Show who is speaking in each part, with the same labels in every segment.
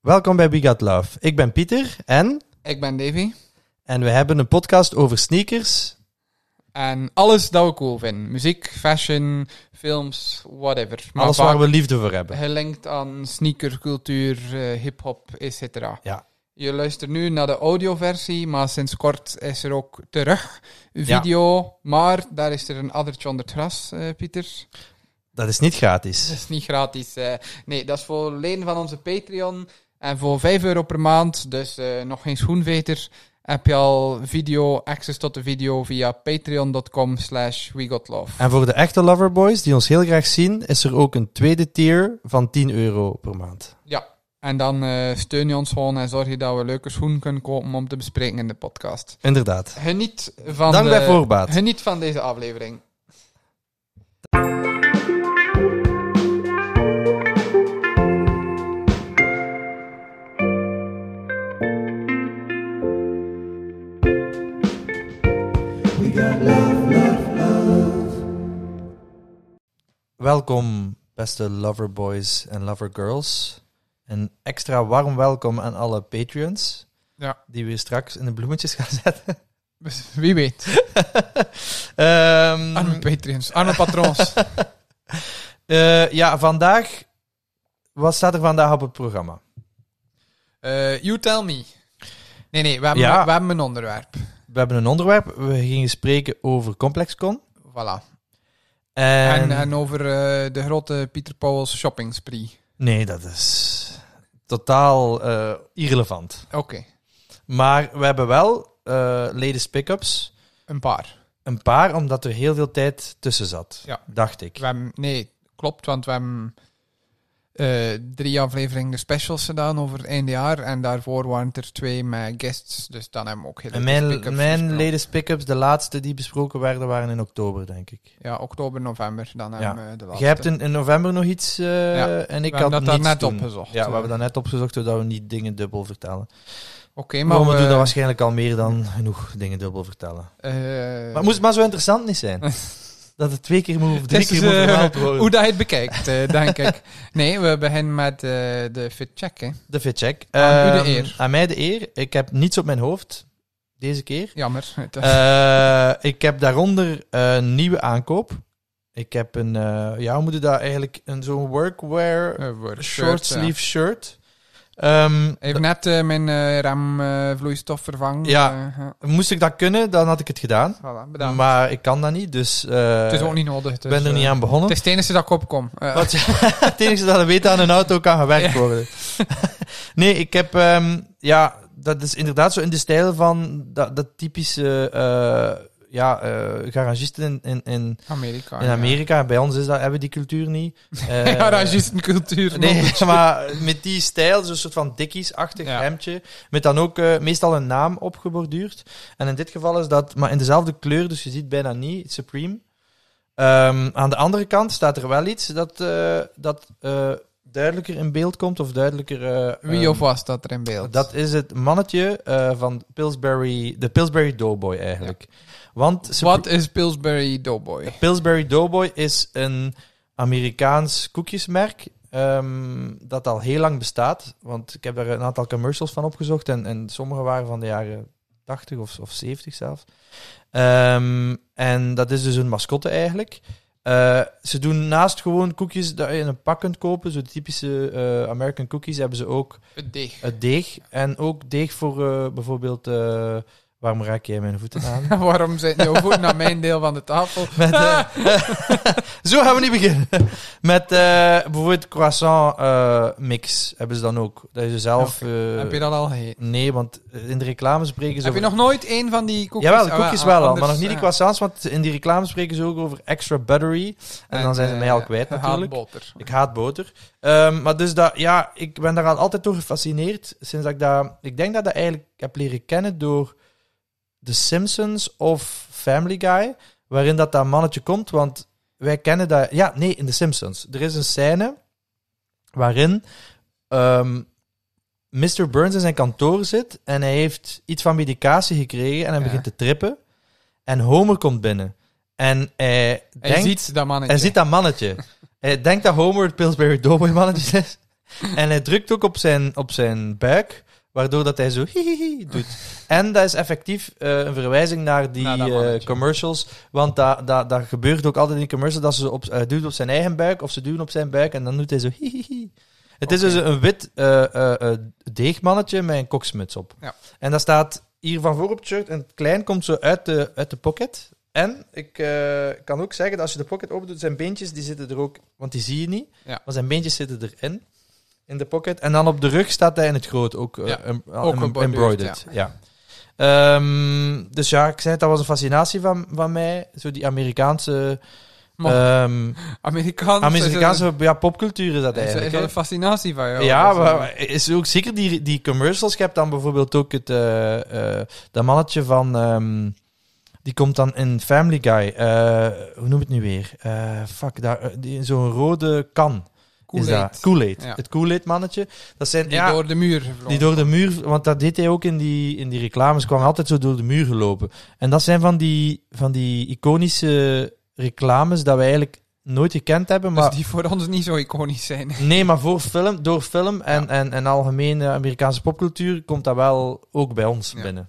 Speaker 1: Welkom bij We Got Love. Ik ben Pieter en,
Speaker 2: Ik ben Davy.
Speaker 1: en we hebben een podcast over sneakers.
Speaker 2: En alles dat we cool vinden. Muziek, fashion, films, whatever. Maar
Speaker 1: alles
Speaker 2: vaak
Speaker 1: waar we liefde voor hebben.
Speaker 2: gelinkt aan sneakercultuur, eh, hip-hop, etc.
Speaker 1: Ja.
Speaker 2: Je luistert nu naar de audioversie, maar sinds kort is er ook terug video. Maar daar is er een addertje onder het gras, eh, Pieter.
Speaker 1: Dat is niet
Speaker 2: Dat
Speaker 1: gratis.
Speaker 2: is niet gratis. eh. nee, dat is voor leden van onze Patreon. En voor 5 euro per maand, dus eh, nog geen schoenveter, heb je al video, access tot de video via patreon.com slash wegotlove.
Speaker 1: En voor de echte loverboys die ons heel graag zien, is er ook een tweede tier van 10 euro per maand.
Speaker 2: Ja, en dan eh, steun je ons gewoon en zorg je dat we leuke schoenen kunnen kopen om te bespreken in de podcast.
Speaker 1: Inderdaad.
Speaker 2: Geniet van,
Speaker 1: Dank bij
Speaker 2: de,
Speaker 1: voorbaat.
Speaker 2: geniet van deze aflevering.
Speaker 1: Welkom, beste loverboys en lovergirls. Een extra warm welkom aan alle Patreons.
Speaker 2: Ja.
Speaker 1: Die we straks in de bloemetjes gaan zetten.
Speaker 2: Wie weet.
Speaker 1: Ehm,
Speaker 2: Arme Patreons, arme patrons.
Speaker 1: eh, ja, vandaag. Wat staat er vandaag op het programma?
Speaker 2: Eh, you tell me. Nee, nee, we hebben,
Speaker 1: Ja.
Speaker 2: we hebben een onderwerp.
Speaker 1: We hebben een onderwerp. We gingen spreken over ComplexCon.
Speaker 2: Voilà.
Speaker 1: En,
Speaker 2: En, en over eh, de grote Pieter Pauwels shopping spree.
Speaker 1: Nee, dat is totaal eh, irrelevant.
Speaker 2: Oké,
Speaker 1: Maar we hebben wel eh ladies pick-ups.
Speaker 2: een paar.
Speaker 1: Een paar, omdat er heel veel tijd tussen zat.
Speaker 2: Ja.
Speaker 1: Dacht ik.
Speaker 2: We hebben, nee, klopt, want we hebben eh, drie afleveringen de specials gedaan over het einde jaar. En daarvoor waren het er twee met guests, dus dan hebben we ook heel
Speaker 1: En
Speaker 2: veel
Speaker 1: mijn,
Speaker 2: pick-ups
Speaker 1: mijn
Speaker 2: besproken.
Speaker 1: ladies pick-ups, de laatste die besproken werden, waren in oktober, denk ik.
Speaker 2: Ja, oktober, november, dan hebben we de laatste.
Speaker 1: Je hebt in, in november nog iets eh,
Speaker 2: Ja,
Speaker 1: en ik
Speaker 2: we
Speaker 1: had
Speaker 2: hebben dat daar
Speaker 1: niets
Speaker 2: net
Speaker 1: toen.
Speaker 2: opgezocht.
Speaker 1: Ja, we
Speaker 2: Eh.
Speaker 1: hebben dat net opgezocht, zodat we niet dingen dubbel vertellen.
Speaker 2: Oké,
Speaker 1: Maar
Speaker 2: maar eh,
Speaker 1: we,
Speaker 2: we...
Speaker 1: doen dat waarschijnlijk al meer dan genoeg dingen dubbel vertellen.
Speaker 2: eh,
Speaker 1: Maar het moest maar zo interessant niet zijn. dat het twee keer moet of drie
Speaker 2: Het is,
Speaker 1: keer moet
Speaker 2: eh,
Speaker 1: verhaald worden.
Speaker 2: Hoe dat je het bekijkt, eh, denk ik. Nee, we beginnen met eh, de fit check, hè.
Speaker 1: De fitcheck.
Speaker 2: Aan u de
Speaker 1: Ehm,
Speaker 2: eer.
Speaker 1: Aan mij de eer. Ik heb niets op mijn hoofd. Deze keer.
Speaker 2: Jammer. Het is-
Speaker 1: Eh, ik heb daaronder eh, een nieuwe aankoop. Ik heb een, eh, ja, hoe moet je dat eigenlijk? Een zo'n workwear
Speaker 2: eh, wordt
Speaker 1: short
Speaker 2: shirt, ja.
Speaker 1: sleeve shirt. Ehm,
Speaker 2: Hij heeft net eh, mijn remvloeistof vervangen.
Speaker 1: Ja.
Speaker 2: Eh, ja.
Speaker 1: moest ik dat kunnen, dan had ik het gedaan.
Speaker 2: Voilà, bedankt.
Speaker 1: Maar ik kan dat niet, dus eh,
Speaker 2: het is ook niet nodig.
Speaker 1: ik
Speaker 2: dus,
Speaker 1: ben er
Speaker 2: eh,
Speaker 1: niet aan begonnen.
Speaker 2: Het is het enige dat ik opkom. Eh,
Speaker 1: Wat, het enige dat we weten aan een auto kan gewerkt worden. nee, ik heb... ehm, ja, dat is inderdaad zo in de stijl van dat, dat typische eh, ja, eh, garagisten in, in, in,
Speaker 2: Amerika.
Speaker 1: in Amerika. Bij ons is dat, hebben we die cultuur niet. Eh,
Speaker 2: Ja, dat is juist een cultuur.
Speaker 1: Nee,
Speaker 2: man.
Speaker 1: maar met die stijl, zo'n soort van Dickies-achtig
Speaker 2: Ja.
Speaker 1: hemdje. Met dan ook eh, meestal een naam opgeborduurd. En in dit geval is dat, maar in dezelfde kleur, dus je ziet bijna niet, Supreme. Ehm, aan de andere kant staat er wel iets dat, eh, dat eh, duidelijker in beeld komt. Of duidelijker... eh,
Speaker 2: Wie
Speaker 1: ehm,
Speaker 2: of was dat er in beeld?
Speaker 1: dat is het mannetje eh, van Pillsbury, de Pillsbury Doughboy eigenlijk. Want Supre-
Speaker 2: Wat is Pillsbury Doughboy?
Speaker 1: Pillsbury Doughboy is een Amerikaans koekjesmerk ehm, dat al heel lang bestaat. Want ik heb daar een aantal commercials van opgezocht en, en sommige waren van de jaren 80 of, of 70 zelfs. Ehm, en dat is dus hun mascotte eigenlijk. Eh, ze doen naast gewoon koekjes dat je in een pak kunt kopen, zo de typische eh, American cookies, hebben ze ook
Speaker 2: Het deeg.
Speaker 1: het deeg. En ook deeg voor eh, bijvoorbeeld... eh, waarom raak jij mijn voeten aan?
Speaker 2: Waarom zit jouw voet naar mijn deel van de tafel?
Speaker 1: Met, eh, zo gaan we niet beginnen. Met eh, bijvoorbeeld croissant eh, mix hebben ze dan ook. Dat je zelf... eh,
Speaker 2: Heb je dat al gegeten?
Speaker 1: Nee, want in de reclame spreken ze
Speaker 2: Heb je
Speaker 1: over...
Speaker 2: nog nooit een van die koekjes?
Speaker 1: Jawel, de
Speaker 2: Ah,
Speaker 1: koekjes
Speaker 2: ah,
Speaker 1: wel al,
Speaker 2: anders,
Speaker 1: maar nog niet die
Speaker 2: ja.
Speaker 1: croissants, want in die reclame spreken ze ook over extra buttery. En, dan zijn ze
Speaker 2: eh,
Speaker 1: mij al kwijt
Speaker 2: gehaald
Speaker 1: natuurlijk.
Speaker 2: boter.
Speaker 1: Ik haat boter. Ehm, maar dus dat, ja, ik ben daar al altijd door gefascineerd. Sinds dat ik dat, ik denk dat ik dat eigenlijk heb leren kennen door The Simpsons of Family Guy, waarin dat dat mannetje komt, want wij kennen dat, ja, nee, in The Simpsons. Er is een scène waarin ehm, Mr. Burns in zijn kantoor zit en hij heeft iets van medicatie gekregen en hij
Speaker 2: Ja.
Speaker 1: begint te trippen. En Homer komt binnen. En hij
Speaker 2: Hij
Speaker 1: denkt...
Speaker 2: ziet dat mannetje.
Speaker 1: Hij ziet dat mannetje. Hij denkt dat Homer het Pillsbury Doughboy mannetje is. En hij drukt ook op zijn, op zijn buik, waardoor dat hij zo hihihi doet. En dat is effectief eh, een verwijzing naar die
Speaker 2: Naar dat
Speaker 1: eh,
Speaker 2: mannetje.
Speaker 1: commercials. Want dat da, da gebeurt ook altijd in die commercials dat ze op, eh, duwt op zijn eigen buik of ze duwen op zijn buik en dan doet hij zo hihihi. Het is
Speaker 2: Oké.
Speaker 1: dus een wit eh, eh, eh, deegmannetje met een koksmuts op.
Speaker 2: Ja.
Speaker 1: En dat staat hier van voor op het shirt en het klein komt zo uit de, uit de pocket. En ik eh, kan ook zeggen dat als je de pocket opendoet, zijn beentjes die zitten er ook, want die zie je niet.
Speaker 2: Ja.
Speaker 1: Maar zijn beentjes zitten erin, in de pocket. En dan op de rug staat hij in het groot, ook, eh,
Speaker 2: Ja,
Speaker 1: em-
Speaker 2: ook
Speaker 1: em-
Speaker 2: geborduurd,
Speaker 1: embroidered. Ja. Ehm, dus ja, ik zei het, dat was een fascinatie van, van mij. Zo die Amerikaanse,
Speaker 2: Maar
Speaker 1: ehm,
Speaker 2: Amerikaans.
Speaker 1: Amerikaanse ja, popcultuur is dat
Speaker 2: Is,
Speaker 1: eigenlijk.
Speaker 2: is dat
Speaker 1: hè.
Speaker 2: een fascinatie van jou?
Speaker 1: Ja,
Speaker 2: Dat is een-
Speaker 1: maar is ook zeker die, die commercials. Je hebt dan bijvoorbeeld ook het, eh, eh, dat mannetje van... ehm, die komt dan in Family Guy. eh, hoe noem het nu weer? Eh, fuck, daar, eh, die in zo'n rode kan. Is
Speaker 2: Kool-Aid.
Speaker 1: dat? Kool-Aid.
Speaker 2: Ja.
Speaker 1: Het Kool-Aid mannetje. Dat zijn,
Speaker 2: Die
Speaker 1: ja,
Speaker 2: door de muur
Speaker 1: die
Speaker 2: vloog.
Speaker 1: door de muur... Want dat deed hij ook in die, in die reclames. kwam altijd zo door de muur gelopen. En dat zijn van die, van die iconische reclames dat we eigenlijk nooit gekend hebben. Maar
Speaker 2: Dus die voor ons niet zo iconisch zijn.
Speaker 1: Nee, maar voor film, door film en, en, en algemene Amerikaanse popcultuur komt dat wel ook bij ons
Speaker 2: Ja.
Speaker 1: binnen.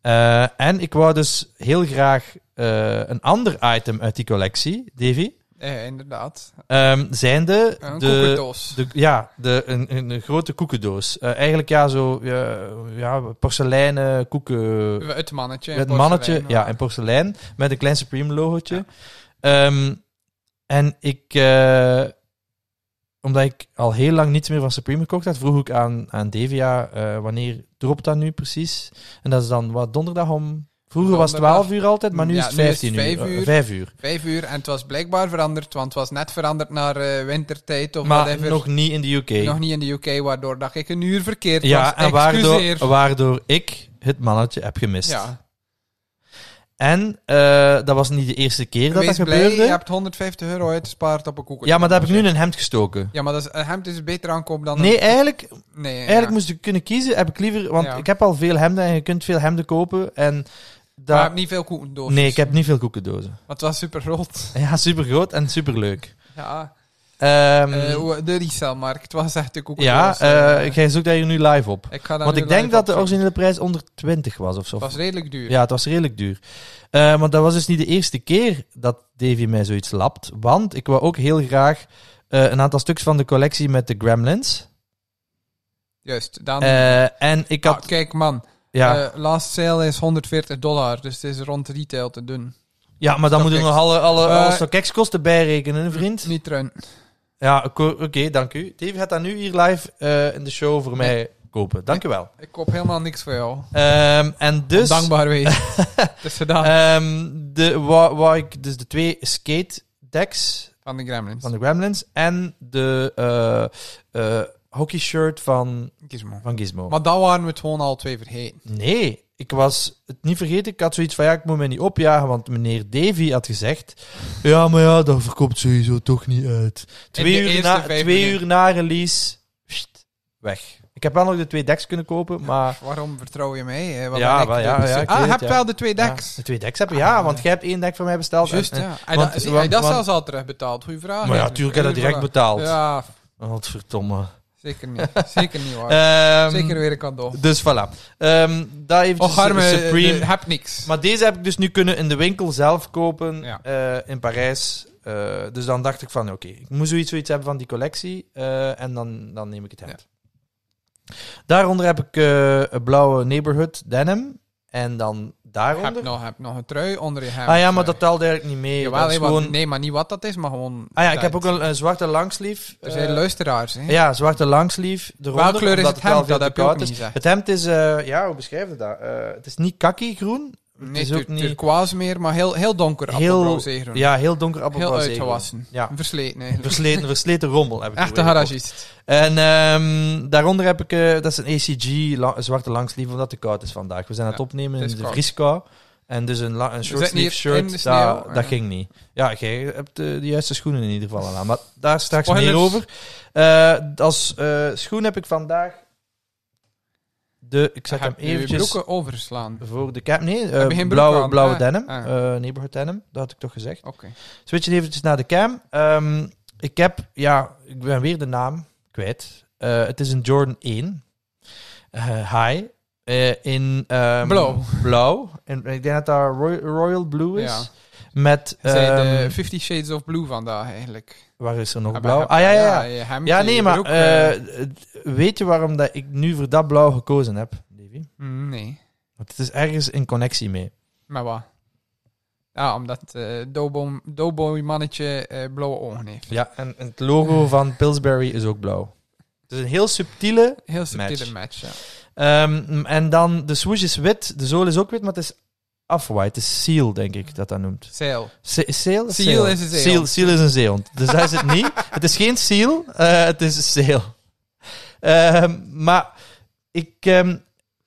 Speaker 1: Eh, en ik wou dus heel graag eh, een ander item uit die collectie, Davy.
Speaker 2: Eh, inderdaad.
Speaker 1: Ehm zijnde
Speaker 2: Een
Speaker 1: de,
Speaker 2: koekendoos.
Speaker 1: de, ja, de, een, een, een grote koekendoos. Eh, eigenlijk ja, zo eh, ja, porseleinen koeken
Speaker 2: Het mannetje. in
Speaker 1: het mannetje,
Speaker 2: porselein, eh.
Speaker 1: ja, in porselein, met een klein Supreme logootje. Ehm, en ik, eh, omdat ik al heel lang niets meer van Supreme gekocht had, vroeg ik aan, aan Devia, eh, wanneer dropt dat nu precies? En dat is dan wat donderdag om... Vroeger was
Speaker 2: Donderdag.
Speaker 1: het 12 uur altijd, maar nu
Speaker 2: Ja,
Speaker 1: is het
Speaker 2: nu is het
Speaker 1: 15 uur.
Speaker 2: vijf
Speaker 1: eh,
Speaker 2: uur.
Speaker 1: vijf uur.
Speaker 2: Vijf uur en het was blijkbaar veranderd, want het was net veranderd naar eh, wintertijd of
Speaker 1: maar
Speaker 2: whatever.
Speaker 1: nog niet in de UK.
Speaker 2: Nog niet in de UK, waardoor dat ik een uur verkeerd was.
Speaker 1: ja, en
Speaker 2: Excuseer.
Speaker 1: waardoor, waardoor ik het mannetje heb gemist.
Speaker 2: Ja,
Speaker 1: En eh, dat was niet de eerste keer dat
Speaker 2: Wees
Speaker 1: dat
Speaker 2: blij,
Speaker 1: gebeurde.
Speaker 2: je hebt 150 euro uitgespaard op een koeker.
Speaker 1: ja, maar daar heb ik nu in een hemd gestoken.
Speaker 2: Ja, maar dat is, een hemd is beter aankoop dan...
Speaker 1: Nee, eigenlijk
Speaker 2: een, nee
Speaker 1: Eigenlijk
Speaker 2: ja.
Speaker 1: moest ik kunnen kiezen, heb ik liever, want
Speaker 2: Ja.
Speaker 1: ik heb al veel hemden en je kunt veel hemden kopen. En
Speaker 2: Maar je
Speaker 1: daar,
Speaker 2: hebt niet veel koekendoos.
Speaker 1: nee, ik heb niet veel koekendozen.
Speaker 2: Want het was super rood.
Speaker 1: Ja, super groot en super leuk.
Speaker 2: Ja,
Speaker 1: Ehm
Speaker 2: eh, hoe- de resellmarkt. Het was echt de koekendoos.
Speaker 1: ja, eh,
Speaker 2: eh.
Speaker 1: ik ga- zoek daar hier nu live op.
Speaker 2: Ik ga dat
Speaker 1: Want
Speaker 2: nu
Speaker 1: ik denk
Speaker 2: live
Speaker 1: dat de
Speaker 2: opzoeken.
Speaker 1: originele prijs onder 20 was of zo.
Speaker 2: Het was redelijk duur.
Speaker 1: Ja, het was redelijk duur. Eh, maar dat was dus niet de eerste keer dat Davy mij zoiets lapt. Want ik wou ook heel graag eh, een aantal stuks van de collectie met de Gremlins.
Speaker 2: Juist. Dan,
Speaker 1: Eh, en ik had.
Speaker 2: Ah, kijk man,
Speaker 1: ja.
Speaker 2: eh, last sale is 140 dollar, dus het is rond retail te doen.
Speaker 1: Ja, maar dan
Speaker 2: Stock
Speaker 1: moeten we nog
Speaker 2: ex.
Speaker 1: alle, alle, alle
Speaker 2: Eh,
Speaker 1: StockX-kosten bijrekenen, hè, vriend.
Speaker 2: Niet run.
Speaker 1: Ja, oké, oké, dank u. Dave gaat dat nu hier live eh, in de show voor mij kopen. Dank u wel.
Speaker 2: Ik koop helemaal niks voor jou.
Speaker 1: Ehm, en dus,
Speaker 2: Dankbaar wezen. het is gedaan.
Speaker 1: ehm, de, wou, wou ik dus de twee skate decks
Speaker 2: van de Gremlins.
Speaker 1: van de Gremlins en de eh eh hockey shirt van,
Speaker 2: Gizmo.
Speaker 1: van Gizmo.
Speaker 2: Maar dan waren we het gewoon al twee vergeten.
Speaker 1: Nee, ik was het niet vergeten. Ik had zoiets van, ja, ik moet me niet opjagen, want meneer Davy had gezegd... Ja, maar ja, dat verkoopt sowieso toch niet uit. Twee,
Speaker 2: de
Speaker 1: uur
Speaker 2: eerste
Speaker 1: na,
Speaker 2: vijf
Speaker 1: twee
Speaker 2: minuten.
Speaker 1: uur na release, pst, weg. Ik heb wel nog de twee decks kunnen kopen, maar...
Speaker 2: Waarom vertrouw je mij? hè? Wat
Speaker 1: Ja,
Speaker 2: ben ik
Speaker 1: wel,
Speaker 2: de
Speaker 1: ja,
Speaker 2: persoon-
Speaker 1: ja, ik
Speaker 2: ah,
Speaker 1: weet
Speaker 2: je
Speaker 1: het,
Speaker 2: hebt
Speaker 1: ja.
Speaker 2: wel de twee
Speaker 1: Ja,
Speaker 2: decks.
Speaker 1: de twee decks heb je, ja,
Speaker 2: Ah.
Speaker 1: want jij hebt één deck voor mij besteld. en-
Speaker 2: Juist,
Speaker 1: en-
Speaker 2: ja. Hij
Speaker 1: want-
Speaker 2: dat, zie,
Speaker 1: want-
Speaker 2: hij dat
Speaker 1: want-
Speaker 2: zelfs al terugbetaald. Goeie
Speaker 1: Maar
Speaker 2: vraag.
Speaker 1: ja,
Speaker 2: eigenlijk.
Speaker 1: tuurlijk heb ik dat direct
Speaker 2: Voilà.
Speaker 1: betaald.
Speaker 2: Ja,
Speaker 1: Godverdomme.
Speaker 2: zeker niet. Zeker niet waar.
Speaker 1: Ehm,
Speaker 2: zeker weer een cadeau. Oh,
Speaker 1: Dus voilà. Ehm dat eventjes
Speaker 2: Och, arme,
Speaker 1: Supreme.
Speaker 2: de- eh, heb niks.
Speaker 1: Maar deze heb ik dus nu kunnen in de winkel zelf kopen
Speaker 2: Ja.
Speaker 1: eh, in Parijs. Eh, dus dan dacht ik van, oké, ik moet zoiets, zoiets hebben van die collectie. eh, en dan, dan neem ik het hemd. Daaronder heb ik eh, een blauwe Neighborhood denim. En dan daaronder...
Speaker 2: heb nog, heb nog een trui onder je hemd.
Speaker 1: ah ja, maar
Speaker 2: eh.
Speaker 1: dat telde eigenlijk niet mee.
Speaker 2: Jawel,
Speaker 1: dat is
Speaker 2: hè, maar-
Speaker 1: gewoon-
Speaker 2: nee, maar niet wat dat is, maar gewoon...
Speaker 1: Ah ja, ik
Speaker 2: tijd.
Speaker 1: heb ook een, een zwarte langslief.
Speaker 2: Er zijn
Speaker 1: eh,
Speaker 2: luisteraars, hè?
Speaker 1: ja, zwarte langslief.
Speaker 2: Welke kleur is het
Speaker 1: hem?
Speaker 2: hemd? Dat heb je ook niet gezegd.
Speaker 1: Het hemd is, eh, ja, hoe beschrijf je dat? Eh, het is niet kakkie groen.
Speaker 2: Nee,
Speaker 1: is
Speaker 2: tur-
Speaker 1: ook niet-
Speaker 2: turquoise meer, maar heel, heel donker
Speaker 1: Heel-
Speaker 2: appelblauwzeegroen.
Speaker 1: Ja, heel donker
Speaker 2: heel
Speaker 1: appelblauw zeegroen.
Speaker 2: uitgewassen.
Speaker 1: Ja.
Speaker 2: Versleten, eigenlijk.
Speaker 1: Versleten, versleten rommel heb ik
Speaker 2: Echte
Speaker 1: er weer op.
Speaker 2: garagist.
Speaker 1: En ehm, daaronder heb ik, eh, dat is een ACG, la- een zwarte langsleeve, omdat het te koud is vandaag. We zijn aan het
Speaker 2: Ja,
Speaker 1: opnemen
Speaker 2: het
Speaker 1: in
Speaker 2: is
Speaker 1: de
Speaker 2: koud.
Speaker 1: vrieskou. En dus een, la- een short
Speaker 2: zitten hier
Speaker 1: sleeve
Speaker 2: in de
Speaker 1: shirt,
Speaker 2: sneeuw,
Speaker 1: dat,
Speaker 2: ja.
Speaker 1: dat ging niet. Ja, jij hebt eh, de juiste schoenen in ieder geval al aan. Maar daar straks
Speaker 2: Spoilers.
Speaker 1: meer over. Eh, als eh, schoen heb ik vandaag de, ik zet
Speaker 2: Ik
Speaker 1: hem
Speaker 2: heb je
Speaker 1: eventjes
Speaker 2: broeken overslaan.
Speaker 1: voor de cap, nee, eh,
Speaker 2: Heb je geen broek
Speaker 1: blauwe,
Speaker 2: aan?
Speaker 1: blauwe
Speaker 2: Ah,
Speaker 1: denim,
Speaker 2: ah.
Speaker 1: eh neighborhood denim, dat had ik toch gezegd.
Speaker 2: Oké.
Speaker 1: Switchen eventjes naar de cam. Ehm, ik heb, ja, ik ben weer de naam kwijt. eh, het is een Jordan 1. eh, high. Eh, in ehm,
Speaker 2: Blauw.
Speaker 1: Blauw. En ik denk dat daar Roy- Royal Blue is.
Speaker 2: Ja.
Speaker 1: Met.
Speaker 2: Het zijn de
Speaker 1: ehm,
Speaker 2: Fifty Shades of Blue vandaag eigenlijk.
Speaker 1: waar is er nog
Speaker 2: Ah,
Speaker 1: blauw?
Speaker 2: maar-
Speaker 1: Ah ja, ja, ja.
Speaker 2: je hemd,
Speaker 1: Ja,
Speaker 2: je
Speaker 1: nee, maar
Speaker 2: broek, eh,
Speaker 1: eh, het- weet je waarom dat ik nu voor dat blauw gekozen heb, Davy?
Speaker 2: mm, nee,
Speaker 1: Want het is ergens in connectie mee.
Speaker 2: maar wat? Ja, omdat eh Doughboy Doughboy mannetje eh, blauwe ogen heeft.
Speaker 1: Ja, en, en het logo van Pillsbury is ook blauw. Het is een heel subtiele.
Speaker 2: Heel subtiele
Speaker 1: Match.
Speaker 2: match, ja.
Speaker 1: ehm, en dan, de swoosh is wit, de zool is ook wit, maar het is off-white. Het is seal, denk ik, dat dat noemt.
Speaker 2: Zeil.
Speaker 1: Se- Seal?
Speaker 2: Seal is een zeehond.
Speaker 1: Seal, seal is een zeehond. Dus dat is het niet. Het is geen seal, eh, het is een seal. Ehm, maar ik... ehm,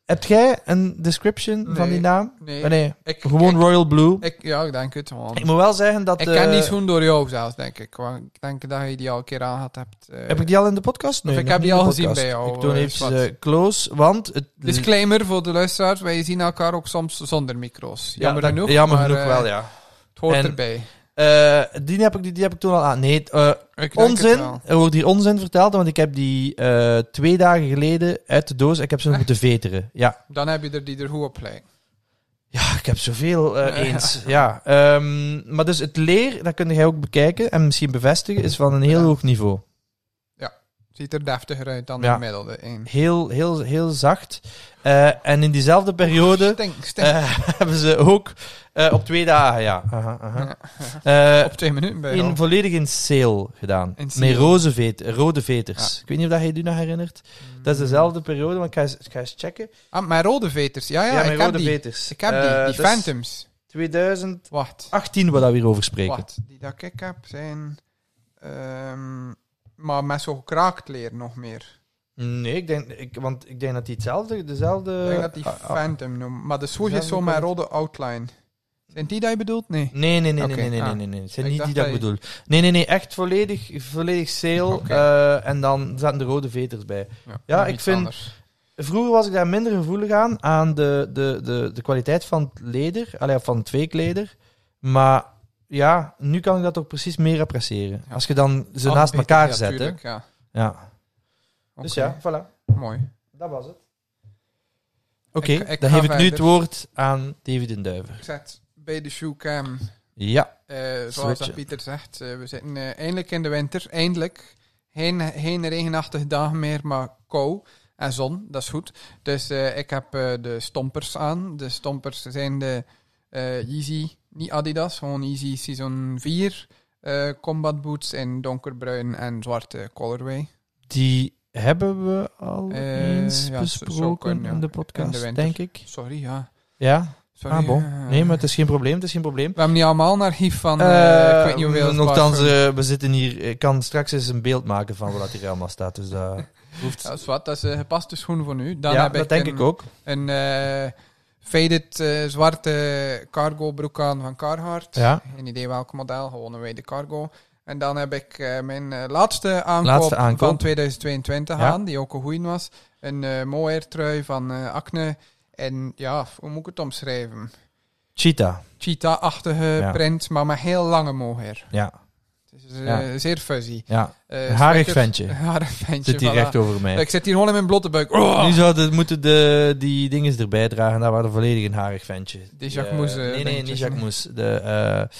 Speaker 1: heb jij een description van
Speaker 2: Nee.
Speaker 1: die naam?
Speaker 2: Nee,
Speaker 1: Ah, nee,
Speaker 2: ik,
Speaker 1: gewoon
Speaker 2: ik,
Speaker 1: Royal Blue. Ik,
Speaker 2: ik- Ja, ik denk het wel.
Speaker 1: moet wel zeggen dat...
Speaker 2: Ik
Speaker 1: eh,
Speaker 2: ken die schoen door jou zelfs, denk ik. Want ik denk dat je die al een keer aan gehad hebt. eh.
Speaker 1: Heb ik die al in de podcast? Nee,
Speaker 2: Of ik
Speaker 1: nog
Speaker 2: heb die
Speaker 1: niet in
Speaker 2: al
Speaker 1: de
Speaker 2: gezien
Speaker 1: podcast.
Speaker 2: bij jou,
Speaker 1: Ik doe
Speaker 2: eh,
Speaker 1: even
Speaker 2: Swat.
Speaker 1: eh, close, want... Het
Speaker 2: Disclaimer voor de luisteraars, wij zien elkaar ook soms zonder micro's.
Speaker 1: Ja,
Speaker 2: Jammer
Speaker 1: dat-
Speaker 2: genoeg.
Speaker 1: Jammer
Speaker 2: maar,
Speaker 1: genoeg
Speaker 2: eh,
Speaker 1: wel, ja.
Speaker 2: Het hoort
Speaker 1: En-
Speaker 2: erbij.
Speaker 1: Eh, die, heb ik, die, die heb ik toen al aan. Nee, eh,
Speaker 2: Ik denk het
Speaker 1: onzin.
Speaker 2: wel.
Speaker 1: Er wordt hier onzin verteld, want ik heb die eh, twee dagen geleden uit de doos. Ik heb ze nog
Speaker 2: Echt?
Speaker 1: moeten veteren. Ja.
Speaker 2: Dan heb je er die er goed op lijkt.
Speaker 1: ja, ik heb zoveel eh,
Speaker 2: Ja.
Speaker 1: eens. Ja. Ehm, maar dus het leer, dat kun jij ook bekijken en misschien bevestigen, is van een heel
Speaker 2: Ja.
Speaker 1: hoog niveau.
Speaker 2: Ziet er deftiger uit dan
Speaker 1: Ja.
Speaker 2: de gemiddelde. één.
Speaker 1: Heel, heel, heel zacht. Eh, en in diezelfde periode
Speaker 2: Stink, stink.
Speaker 1: eh, hebben ze ook eh, op twee dagen, ja. Aha, aha.
Speaker 2: Ja.
Speaker 1: Eh,
Speaker 2: op twee minuten bij jou.
Speaker 1: in, volledig in sale gedaan.
Speaker 2: In
Speaker 1: Met
Speaker 2: sale.
Speaker 1: roze vet- rode veters.
Speaker 2: Ja.
Speaker 1: Ik weet niet of dat je je nog herinnert. Dat is dezelfde periode, want ik ga eens, ik ga eens checken.
Speaker 2: Ah, mijn rode veters. Ah Ja, ja,
Speaker 1: Ja,
Speaker 2: ik,
Speaker 1: met
Speaker 2: heb
Speaker 1: rode
Speaker 2: die.
Speaker 1: veters.
Speaker 2: ik heb die.
Speaker 1: Eh,
Speaker 2: die
Speaker 1: dat is
Speaker 2: Phantoms.
Speaker 1: 2018
Speaker 2: Wacht.
Speaker 1: waar dat we hier over spreken.
Speaker 2: Wat? Die dat ik heb zijn... ehm, maar met zo'n kraaktleer nog meer.
Speaker 1: Nee, ik denk, ik, want ik denk dat die hetzelfde, dezelfde...
Speaker 2: ik denk dat die
Speaker 1: ah, ah.
Speaker 2: Phantom noemen. Maar de swoosh is
Speaker 1: Dezelfde
Speaker 2: zo met
Speaker 1: kleur.
Speaker 2: rode outline. Zijn die dat je bedoelt? Nee.
Speaker 1: Nee, nee, nee,
Speaker 2: Oké,
Speaker 1: nee, nee,
Speaker 2: ah.
Speaker 1: nee, nee, nee. Het zijn
Speaker 2: Ik
Speaker 1: niet die
Speaker 2: dacht
Speaker 1: dat ik
Speaker 2: dat je-
Speaker 1: bedoel. Nee, nee, nee, echt volledig, volledig sale.
Speaker 2: Oké.
Speaker 1: eh, en dan zaten de rode veters bij. Ja,
Speaker 2: nog
Speaker 1: ik
Speaker 2: iets
Speaker 1: vind-
Speaker 2: anders.
Speaker 1: Vroeger was ik daar minder gevoelig aan, aan de, de, de, de kwaliteit van het leder, allee, van het weekleder. Maar ja, nu kan ik dat toch precies meer appreciëren.
Speaker 2: Ja.
Speaker 1: Als je dan ze
Speaker 2: Ah,
Speaker 1: naast
Speaker 2: beter,
Speaker 1: elkaar
Speaker 2: ja,
Speaker 1: zet. hè.
Speaker 2: tuurlijk, Ja.
Speaker 1: Ja. Dus
Speaker 2: Oké,
Speaker 1: ja, voilà.
Speaker 2: Mooi.
Speaker 1: Dat was het. Oké,
Speaker 2: Oké, Ik- ik
Speaker 1: dan
Speaker 2: ga
Speaker 1: geef ik nu het
Speaker 2: verder.
Speaker 1: woord aan David den Duiver.
Speaker 2: Ik zet bij de shoecam.
Speaker 1: Ja.
Speaker 2: eh zoals
Speaker 1: Switchen.
Speaker 2: dat Pieter zegt, eh, we zitten eh, eindelijk in de winter. Eindelijk. Geen, geen regenachtige dagen meer, maar kou en zon. Dat is goed. Dus eh, ik heb eh, de stompers aan. De stompers zijn de eh Yeezy, niet Adidas, gewoon Yeezy Season 4 eh, combat boots in donkerbruin en zwarte colorway.
Speaker 1: Die hebben we al
Speaker 2: Eh,
Speaker 1: eens
Speaker 2: ja, zo- zo
Speaker 1: besproken
Speaker 2: kunnen,
Speaker 1: in
Speaker 2: ja.
Speaker 1: de
Speaker 2: In de
Speaker 1: podcast,
Speaker 2: winter.
Speaker 1: denk ik.
Speaker 2: Sorry, ja.
Speaker 1: Ja,
Speaker 2: Sorry,
Speaker 1: ah, bon.
Speaker 2: ja.
Speaker 1: Nee, maar het is geen probleem, het is geen probleem.
Speaker 2: We hebben niet allemaal een archief van, eh, ik weet niet hoeveel.
Speaker 1: Eh, Nochtans, eh, we zitten hier. Ik kan straks eens een beeld maken van wat hier allemaal staat. Dus dat hoeft.
Speaker 2: Dat is wat, dat is een gepaste schoen voor nu. Dan
Speaker 1: ja,
Speaker 2: heb
Speaker 1: dat denk
Speaker 2: een-
Speaker 1: ik ook.
Speaker 2: een eh, faded eh, zwarte cargo broek aan van Carhartt.
Speaker 1: Ja.
Speaker 2: Geen idee welk model, gewoon een wijde cargo. En dan heb ik eh, mijn eh, laatste, aankoop
Speaker 1: Laatste aankoop.
Speaker 2: van 2022
Speaker 1: Ja.
Speaker 2: aan, die ook een goeie was. Een eh mohair trui van eh, Acne. En ja, hoe moet ik het omschrijven?
Speaker 1: Cheetah.
Speaker 2: Cheetah-achtige
Speaker 1: Ja.
Speaker 2: print, maar met heel lange mohair.
Speaker 1: Ja,
Speaker 2: Het is eh,
Speaker 1: Ja.
Speaker 2: zeer fuzzy.
Speaker 1: ja.
Speaker 2: Eh,
Speaker 1: Een harig
Speaker 2: sweater-
Speaker 1: ventje.
Speaker 2: Een harig ventje,
Speaker 1: zit hier
Speaker 2: voilà.
Speaker 1: recht over mij.
Speaker 2: Ik zit hier gewoon in mijn blote buik. Oh!
Speaker 1: Nu zouden moeten de, die dingen erbij dragen. Dat waren volledig een harig ventje.
Speaker 2: Die Jacquemus,
Speaker 1: eh,
Speaker 2: eh,
Speaker 1: nee, nee,
Speaker 2: dingetjes,
Speaker 1: niet Jacquemus. De eh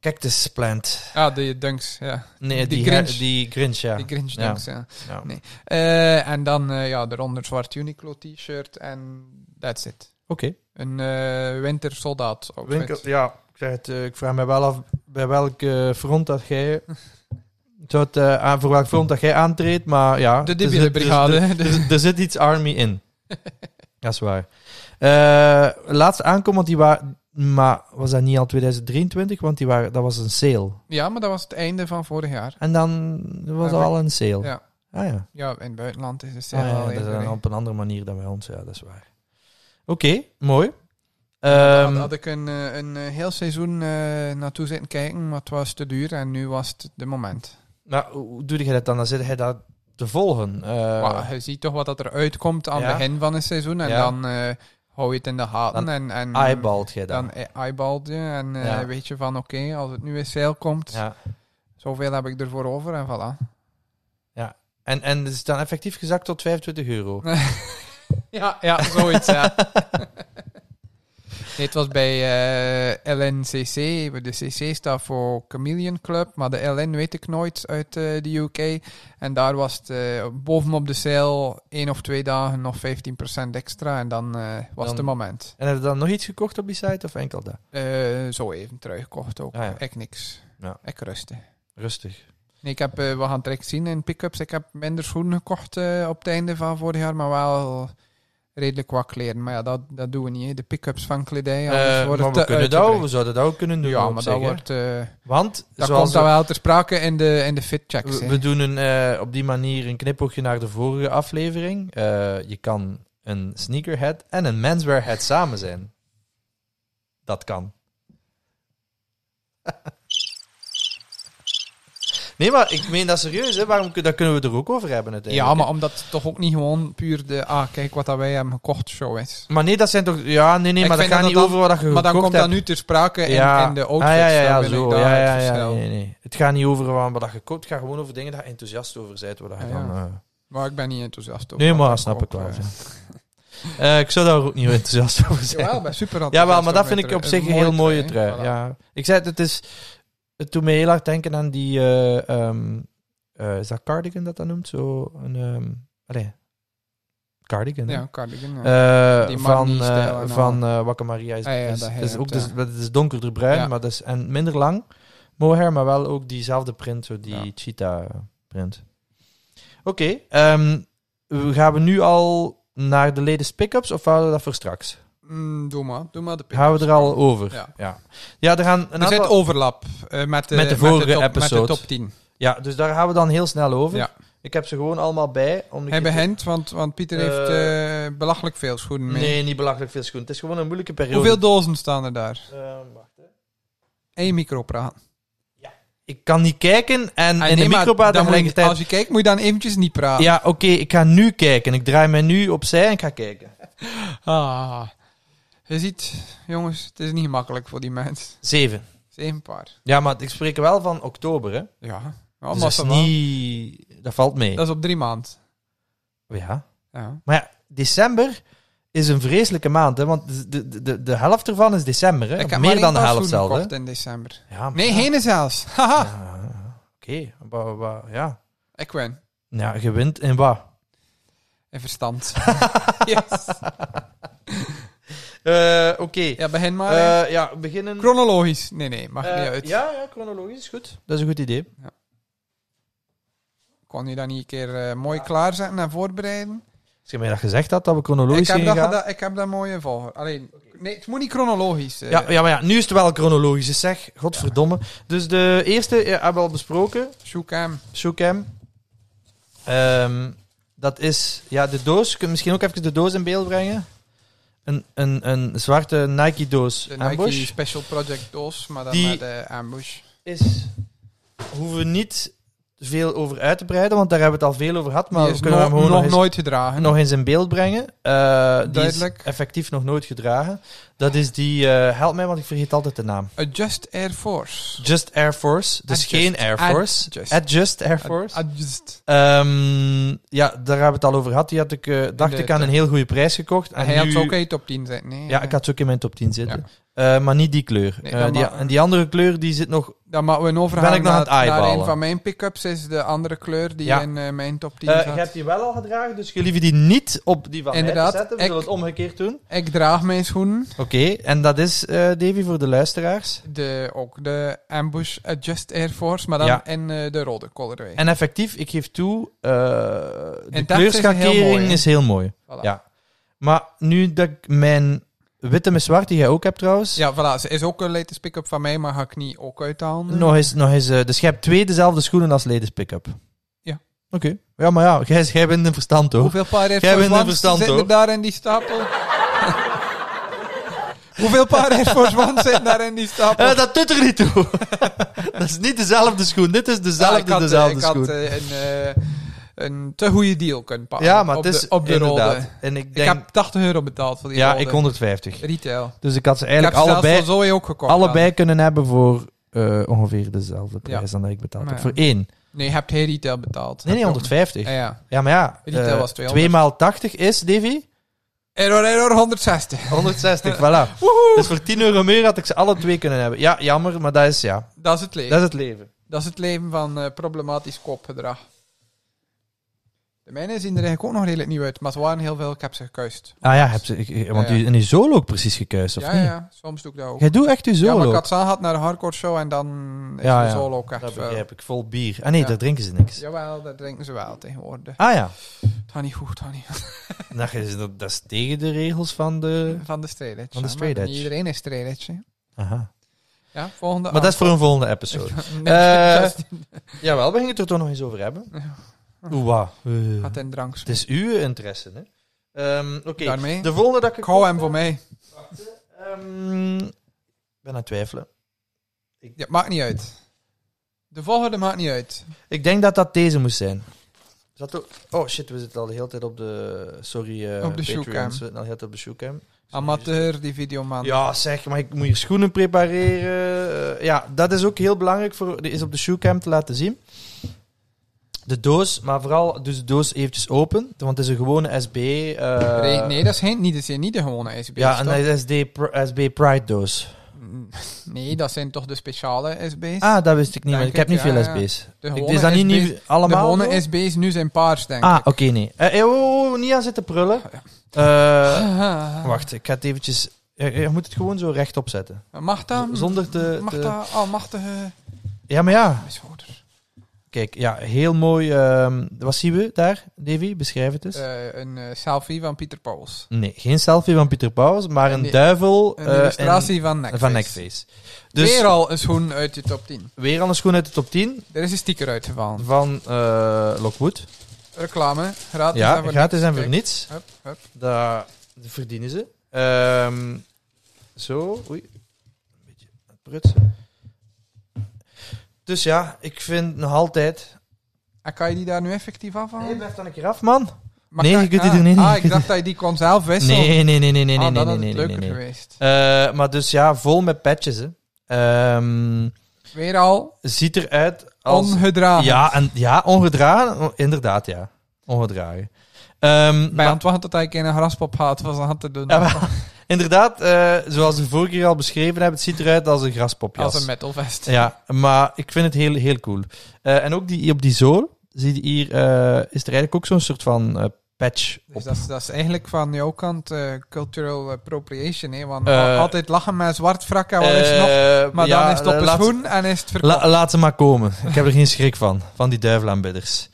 Speaker 1: cactus plant.
Speaker 2: Ah, die dunks, ja.
Speaker 1: Nee,
Speaker 2: Die
Speaker 1: die, her-
Speaker 2: Grinch.
Speaker 1: die Grinch, ja.
Speaker 2: Die Grinch
Speaker 1: Ja.
Speaker 2: dunks, ja.
Speaker 1: ja.
Speaker 2: Nee. Eh, en dan eh ja, eronder zwart Uniqlo t-shirt en that's it.
Speaker 1: Oké.
Speaker 2: Een eh wintersoldaat outfit.
Speaker 1: Winkel- Ja, ik, zeg het, eh, ik vraag me wel af bij welk eh, front dat jij. Zou het, eh, aan, voor welk front dat jij aantreedt, maar ja.
Speaker 2: De
Speaker 1: er
Speaker 2: debiele
Speaker 1: zit- er-
Speaker 2: brigade. Dus,
Speaker 1: Er, er- er zit iets army in. dat is waar. Eh laatste aankomen, want die waren. Maar was dat niet al 2023? Want die waren, dat was een sale.
Speaker 2: Ja, maar dat was het einde van vorig jaar.
Speaker 1: En dan was
Speaker 2: Ja,
Speaker 1: dat al een sale.
Speaker 2: Ja.
Speaker 1: Ah ja.
Speaker 2: Ja, in het buitenland is het
Speaker 1: Ah, ja,
Speaker 2: wel
Speaker 1: dat is
Speaker 2: even,
Speaker 1: dan
Speaker 2: hè.
Speaker 1: op een andere manier dan bij ons, ja, dat is waar. Oké, mooi.
Speaker 2: Had,
Speaker 1: Ehm,
Speaker 2: had ik een, eh, een eh, heel seizoen eh, naartoe zitten kijken, maar het was te duur en nu was het de moment.
Speaker 1: Maar hoe doe je dat dan? Dan zit hij dat te volgen. Eh,
Speaker 2: maar je ziet toch wat dat er uitkomt aan het
Speaker 1: Ja.
Speaker 2: begin van het seizoen en
Speaker 1: Ja.
Speaker 2: dan eh, hou je het in de gaten. en, en
Speaker 1: Eyebalt jij dat?
Speaker 2: hmm, Dan e- eyebalt je en eh,
Speaker 1: Ja.
Speaker 2: weet je van oké, als het nu in sale komt,
Speaker 1: Ja.
Speaker 2: zoveel heb ik ervoor over en voilà.
Speaker 1: ja. En, en het is dan effectief gezakt tot 25 euro.
Speaker 2: Ja, ja, zoiets, ja. Nee, het was bij eh, LNCC. De CC staat voor Chameleon Club, maar de LN weet ik nooit uit eh, de UK. En daar was het eh, bovenop de sale één of twee dagen nog 15% extra. En dan eh, was
Speaker 1: Dan-
Speaker 2: het het moment.
Speaker 1: En heb je dan nog iets gekocht op die site of enkel dat?
Speaker 2: Eh, zo even teruggekocht ook.
Speaker 1: Ah, ja.
Speaker 2: Ik niks.
Speaker 1: Ja.
Speaker 2: Ik rusten.
Speaker 1: Rustig.
Speaker 2: Nee, ik heb, eh, we gaan het direct zien in pick-ups. Ik heb minder schoenen gekocht eh, op het einde van vorig jaar, maar wel redelijk wat kleren. Maar ja, dat, dat doen we niet. hè. De pick-ups van kledij.
Speaker 1: Eh,
Speaker 2: anders wordt
Speaker 1: maar
Speaker 2: het
Speaker 1: we,
Speaker 2: te
Speaker 1: kunnen dat, ook- we
Speaker 2: uitgebreid.
Speaker 1: zouden dat ook kunnen doen.
Speaker 2: Ja,
Speaker 1: op
Speaker 2: maar
Speaker 1: zich,
Speaker 2: dat
Speaker 1: hè.
Speaker 2: wordt... eh,
Speaker 1: Want
Speaker 2: Dat
Speaker 1: zoals
Speaker 2: komt dan wel ter sprake in de, in de fitchecks.
Speaker 1: we,
Speaker 2: hè.
Speaker 1: we doen een, eh, op die manier een knipoogje naar de vorige aflevering. Eh, je kan een sneakerhead en een menswear head samen zijn. Dat kan. nee, maar ik meen dat serieus. Hè? Waarom, kun- daar kunnen we het er ook over hebben
Speaker 2: ja,
Speaker 1: uiteindelijk.
Speaker 2: maar omdat het toch ook niet gewoon puur de... Ah, kijk wat dat wij hebben gekocht show is.
Speaker 1: Maar nee, dat zijn toch... Ja, nee, nee,
Speaker 2: Ik
Speaker 1: maar dat
Speaker 2: vind
Speaker 1: gaat
Speaker 2: dat
Speaker 1: niet
Speaker 2: dat-
Speaker 1: over wat dat je
Speaker 2: Maar dan
Speaker 1: gekocht
Speaker 2: komt dat
Speaker 1: hebt.
Speaker 2: nu ter sprake in, in de outfits.
Speaker 1: Ah, ja, ja,
Speaker 2: dan
Speaker 1: ja,
Speaker 2: wil ik
Speaker 1: zo.
Speaker 2: daar
Speaker 1: Ja, ja,
Speaker 2: het
Speaker 1: ja,
Speaker 2: verschil.
Speaker 1: nee, nee. Het gaat niet over waar- wat dat je koopt. Het gaat gewoon over dingen dat je enthousiast over bent. Waar dat je
Speaker 2: Ja,
Speaker 1: dan, eh,
Speaker 2: Maar ik ben niet enthousiast over.
Speaker 1: Nee,
Speaker 2: wat
Speaker 1: maar
Speaker 2: ik
Speaker 1: snap
Speaker 2: koop,
Speaker 1: ik wel.
Speaker 2: eh.
Speaker 1: Eh, ik zou daar ook niet enthousiast over zijn.
Speaker 2: Jawel, ik ben super
Speaker 1: Ja, wel,
Speaker 2: enthousiast
Speaker 1: maar dat
Speaker 2: over
Speaker 1: vind ik
Speaker 2: een
Speaker 1: op zich een
Speaker 2: mooie
Speaker 1: heel mooie trui.
Speaker 2: hè. Voilà.
Speaker 1: ja. Ik zei het, het is... Het doet me heel hard denken aan die... eh, ehm, eh, is dat cardigan dat dat noemt? Zo een... ehm allee, cardigan, hè?
Speaker 2: Ja, cardigan. ja.
Speaker 1: Eh,
Speaker 2: Die
Speaker 1: van
Speaker 2: Marnie-stijl
Speaker 1: eh
Speaker 2: en
Speaker 1: van eh Wakker Maria is,
Speaker 2: Ah, ja,
Speaker 1: is,
Speaker 2: dat
Speaker 1: is
Speaker 2: hebt,
Speaker 1: ook dus,
Speaker 2: ja.
Speaker 1: dat is donkerder bruin,
Speaker 2: Ja.
Speaker 1: maar dat is en minder lang mohair, maar wel ook diezelfde print, zo die
Speaker 2: Ja.
Speaker 1: cheetah print. Oké, ehm, we- gaan we nu al naar de latest pickups of houden we dat voor straks?
Speaker 2: Mm, doe maar, doe maar de pick.
Speaker 1: Gaan we er al over?
Speaker 2: Ja.
Speaker 1: ja. Ja, er gaan een
Speaker 2: Er zit
Speaker 1: aantal-
Speaker 2: overlap eh, met, de,
Speaker 1: nou, Met de vorige
Speaker 2: top,
Speaker 1: episode.
Speaker 2: Met de top 10.
Speaker 1: ja, dus daar gaan we dan heel snel over.
Speaker 2: Ja.
Speaker 1: Ik heb ze gewoon allemaal bij. Om de
Speaker 2: Hij
Speaker 1: keer te-
Speaker 2: begint, want, want Pieter
Speaker 1: Eh,
Speaker 2: heeft eh, belachelijk veel schoenen mee.
Speaker 1: Nee, niet belachelijk veel schoen. Het is gewoon een moeilijke periode.
Speaker 2: Hoeveel dozen staan er daar?
Speaker 1: Ehm, wacht, hè.
Speaker 2: Eén micropraat.
Speaker 1: Ik kan niet kijken en
Speaker 2: Ah,
Speaker 1: in
Speaker 2: nee,
Speaker 1: de
Speaker 2: maar
Speaker 1: microbaat
Speaker 2: dan moet je-
Speaker 1: tegelijkertijd...
Speaker 2: Als je kijkt, moet je dan eventjes niet praten.
Speaker 1: Ja, oké, ik ga nu kijken. Ik draai mij nu opzij en ik ga kijken.
Speaker 2: Ah. Je ziet, jongens, het is niet makkelijk voor die mensen.
Speaker 1: Zeven.
Speaker 2: Het is één paar.
Speaker 1: Ja, maar ik spreek wel van oktober, hè.
Speaker 2: Oh,
Speaker 1: Dus
Speaker 2: Ja.
Speaker 1: dat
Speaker 2: Allemaal
Speaker 1: is niet... Dat valt mee.
Speaker 2: Dat is op drie maanden.
Speaker 1: Ja.
Speaker 2: Ja.
Speaker 1: Maar ja, december is een vreselijke maand, hè. Want de, de, de, de helft ervan is december, hè. Of
Speaker 2: maar
Speaker 1: Meer
Speaker 2: één
Speaker 1: dan de
Speaker 2: paar
Speaker 1: helft
Speaker 2: schoenen
Speaker 1: zelf, hè.
Speaker 2: gekocht in december.
Speaker 1: Ja, maar-
Speaker 2: Nee, heen zelfs. Haha.
Speaker 1: Ja, Oké, wa- wa- ja.
Speaker 2: Ik win.
Speaker 1: Ja, je wint in wat?
Speaker 2: In verstand. yes.
Speaker 1: Eh, oké.
Speaker 2: Ja, begin maar. hè.
Speaker 1: Eh, ja, we beginnen...
Speaker 2: Chronologisch. Nee, nee, mag
Speaker 1: Eh,
Speaker 2: niet uit.
Speaker 1: ja, ja, chronologisch, is goed. Dat is een goed idee.
Speaker 2: Kon je dat niet een keer eh, mooi klaarzetten en voorbereiden?
Speaker 1: Als je mij dat gezegd had, dat we chronologisch
Speaker 2: ik, heb
Speaker 1: gingen
Speaker 2: dat,
Speaker 1: gaan...
Speaker 2: geda- ik heb dat mooi in volgen. Alleen, nee, het moet niet chronologisch. eh.
Speaker 1: Ja, ja, maar ja, nu is het wel chronologisch, dus zeg. Godverdomme. Dus de eerste ja, hebben we al besproken.
Speaker 2: Zoek hem.
Speaker 1: Showcam. Ehm, dat is... Ja, de doos. Kun je misschien ook even de doos in beeld brengen? Een, een, een zwarte Nike-doos.
Speaker 2: De
Speaker 1: Ambush.
Speaker 2: Nike Special Project DOS, maar dan
Speaker 1: Die-
Speaker 2: met de ambush.
Speaker 1: Is... Hoeven we niet veel over uit te breiden, want daar hebben we het al veel over gehad. Maar
Speaker 2: die
Speaker 1: we
Speaker 2: is
Speaker 1: kunnen
Speaker 2: nog,
Speaker 1: hem gewoon
Speaker 2: nog
Speaker 1: nog, eens,
Speaker 2: nooit gedragen.
Speaker 1: nog eens in beeld brengen. Eh, die is
Speaker 2: Duidelijk.
Speaker 1: effectief nog nooit gedragen. Dat is die... eh, help mij, want ik vergeet altijd de naam.
Speaker 2: Adjust Air Force.
Speaker 1: Just Air Force. Dus
Speaker 2: Adjust.
Speaker 1: geen Air Force.
Speaker 2: Adjust.
Speaker 1: Adjust Air Force.
Speaker 2: Ad- Adjust.
Speaker 1: Ehm, ja, daar hebben we het al over gehad. Die had ik, eh, dacht
Speaker 2: de
Speaker 1: ik, aan een
Speaker 2: top.
Speaker 1: heel goede prijs gekocht. En
Speaker 2: Hij
Speaker 1: nu-
Speaker 2: had ze ook in je top 10 zitten. Nee,
Speaker 1: Ja,
Speaker 2: eh,
Speaker 1: ik had ze ook in mijn top 10 zitten. Eh, maar niet die kleur.
Speaker 2: Nee,
Speaker 1: Eh,
Speaker 2: dan
Speaker 1: die,
Speaker 2: maar-
Speaker 1: en die andere kleur, die zit nog...
Speaker 2: Dan maken we een overhaal
Speaker 1: Ben ik nog aan het
Speaker 2: naar, naar
Speaker 1: eyeballen?
Speaker 2: een van mijn pick-ups. is de andere kleur die
Speaker 1: Ja.
Speaker 2: in eh, mijn top 10
Speaker 1: Eh je
Speaker 2: zat.
Speaker 1: hebt die wel al gedragen, dus jullie die niet op die van mij
Speaker 2: Inderdaad,
Speaker 1: te zetten. We
Speaker 2: ik-
Speaker 1: zullen het omgekeerd doen.
Speaker 2: Ik draag mijn schoenen.
Speaker 1: Oké, en dat is, eh, Davy, voor de luisteraars.
Speaker 2: De, ook de ambush Adjust Air Force, maar dan
Speaker 1: Ja.
Speaker 2: in eh, de rode colorway.
Speaker 1: En effectief, ik geef toe, eh, de
Speaker 2: En dat is heel mooi,
Speaker 1: kleurschakering
Speaker 2: hè?
Speaker 1: is heel mooi.
Speaker 2: Voilà.
Speaker 1: Ja. Maar nu dat ik mijn witte met zwart, die jij ook hebt trouwens...
Speaker 2: Ja, voilà. Ze is ook een latest pick-up van mij, maar ga ik niet ook uithalen.
Speaker 1: Nog eens, nog eens eh, dus jij hebt twee dezelfde schoenen als ladies pick-up.
Speaker 2: Ja.
Speaker 1: Oké. Ja, maar ja, jij, jij bent een verstand hoor.
Speaker 2: Hoeveel paar Air
Speaker 1: Jij
Speaker 2: Force
Speaker 1: bent een
Speaker 2: Ones
Speaker 1: verstand,
Speaker 2: zitten
Speaker 1: hoor.
Speaker 2: daar in die stapel? Hoeveel paar Air Force Ones zitten daar in die stapel?
Speaker 1: Eh, dat doet er niet toe. dat is niet dezelfde schoen. Dit is
Speaker 2: Ah,
Speaker 1: dezelfde,
Speaker 2: ik had, eh,
Speaker 1: dezelfde
Speaker 2: ik
Speaker 1: schoen.
Speaker 2: had eh, een, eh, een te goede deal kunnen pakken.
Speaker 1: ja, maar
Speaker 2: eh, op
Speaker 1: het is
Speaker 2: de, op de
Speaker 1: inderdaad.
Speaker 2: rode.
Speaker 1: En ik
Speaker 2: Ik
Speaker 1: denk,
Speaker 2: heb 80 euro betaald voor die
Speaker 1: ja,
Speaker 2: rode.
Speaker 1: ik 150.
Speaker 2: Retail.
Speaker 1: Dus ik had ze
Speaker 2: Ik heb
Speaker 1: eigenlijk
Speaker 2: ze zelfs
Speaker 1: allebei,
Speaker 2: van Zoe ook gekocht.
Speaker 1: allebei kunnen hebben voor eh, ongeveis dezelfde prijs dan dat ik betaald
Speaker 2: Maar
Speaker 1: heb.
Speaker 2: ja.
Speaker 1: Voor één.
Speaker 2: Nee, je hebt geen retail betaald.
Speaker 1: Nee, nee,
Speaker 2: Heb je ook-
Speaker 1: 150.
Speaker 2: Ja, ja.
Speaker 1: Ja, maar ja.
Speaker 2: Retail
Speaker 1: eh,
Speaker 2: was 200.
Speaker 1: 2 maal 80 is, Davy?
Speaker 2: Error, error, 160.
Speaker 1: 160, voilà. Dus voor 10 euro meer had ik ze alle twee kunnen hebben. Ja, jammer, maar dat is, ja,
Speaker 2: Dat is het leven.
Speaker 1: dat is het leven.
Speaker 2: Dat is het leven van eh, problematisch koopgedrag. De mijne zien er eigenlijk ook nog redelijk nieuw uit, maar ze waren heel veel. Ik heb ze gekuist.
Speaker 1: Ah ja, heb ze, ik- ik- want
Speaker 2: Ja, ja.
Speaker 1: U, en uw solo ook precies gekuist, of
Speaker 2: ja,
Speaker 1: niet?
Speaker 2: ja, soms doe ik dat ook.
Speaker 1: Jij doet echt uw
Speaker 2: Ja, maar
Speaker 1: solo.
Speaker 2: ik had ze aangehad naar de hardcore show en dan is
Speaker 1: Ja,
Speaker 2: de
Speaker 1: ja.
Speaker 2: solo ook echt
Speaker 1: dat
Speaker 2: vuil.
Speaker 1: begrijp ik, vol bier. Ah nee,
Speaker 2: Ja.
Speaker 1: daar drinken ze niks.
Speaker 2: Jawel, dat drinken ze wel tegenwoordig.
Speaker 1: Ah ja,
Speaker 2: Het gaat niet goed, het gaat niet goed.
Speaker 1: dat is, dat dat is tegen de regels van de...
Speaker 2: Van de straight edge.
Speaker 1: Eh, Van de
Speaker 2: hè,
Speaker 1: straight
Speaker 2: maar
Speaker 1: edge.
Speaker 2: Niet iedereen is straight edge. hè.
Speaker 1: Aha.
Speaker 2: Ja, volgende
Speaker 1: Maar dat is voor een volgende episode.
Speaker 2: aankoop.
Speaker 1: Eh,
Speaker 2: dat is-
Speaker 1: Jawel, we gingen het er toch nog eens over hebben. Oeh, wow.
Speaker 2: Gaat in drank.
Speaker 1: Het is uw interesse, hè? Ehm, Oké,
Speaker 2: Daarmee.
Speaker 1: de volgende dat ik...
Speaker 2: Ik hou hem voor mij.
Speaker 1: Ehm, Ik ben aan het twijfelen.
Speaker 2: Ja, maakt niet uit. De volgende maakt niet uit.
Speaker 1: Ik denk dat dat deze moest zijn. Is dat ook- Oh shit, we zitten al de hele tijd op de... Sorry, eh
Speaker 2: Op de
Speaker 1: Patreons.
Speaker 2: showcam.
Speaker 1: We zitten al de hele tijd op de showcam.
Speaker 2: Amateur, die videoman.
Speaker 1: Ja, zeg, maar ik moet je schoenen prepareren. Eh, ja, dat is ook heel belangrijk voor, is op de shoecam te laten zien. De doos, maar vooral dus de doos eventjes open, want het is een gewone SB. eh,
Speaker 2: nee, nee, dat is geen, niet, dat zijn niet de gewone SB's.
Speaker 1: Ja,
Speaker 2: toch?
Speaker 1: een SD, Pri- SB Pride doos.
Speaker 2: Mm, Nee, dat zijn toch de speciale SB's?
Speaker 1: Ah, dat wist ik niet,
Speaker 2: Denk
Speaker 1: want ik heb
Speaker 2: ik,
Speaker 1: niet
Speaker 2: ja,
Speaker 1: veel
Speaker 2: ja.
Speaker 1: SB's.
Speaker 2: de
Speaker 1: Ik,
Speaker 2: gewone
Speaker 1: is dat niet
Speaker 2: SB's
Speaker 1: nieuw allemaal?
Speaker 2: De gewone
Speaker 1: zo?
Speaker 2: SB's nu zijn paars, denk
Speaker 1: ah,
Speaker 2: ik.
Speaker 1: oké, nee. Eh, eh, oh, oh, oh, niet aan zitten prullen. Eh, wacht, ik ga het eventjes... Je, je moet het gewoon zo rechtop zetten.
Speaker 2: Mag dat?
Speaker 1: Z- Zonder te...
Speaker 2: Mag
Speaker 1: te-
Speaker 2: dat? Oh, machtige...
Speaker 1: Ja, maar ja.
Speaker 2: Mijn schouder.
Speaker 1: Kijk, ja, heel mooi. ehm, wat zien we daar, Davy? Beschrijf het eens.
Speaker 2: Eh, een eh, selfie van Pieter Pauls.
Speaker 1: nee, geen selfie van Pieter Pauws, maar een
Speaker 2: Nee,
Speaker 1: duivel
Speaker 2: Een
Speaker 1: eh,
Speaker 2: illustratie van
Speaker 1: en-
Speaker 2: Neckface.
Speaker 1: van Neckface. Dus
Speaker 2: Weer
Speaker 1: weer,
Speaker 2: al een schoen uit je top 10.
Speaker 1: al een schoen uit de top 10
Speaker 2: Er is een sticker uitgevallen.
Speaker 1: van eh, Lockwood.
Speaker 2: Reclame, gratis.
Speaker 1: ja,
Speaker 2: en voor
Speaker 1: gratis
Speaker 2: niks.
Speaker 1: en voor
Speaker 2: Kijk.
Speaker 1: niets.
Speaker 2: Hup, hup.
Speaker 1: Dat verdienen ze. Ehm, zo, oei. Een beetje aan het prutsen. Dus ja, ik vind nog altijd...
Speaker 2: En kan je die daar nu effectief afhalen?
Speaker 1: Nee, blijf dan een keer af, man.
Speaker 2: Maar
Speaker 1: Nee,
Speaker 2: kan-
Speaker 1: je kunt
Speaker 2: ah,
Speaker 1: die er niet in.
Speaker 2: Ah, ik dacht dat je die kon zelf wisselen.
Speaker 1: Nee, nee, nee, nee, nee, nee,
Speaker 2: Ah,
Speaker 1: nee, nee,
Speaker 2: dan had
Speaker 1: nee,
Speaker 2: het
Speaker 1: nee,
Speaker 2: leuker
Speaker 1: nee.
Speaker 2: geweest.
Speaker 1: Eh, maar dus ja, vol met patches. Hè. Ehm,
Speaker 2: Weer al
Speaker 1: ziet eruit als.
Speaker 2: ongedragen.
Speaker 1: ja, en, ja, ongedragen. O, Inderdaad, ja. Ongedragen. Ehm,
Speaker 2: Bij
Speaker 1: maar-
Speaker 2: aan het wachten tot hij een keer een graspop had, was aan te doen.
Speaker 1: Ja, maar- inderdaad, eh, zoals we vorige keer al beschreven hebben, het ziet eruit als een graspopjas.
Speaker 2: als een metalvest.
Speaker 1: ja, maar ik vind het heel, heel cool. Eh, en ook die, op die zool, zie je hier, eh, is er eigenlijk ook zo'n soort van eh, patch op.
Speaker 2: Dus dat is, dat is eigenlijk van jouw kant eh, cultural appropriation. Hè? Want
Speaker 1: Eh,
Speaker 2: al- altijd lachen met zwart frakken, wat is nog?
Speaker 1: Eh,
Speaker 2: Maar
Speaker 1: ja,
Speaker 2: dan is het op een
Speaker 1: laat-
Speaker 2: schoen en is het verkocht.
Speaker 1: La- laat ze maar komen. Ik heb er geen schrik van, van die duivelaanbidders.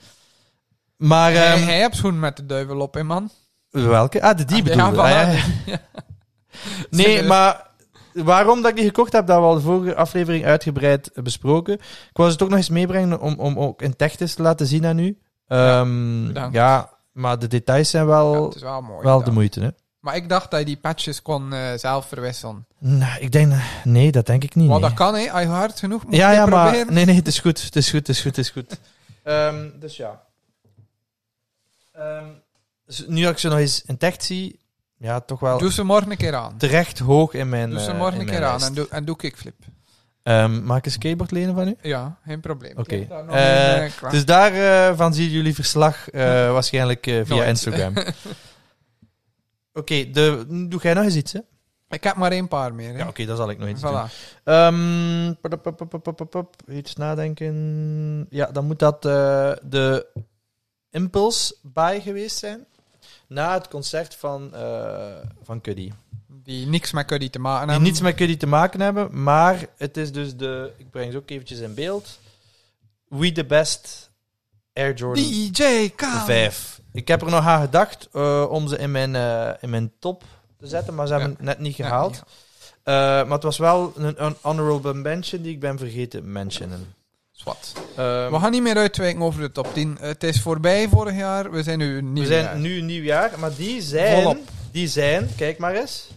Speaker 1: Maar
Speaker 2: Hij,
Speaker 1: ehm,
Speaker 2: hij hebt schoen met de duivel op, hè, man.
Speaker 1: welke? Ah, de die
Speaker 2: Ah,
Speaker 1: bedoel
Speaker 2: ja, eh,
Speaker 1: je.
Speaker 2: van
Speaker 1: Ah, ja.
Speaker 2: haar.
Speaker 1: Nee, maar waarom dat ik die gekocht heb, dat hebben we al de vorige aflevering uitgebreid eh, besproken. Ik wou ze het ook nog eens meebrengen om, om ook in Techtes te laten zien aan u. Ehm, ja,
Speaker 2: bedankt.
Speaker 1: maar de details zijn
Speaker 2: Ja,
Speaker 1: wel,
Speaker 2: het is wel mooi.
Speaker 1: wel de
Speaker 2: gedaan.
Speaker 1: moeite. Hè?
Speaker 2: Maar ik dacht dat je die patches kon eh, zelf verwisselen.
Speaker 1: Nou, ik denk, nee, dat denk ik niet.
Speaker 2: Maar
Speaker 1: nee.
Speaker 2: dat kan, hè. Als je hard genoeg moet
Speaker 1: ja, ja,
Speaker 2: proberen.
Speaker 1: maar nee, nee, het is goed, het is goed, het is goed, het is goed. Ehm, dus ja. Ehm, dus nu dat ik ze nog eens intact zie, ja, toch wel
Speaker 2: Doe ze morgen een keer aan.
Speaker 1: terecht hoog in mijn.
Speaker 2: Doe ze
Speaker 1: eh,
Speaker 2: morgen
Speaker 1: in
Speaker 2: een
Speaker 1: mijn
Speaker 2: keer aan
Speaker 1: lijst.
Speaker 2: en doe, en doe kickflip.
Speaker 1: Ehm, mag ik een skateboard lenen van u?
Speaker 2: Ja, geen probleem. Ik
Speaker 1: Oké.
Speaker 2: heb daar nog
Speaker 1: Eh,
Speaker 2: een, eh, klaar.
Speaker 1: Dus daarvan van zien jullie verslag eh, waarschijnlijk eh, via
Speaker 2: Nooit.
Speaker 1: Instagram. Oké, de- doe jij nog eens iets? Hè?
Speaker 2: Ik heb maar één paar meer. Hè.
Speaker 1: Ja, oké, dat zal ik nog eens doen.
Speaker 2: voilà.
Speaker 1: Ehm, pop, pop, pop, pop, pop, pop. Iets nadenken. Ja, dan moet dat eh, de Impulse Buy geweest zijn. Na het concert van, eh, van Cuddy.
Speaker 2: Die niks met Cuddy te maken
Speaker 1: Die
Speaker 2: hebben.
Speaker 1: niets met Cuddy te maken hebben, maar het is dus de... Ik breng ze ook eventjes in beeld. We the best Air Jordan
Speaker 2: DJ Khaled.
Speaker 1: 5. Ik heb er nog aan gedacht eh, om ze in mijn, eh, in mijn top te zetten, maar ze hebben het net niet
Speaker 2: Ja,
Speaker 1: gehaald.
Speaker 2: ja.
Speaker 1: Eh, maar het was wel een, een honorable mention die ik ben vergeten mentionen.
Speaker 2: Zwat.
Speaker 1: Ehm,
Speaker 2: We gaan niet meer uitwijken over de top 10. Het is voorbij vorig jaar. We zijn nu nieuw
Speaker 1: we
Speaker 2: jaar.
Speaker 1: zijn nu nieuwjaar, maar die zijn,
Speaker 2: Volop.
Speaker 1: die zijn, kijk maar eens,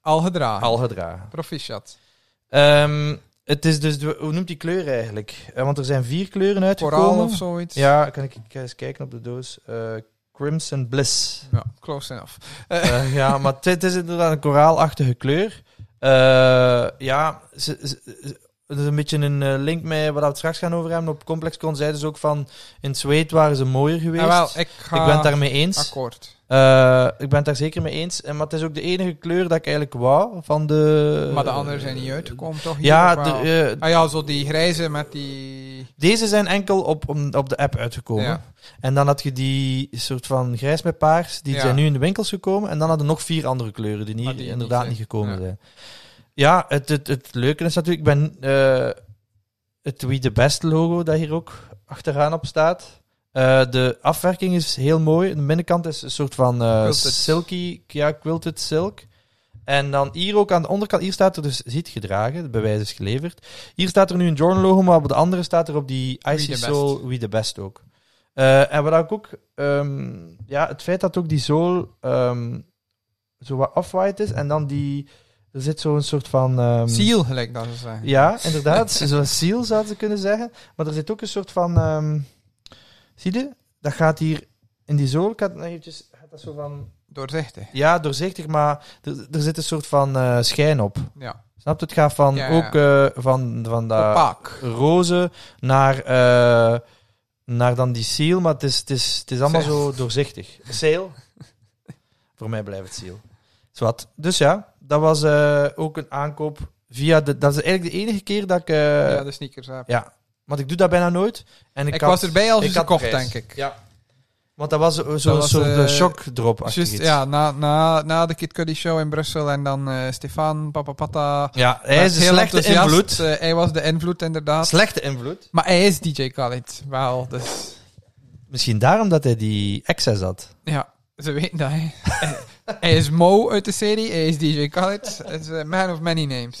Speaker 2: al gedragen.
Speaker 1: al gedragen.
Speaker 2: Proficiat.
Speaker 1: Ehm, het is dus, de- hoe noemt die kleur eigenlijk? Eh, want er zijn vier kleuren uitgekomen.
Speaker 2: Koraal of zoiets.
Speaker 1: Ja, kan ik ik ga eens kijken op de doos. Eh, Crimson Bliss.
Speaker 2: Ja, close enough.
Speaker 1: Eh, ja, maar het- het is inderdaad een koraalachtige kleur. Eh, ja, ze- ze- ze- dat is een beetje een eh, link met wat we het straks gaan over hebben. Op ComplexCon zeiden ze ook van, in het zweet waren ze mooier geweest.
Speaker 2: Ah, wel,
Speaker 1: ik,
Speaker 2: ik ga
Speaker 1: ben het daarmee eens.
Speaker 2: akkoord.
Speaker 1: Eh, ik ben het daar zeker mee eens. En, maar het is ook de enige kleur dat ik eigenlijk wou van de...
Speaker 2: maar de anderen zijn niet uitgekomen, toch? Hier,
Speaker 1: Ja,
Speaker 2: of wel?
Speaker 1: de, eh,
Speaker 2: ah ja, zo die grijze met die...
Speaker 1: Deze zijn enkel op, om- op de app uitgekomen.
Speaker 2: Ja.
Speaker 1: En dan had je die soort van grijs met paars, die
Speaker 2: Ja.
Speaker 1: zijn nu in de winkels gekomen. En dan hadden nog vier andere kleuren die,
Speaker 2: Maar
Speaker 1: niet,
Speaker 2: die
Speaker 1: inderdaad
Speaker 2: niet
Speaker 1: niet gekomen
Speaker 2: ja.
Speaker 1: zijn. Ja, het, het, het leuke is natuurlijk, ik ben eh, het We The Best logo dat hier ook achteraan op staat. Eh, de afwerking is heel mooi. De binnenkant is een soort van eh,
Speaker 2: Quilted.
Speaker 1: silky, ja, quilted silk. En dan hier ook aan de onderkant, hier staat er dus, ziet gedragen, het bewijs is geleverd. Hier staat er nu een Jordan logo, maar op de andere staat er op die
Speaker 2: We
Speaker 1: Icy
Speaker 2: the
Speaker 1: Soul We The Best ook. Eh, en wat ik ook, ehm, ja, het feit dat ook die zool ehm, zo wat off-white is en dan die, er zit zo'n soort van... ehm,
Speaker 2: Seal, gelijk dat ze zeggen.
Speaker 1: ja, inderdaad. Zo'n seal zouden ze kunnen zeggen. Maar er zit ook een soort van... ehm, zie je? Dat gaat hier in die zool. Ik had het nog eventjes... Gaat dat zo van...
Speaker 2: Doorzichtig.
Speaker 1: Ja, doorzichtig, maar er, er zit een soort van eh, schijn op.
Speaker 2: Ja.
Speaker 1: Snap je? Het gaat van
Speaker 2: Ja, ja.
Speaker 1: ook eh, van, van dat
Speaker 2: Opaak.
Speaker 1: roze naar, eh, naar dan die seal. Maar het is, het is, het is allemaal
Speaker 2: Seal.
Speaker 1: zo doorzichtig. Seal? Voor mij blijft het seal. Zwat. Dus ja, dat was eh, ook een aankoop via de... Dat is eigenlijk de enige keer dat ik... eh,
Speaker 2: ja, de sneakers heb.
Speaker 1: ja, want ik doe dat bijna nooit. En ik
Speaker 2: Ik,
Speaker 1: had-
Speaker 2: was erbij als
Speaker 1: ik
Speaker 2: je ze
Speaker 1: had de
Speaker 2: kocht,
Speaker 1: prijs.
Speaker 2: denk ik.
Speaker 1: Ja. Want dat was zo'n zo,
Speaker 2: was,
Speaker 1: soort
Speaker 2: eh,
Speaker 1: eh, shockdrop.
Speaker 2: Juist, ja, na, na, na de Kid Cudi show in Brussel en dan eh Stefan, Papapata.
Speaker 1: ja, hij is
Speaker 2: Was
Speaker 1: een
Speaker 2: heel
Speaker 1: slechte
Speaker 2: enthousiast.
Speaker 1: invloed.
Speaker 2: Eh, hij was de invloed, inderdaad.
Speaker 1: Slechte invloed.
Speaker 2: Maar hij is DJ Khaled, wel. Dus
Speaker 1: Misschien daarom dat hij die access had.
Speaker 2: ja, ze weten dat. hè. hij is Mo uit de serie, hij is DJ Khaled. Hij is een man of many names.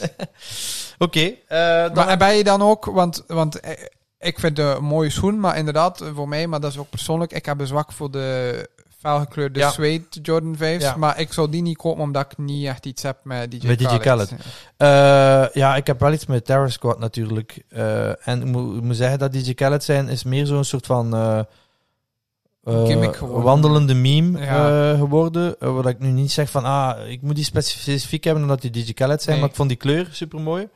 Speaker 1: Oké. eh, dan-
Speaker 2: Maar ben je dan ook, want, want eh, ik vind het een mooie schoen, maar inderdaad, eh, voor mij, maar dat is ook persoonlijk, ik heb een zwak voor de felgekleurde
Speaker 1: Ja.
Speaker 2: suede Jordan 5's,
Speaker 1: Ja.
Speaker 2: maar ik zou die niet kopen omdat ik niet echt iets heb met DJ
Speaker 1: Met DJ
Speaker 2: Khaled.
Speaker 1: Khaled. eh, ja, ik heb wel iets met Terror Squad natuurlijk. Eh, en ik moet, ik moet zeggen dat DJ Khaled zijn is meer zo'n soort van... eh, eh,
Speaker 2: Gimmick geworden.
Speaker 1: wandelende meme
Speaker 2: Ja.
Speaker 1: eh, geworden. Eh, wat ik nu niet zeg van, ah, ik moet die specifiek hebben omdat die DJ Khaled zijn.
Speaker 2: Nee.
Speaker 1: Maar ik vond die kleur super mooi.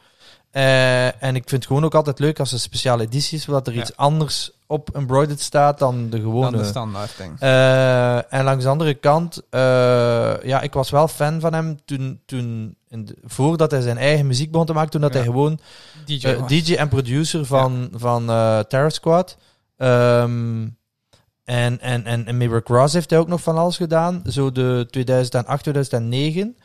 Speaker 1: Eh, en ik vind het gewoon ook altijd leuk als er speciale edities, zodat er
Speaker 2: Ja.
Speaker 1: iets anders op embroidered staat dan de gewone.
Speaker 2: Dan de standaard ding.
Speaker 1: Eh, en langs de andere kant, eh, ja, ik was wel fan van hem toen, toen in de- voordat hij zijn eigen muziek begon te maken, toen dat
Speaker 2: Ja.
Speaker 1: hij gewoon
Speaker 2: DJ.
Speaker 1: eh, DJ en producer van, van eh, Terror Squad. Ehm, en, en, en, en Maverick Ross heeft hij ook nog van alles gedaan. Zo de 2008, 2009.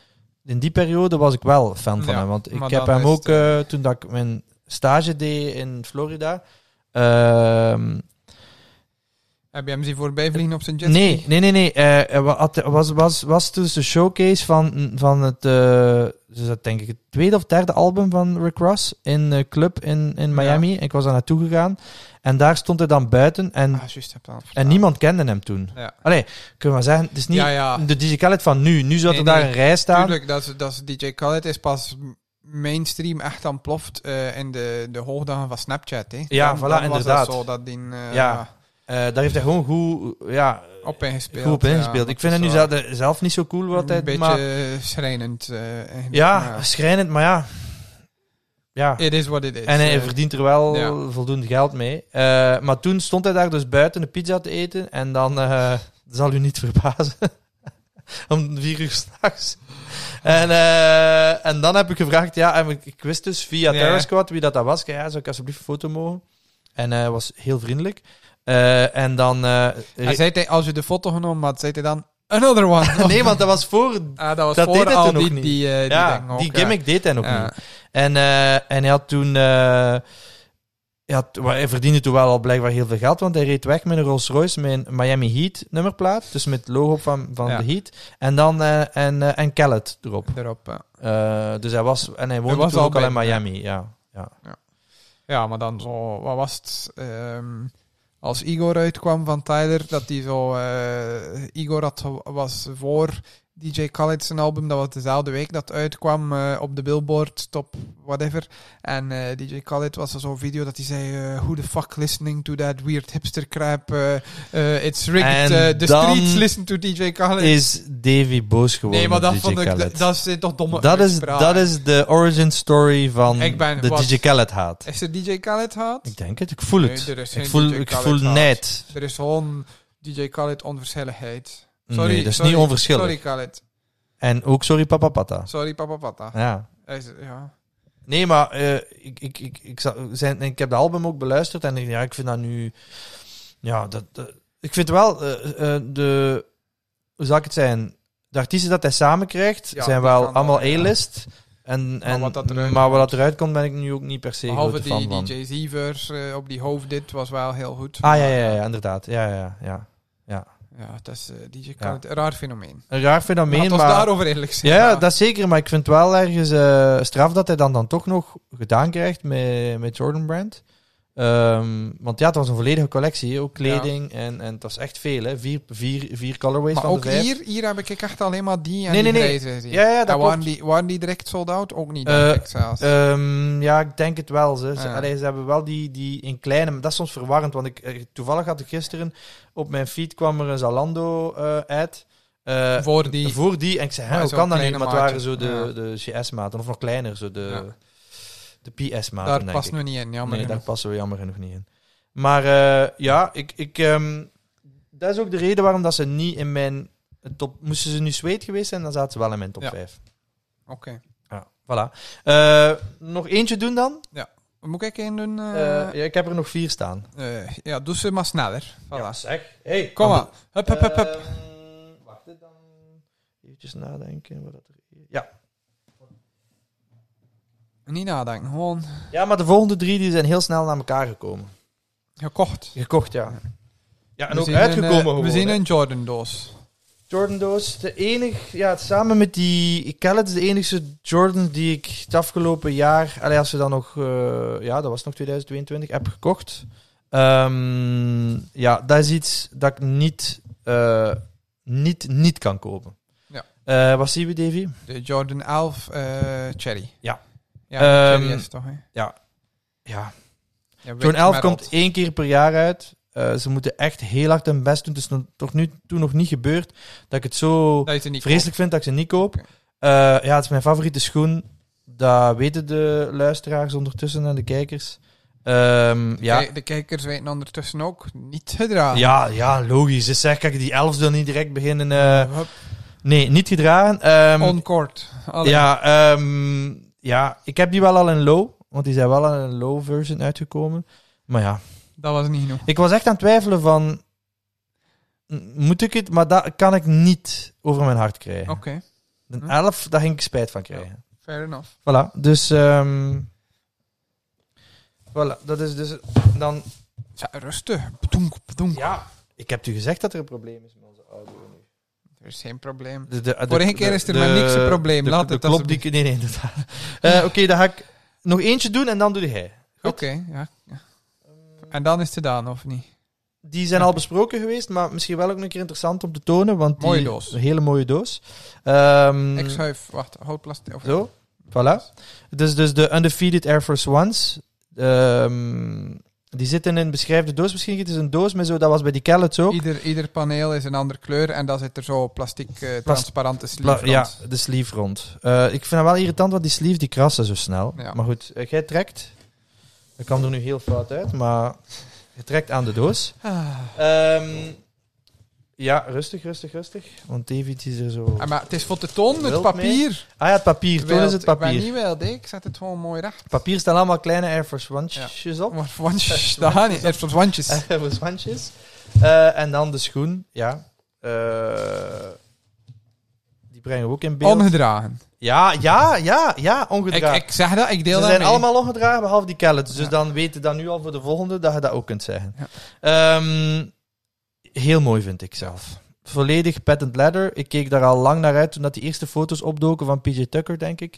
Speaker 1: In die periode was ik wel fan van
Speaker 2: Ja,
Speaker 1: hem. Want ik
Speaker 2: maar
Speaker 1: heb
Speaker 2: dan
Speaker 1: hem
Speaker 2: is
Speaker 1: ook,
Speaker 2: het,
Speaker 1: eh, toen dat ik mijn stage deed in Florida... ehm,
Speaker 2: heb je hem zien voorbij vliegen op zijn jet?
Speaker 1: nee, nee, nee, nee. Eh, eh, wa- had- was, was, was dus de showcase van, van het, eh, dus dat denk ik, het tweede of derde album van Rick Ross in een club in, in
Speaker 2: Ja.
Speaker 1: Miami. Ik was daar naartoe gegaan en daar stond hij dan buiten en,
Speaker 2: Ah, juist, heb je al verteld.
Speaker 1: en niemand kende hem toen.
Speaker 2: Ja.
Speaker 1: Allee, kunnen we maar zeggen, het is niet
Speaker 2: ja, ja.
Speaker 1: de DJ Khaled van nu. Nu zou
Speaker 2: Nee,
Speaker 1: er daar
Speaker 2: nee,
Speaker 1: een rij staan.
Speaker 2: Tuurlijk, dat, is- dat is DJ Khaled is pas m- mainstream echt aan ploft eh, in de, de hoogdagen van Snapchat. Hè.
Speaker 1: Ja,
Speaker 2: Dan-
Speaker 1: voilà,
Speaker 2: dan was dat
Speaker 1: inderdaad.
Speaker 2: zo dat die eh,
Speaker 1: Ja. Eh, daar heeft hij gewoon goed, ja,
Speaker 2: op ingespeeld.
Speaker 1: goed op
Speaker 2: ja.
Speaker 1: ingespeeld. ik vind het nu
Speaker 2: dat
Speaker 1: zelf, zelf niet zo cool wat hij...
Speaker 2: een beetje
Speaker 1: maar,
Speaker 2: schrijnend. eh, eigenlijk,
Speaker 1: ja,
Speaker 2: maar
Speaker 1: schrijnend, maar ja. Ja.
Speaker 2: It is what it is.
Speaker 1: En hij
Speaker 2: eh.
Speaker 1: verdient er wel
Speaker 2: ja.
Speaker 1: voldoende geld mee. Eh, maar toen stond hij daar dus buiten de pizza te eten. En dan eh, zal u niet verbazen. Om vier uur s'nachts. En, eh, en dan heb ik gevraagd, ja, en ik, ik wist dus via
Speaker 2: Ja.
Speaker 1: Terror Squad wie dat, dat was. Ik zei, Ja, zou ik alsjeblieft een foto mogen? En hij was heel vriendelijk. Eh, en dan... eh,
Speaker 2: Hij zei, hij, als je de foto genomen had, zei hij dan, another one.
Speaker 1: nee, want dat was voor...
Speaker 2: Ah, dat was
Speaker 1: dat
Speaker 2: voor
Speaker 1: deed hij
Speaker 2: al
Speaker 1: toen
Speaker 2: die,
Speaker 1: ook niet.
Speaker 2: die, eh, die
Speaker 1: ja,
Speaker 2: dingen ook,
Speaker 1: die
Speaker 2: ja.
Speaker 1: gimmick deed hij nog
Speaker 2: Ja.
Speaker 1: niet. En, eh, en hij had toen. eh, hij, had, wel, hij verdiende toen wel al blijkbaar heel veel geld, want hij reed weg met een Rolls Royce met een Miami Heat nummerplaat. Dus met het logo van, van
Speaker 2: Ja.
Speaker 1: de Heat. En dan eh, en, eh en Khaled erop.
Speaker 2: Erop, ja.
Speaker 1: Eh, dus hij was. En hij woonde
Speaker 2: was
Speaker 1: toen
Speaker 2: al
Speaker 1: ook al in
Speaker 2: bij-
Speaker 1: Miami. Ja. Ja.
Speaker 2: Ja, maar dan zo, wat was het? ehm, als Igor uitkwam van Tyler, dat hij zo, eh, Igor had, ge- was voor DJ Khaled zijn album, dat was dezelfde week dat het uitkwam eh, op de Billboard, top whatever. En eh, DJ Khaled was er zo'n video dat hij zei, eh, who the fuck listening to that weird hipster crap, eh, eh, it's rigged,
Speaker 1: En
Speaker 2: eh, the
Speaker 1: dan
Speaker 2: streets listen to DJ Khaled.
Speaker 1: Is Davy boos geworden?
Speaker 2: nee, maar dat
Speaker 1: op DJ
Speaker 2: vond ik,
Speaker 1: Khaled?
Speaker 2: dat- dat is toch domme
Speaker 1: Dat is,
Speaker 2: uitspraak.
Speaker 1: dat is de origin story van
Speaker 2: Ik ben
Speaker 1: de
Speaker 2: wat-
Speaker 1: DJ Khaled haat.
Speaker 2: Is er DJ Khaled gehad?
Speaker 1: Ik denk het, ik voel
Speaker 2: Nee,
Speaker 1: het.
Speaker 2: er is geen
Speaker 1: ik voel,
Speaker 2: DJ
Speaker 1: ik
Speaker 2: Khaled
Speaker 1: voel
Speaker 2: haat.
Speaker 1: net.
Speaker 2: Er is gewoon DJ Khaled onverschilligheid. Sorry,
Speaker 1: Sorry, nee, dat is
Speaker 2: sorry,
Speaker 1: niet onverschillig.
Speaker 2: Sorry Khaled.
Speaker 1: En ook sorry papa pata.
Speaker 2: Sorry papa pata.
Speaker 1: Ja.
Speaker 2: Hij is- Ja.
Speaker 1: Nee, maar eh, ik, ik, ik, ik, zou- zijn, ik heb de album ook beluisterd en ik- ja, ik vind dat nu... Ja, dat, dat- ik vind wel eh, eh, de... Hoe zal ik het zijn? De artiesten dat hij samen krijgt
Speaker 2: Ja,
Speaker 1: zijn
Speaker 2: die
Speaker 1: wel
Speaker 2: kan wel,
Speaker 1: allemaal
Speaker 2: ja.
Speaker 1: A-list. En, en,
Speaker 2: wat dat eruit
Speaker 1: maar wat
Speaker 2: komt.
Speaker 1: dat eruit komt ben ik nu ook niet per se
Speaker 2: Behalve
Speaker 1: grote fan
Speaker 2: die, die
Speaker 1: van.
Speaker 2: Jay-Z verse eh, op die hoofddit was wel heel goed.
Speaker 1: Ah,
Speaker 2: Maar,
Speaker 1: ja, ja, ja, inderdaad. Ja, ja, ja.
Speaker 2: Ja, dat is eh, DJ Khaled. Een raar fenomeen.
Speaker 1: Een raar
Speaker 2: Laat
Speaker 1: fenomeen,
Speaker 2: ons
Speaker 1: maar...
Speaker 2: daarover eerlijk zijn.
Speaker 1: Ja, ja, dat zeker. Maar ik vind wel ergens eh, straf dat hij dan, dan toch nog gedaan krijgt met, met Jordan Brand. Ehm, want ja, het was een volledige collectie. hè, Ook kleding en, en het was echt veel. Hè. Vier, vier, vier colorways
Speaker 2: maar
Speaker 1: van
Speaker 2: ook
Speaker 1: de vijf.
Speaker 2: hier, hier heb ik echt alleen maar die en
Speaker 1: Nee,
Speaker 2: die
Speaker 1: nee, nee.
Speaker 2: prijzen gezien.
Speaker 1: Ja, ja, dat
Speaker 2: en waren
Speaker 1: klopt.
Speaker 2: die, waren die direct sold out? Ook niet,
Speaker 1: Eh,
Speaker 2: denk ik zelfs.
Speaker 1: Ehm, ja, ik denk het wel. Ze, ze,
Speaker 2: Ah, Ja.
Speaker 1: allee, ze hebben wel die, die in kleine... maar Dat is soms verwarrend, want ik, eh, toevallig had ik gisteren... Op mijn feed kwam er een Zalando eh ad. eh,
Speaker 2: voor die...
Speaker 1: voor die. En ik zei, hè,
Speaker 2: Maar
Speaker 1: hoe
Speaker 2: zo'n
Speaker 1: kan dat nu?
Speaker 2: kleine
Speaker 1: Maar het waren
Speaker 2: maatje.
Speaker 1: zo de, de GS-maten. Of nog kleiner, zo de,
Speaker 2: Ja.
Speaker 1: de PS-maten,
Speaker 2: daar
Speaker 1: Ah, denk ik.
Speaker 2: past nu niet in, jammer
Speaker 1: nee, daar
Speaker 2: genoeg.
Speaker 1: passen we jammer genoeg niet in. Maar eh, ja, ik, ik, ehm, dat is ook de reden waarom dat ze niet in mijn top... Moesten ze nu zweet geweest zijn, dan zaten ze wel in mijn top
Speaker 2: Ja.
Speaker 1: 5.
Speaker 2: Oké.
Speaker 1: Ja, voilà. Eh, nog eentje doen dan?
Speaker 2: Moet ik één doen? eh?
Speaker 1: Eh, ja, ik heb er nog vier staan.
Speaker 2: Eh, ja, doe ze maar sneller. Voilà.
Speaker 1: Ja, zeg. Hey,
Speaker 2: Kom maar. Hup, hup, hup, hup.
Speaker 1: Ehm, wacht, hè, dan even nadenken. Wat dat er... Ja. Eh,
Speaker 2: Niet nadenken, gewoon
Speaker 1: ja, maar de volgende drie die zijn heel snel naar elkaar gekomen.
Speaker 2: gekocht.
Speaker 1: Gekocht, ja. Ja, en
Speaker 2: We
Speaker 1: ook
Speaker 2: zien een,
Speaker 1: uitgekomen
Speaker 2: eh,
Speaker 1: gewoon,
Speaker 2: We zien
Speaker 1: hè.
Speaker 2: een Jordan-doos.
Speaker 1: Jordan Doos, de enige, ja, samen met die Khaled, de enige Jordan die ik het afgelopen jaar, allee, als we dan nog, eh, ja, dat was nog 2022, heb gekocht. Ehm, ja, dat is iets dat ik niet, eh, niet, niet kan kopen.
Speaker 2: Ja.
Speaker 1: Eh, wat zien we, Davy?
Speaker 2: De Jordan 11 eh Cherry.
Speaker 1: Ja.
Speaker 2: Ja, Cherry
Speaker 1: Ehm,
Speaker 2: is toch, hè?
Speaker 1: Ja,
Speaker 2: Ja, wit
Speaker 1: Jordan 11
Speaker 2: met
Speaker 1: komt
Speaker 2: rot.
Speaker 1: één keer per jaar uit. Eh, ze moeten echt heel hard hun best doen. Het is nog- tot nu toe nog niet gebeurd dat ik het zo...
Speaker 2: Dat is er niet
Speaker 1: vreselijk vind dat ik ze niet koop.
Speaker 2: Oké.
Speaker 1: Eh, ja, het is mijn favoriete schoen. Dat weten de luisteraars ondertussen en de kijkers. Ehm,
Speaker 2: komt.
Speaker 1: ja.
Speaker 2: Kijk, De kijkers weten ondertussen ook niet gedragen.
Speaker 1: Ja, ja, logisch. Dus zeg, kijk, die elfs dan niet direct beginnen. eh,
Speaker 2: Hup,
Speaker 1: nee, niet gedragen. Ehm,
Speaker 2: Oncourt. Allee.
Speaker 1: ja, ehm, ja, ik heb die wel al in low. Want die zijn wel al in een low version uitgekomen. Maar ja,
Speaker 2: Dat was niet genoeg.
Speaker 1: ik was echt aan het twijfelen van... m- Moet ik het? Maar dat kan ik niet over mijn hart krijgen.
Speaker 2: Oké,
Speaker 1: Een elf, daar ging ik spijt van krijgen.
Speaker 2: fair enough.
Speaker 1: Voilà, dus... ehm voilà, dat is dus dan...
Speaker 2: Ja, rustig. Pdoenk, pdoenk.
Speaker 1: Ja, ik heb u gezegd dat er een probleem is met onze audio nu.
Speaker 2: Er is geen probleem.
Speaker 1: De, de, de-
Speaker 2: Vorige keer is er maar niks een probleem.
Speaker 1: de-
Speaker 2: Laat
Speaker 1: de
Speaker 2: het
Speaker 1: klop die
Speaker 2: alsjeblieft.
Speaker 1: ik- Nee, nee, inderdaad. Eh, Oké, dan ga ik nog eentje doen en dan doe hij.
Speaker 2: Oké, ja. En dan is het gedaan, of niet?
Speaker 1: Die zijn al besproken geweest, maar misschien wel ook een keer interessant om te tonen. Want die,
Speaker 2: Mooie doos.
Speaker 1: Een hele mooie doos. Ehm,
Speaker 2: Ik schuif, wacht, houd plastic. Of,
Speaker 1: Zo, voilà. Dus, dus de Undefeated Air Force Ones. ehm, die zitten in, beschrijf de doos misschien. Het is een doos met zo, dat was bij die Kellet ook.
Speaker 2: Ieder, ieder paneel is een andere kleur en dan zit er zo plastic eh, transparante
Speaker 1: Pla-
Speaker 2: sleeve
Speaker 1: ja,
Speaker 2: rond.
Speaker 1: de sleeve rond. Eh, ik vind dat wel irritant, want die sleeve die krassen zo snel.
Speaker 2: Ja.
Speaker 1: Maar goed, eh, jij trekt. Dat kwam er nu heel fout uit, maar je trekt aan de doos.
Speaker 2: Ah.
Speaker 1: Ehm, ja, rustig, rustig, rustig. Want David is er zo...
Speaker 2: Ah, maar het is voor te toon, het
Speaker 1: Wild
Speaker 2: papier.
Speaker 1: Ah ja, het papier. Toen
Speaker 2: Wild.
Speaker 1: is het
Speaker 2: Ik ben
Speaker 1: papier.
Speaker 2: niet wild, hè. ik zet het gewoon mooi recht.
Speaker 1: Papier staan allemaal kleine Air Force Onesjes op.
Speaker 2: Maar wandjes, dat gaat niet. Er zijn wandjes.
Speaker 1: Eh, voor zwantjes. Eh, en dan de schoen, ja. Eh, die brengen we ook in beeld.
Speaker 2: Ongedragen.
Speaker 1: ja, ja, ja, ja,
Speaker 2: Ik,
Speaker 1: ongedragen.
Speaker 2: ik zeg dat, ik deel
Speaker 1: Ze
Speaker 2: dat
Speaker 1: zijn
Speaker 2: mee.
Speaker 1: allemaal ongedragen, behalve die Kellet. Dus
Speaker 2: Ja.
Speaker 1: dan weten dat nu al voor de volgende, dat je dat ook kunt zeggen. Ehm, heel mooi vind ik zelf. Volledig patent leather. Ik keek daar al lang naar uit toen dat die eerste foto's opdoken van PJ Tucker, denk ik.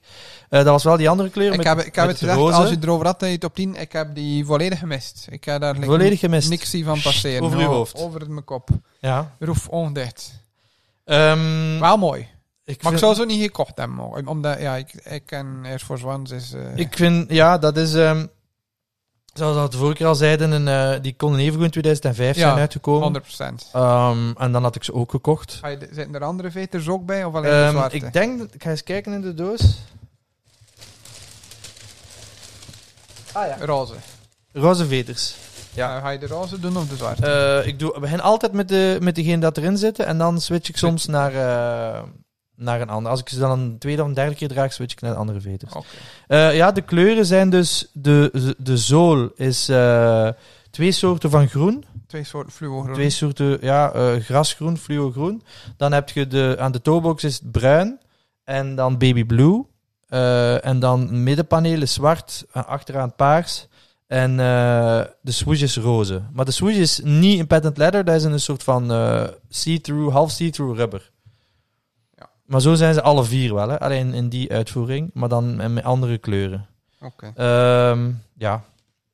Speaker 1: Eh, dat was wel die andere kleur
Speaker 2: Ik
Speaker 1: met,
Speaker 2: heb, ik heb
Speaker 1: met
Speaker 2: het gezegd,
Speaker 1: roze.
Speaker 2: als je erover had, dat je het op 10. Ik heb die volledig gemist. Ik heb daar like,
Speaker 1: Volledig gemist.
Speaker 2: niks zien van passeren.
Speaker 1: Over je
Speaker 2: Nou,
Speaker 1: hoofd.
Speaker 2: Over mijn kop.
Speaker 1: Ja.
Speaker 2: Roef ondicht.
Speaker 1: Ehm,
Speaker 2: Wel mooi.
Speaker 1: Ik
Speaker 2: Maar ik
Speaker 1: vind-
Speaker 2: zou zo niet gekocht hebben. hoor. Omdat, ja, ik, ik ken Air Force Ones. Is, eh,
Speaker 1: Ik vind, ja, dat is... ehm, zoals we dat de vorige keer al zeiden, een, eh, die konden even goed in 2005
Speaker 2: Ja,
Speaker 1: zijn uitgekomen.
Speaker 2: 100%.
Speaker 1: Ehm, en dan had ik ze ook gekocht.
Speaker 2: Ga je, zitten er andere veters ook bij? Of alleen de
Speaker 1: Ehm,
Speaker 2: zwarte?
Speaker 1: ik denk... dat- Ik ga eens kijken in de doos. Ah ja.
Speaker 2: Roze.
Speaker 1: Roze veters. Ja.
Speaker 2: Eh, ga je de roze doen of de zwarte?
Speaker 1: Eh, ik doe, ik begin altijd met, de, met degene dat erin zitten. En dan switch ik soms naar, eh, naar een ander. Als ik ze dan een tweede of een derde keer draag, switch ik naar de andere veters.
Speaker 2: Oké.
Speaker 1: Eh, ja, de kleuren zijn dus... De, de zool is eh, twee soorten van groen.
Speaker 2: Twee soorten fluogroen.
Speaker 1: Twee soorten, ja, eh, grasgroen, fluogroen. Dan heb je de, aan de toebox is het bruin. En dan baby blue. Eh, en dan middenpaneel is zwart. en Achteraan paars. En eh, de swoosh is roze. Maar de swoosh is niet een patent leather. Dat is een soort van eh, see-through, half see-through rubber.
Speaker 2: Ja.
Speaker 1: Maar zo zijn ze alle vier wel. Hè? Alleen in die uitvoering. Maar dan met andere kleuren.
Speaker 2: Oké.
Speaker 1: Ehm, ja,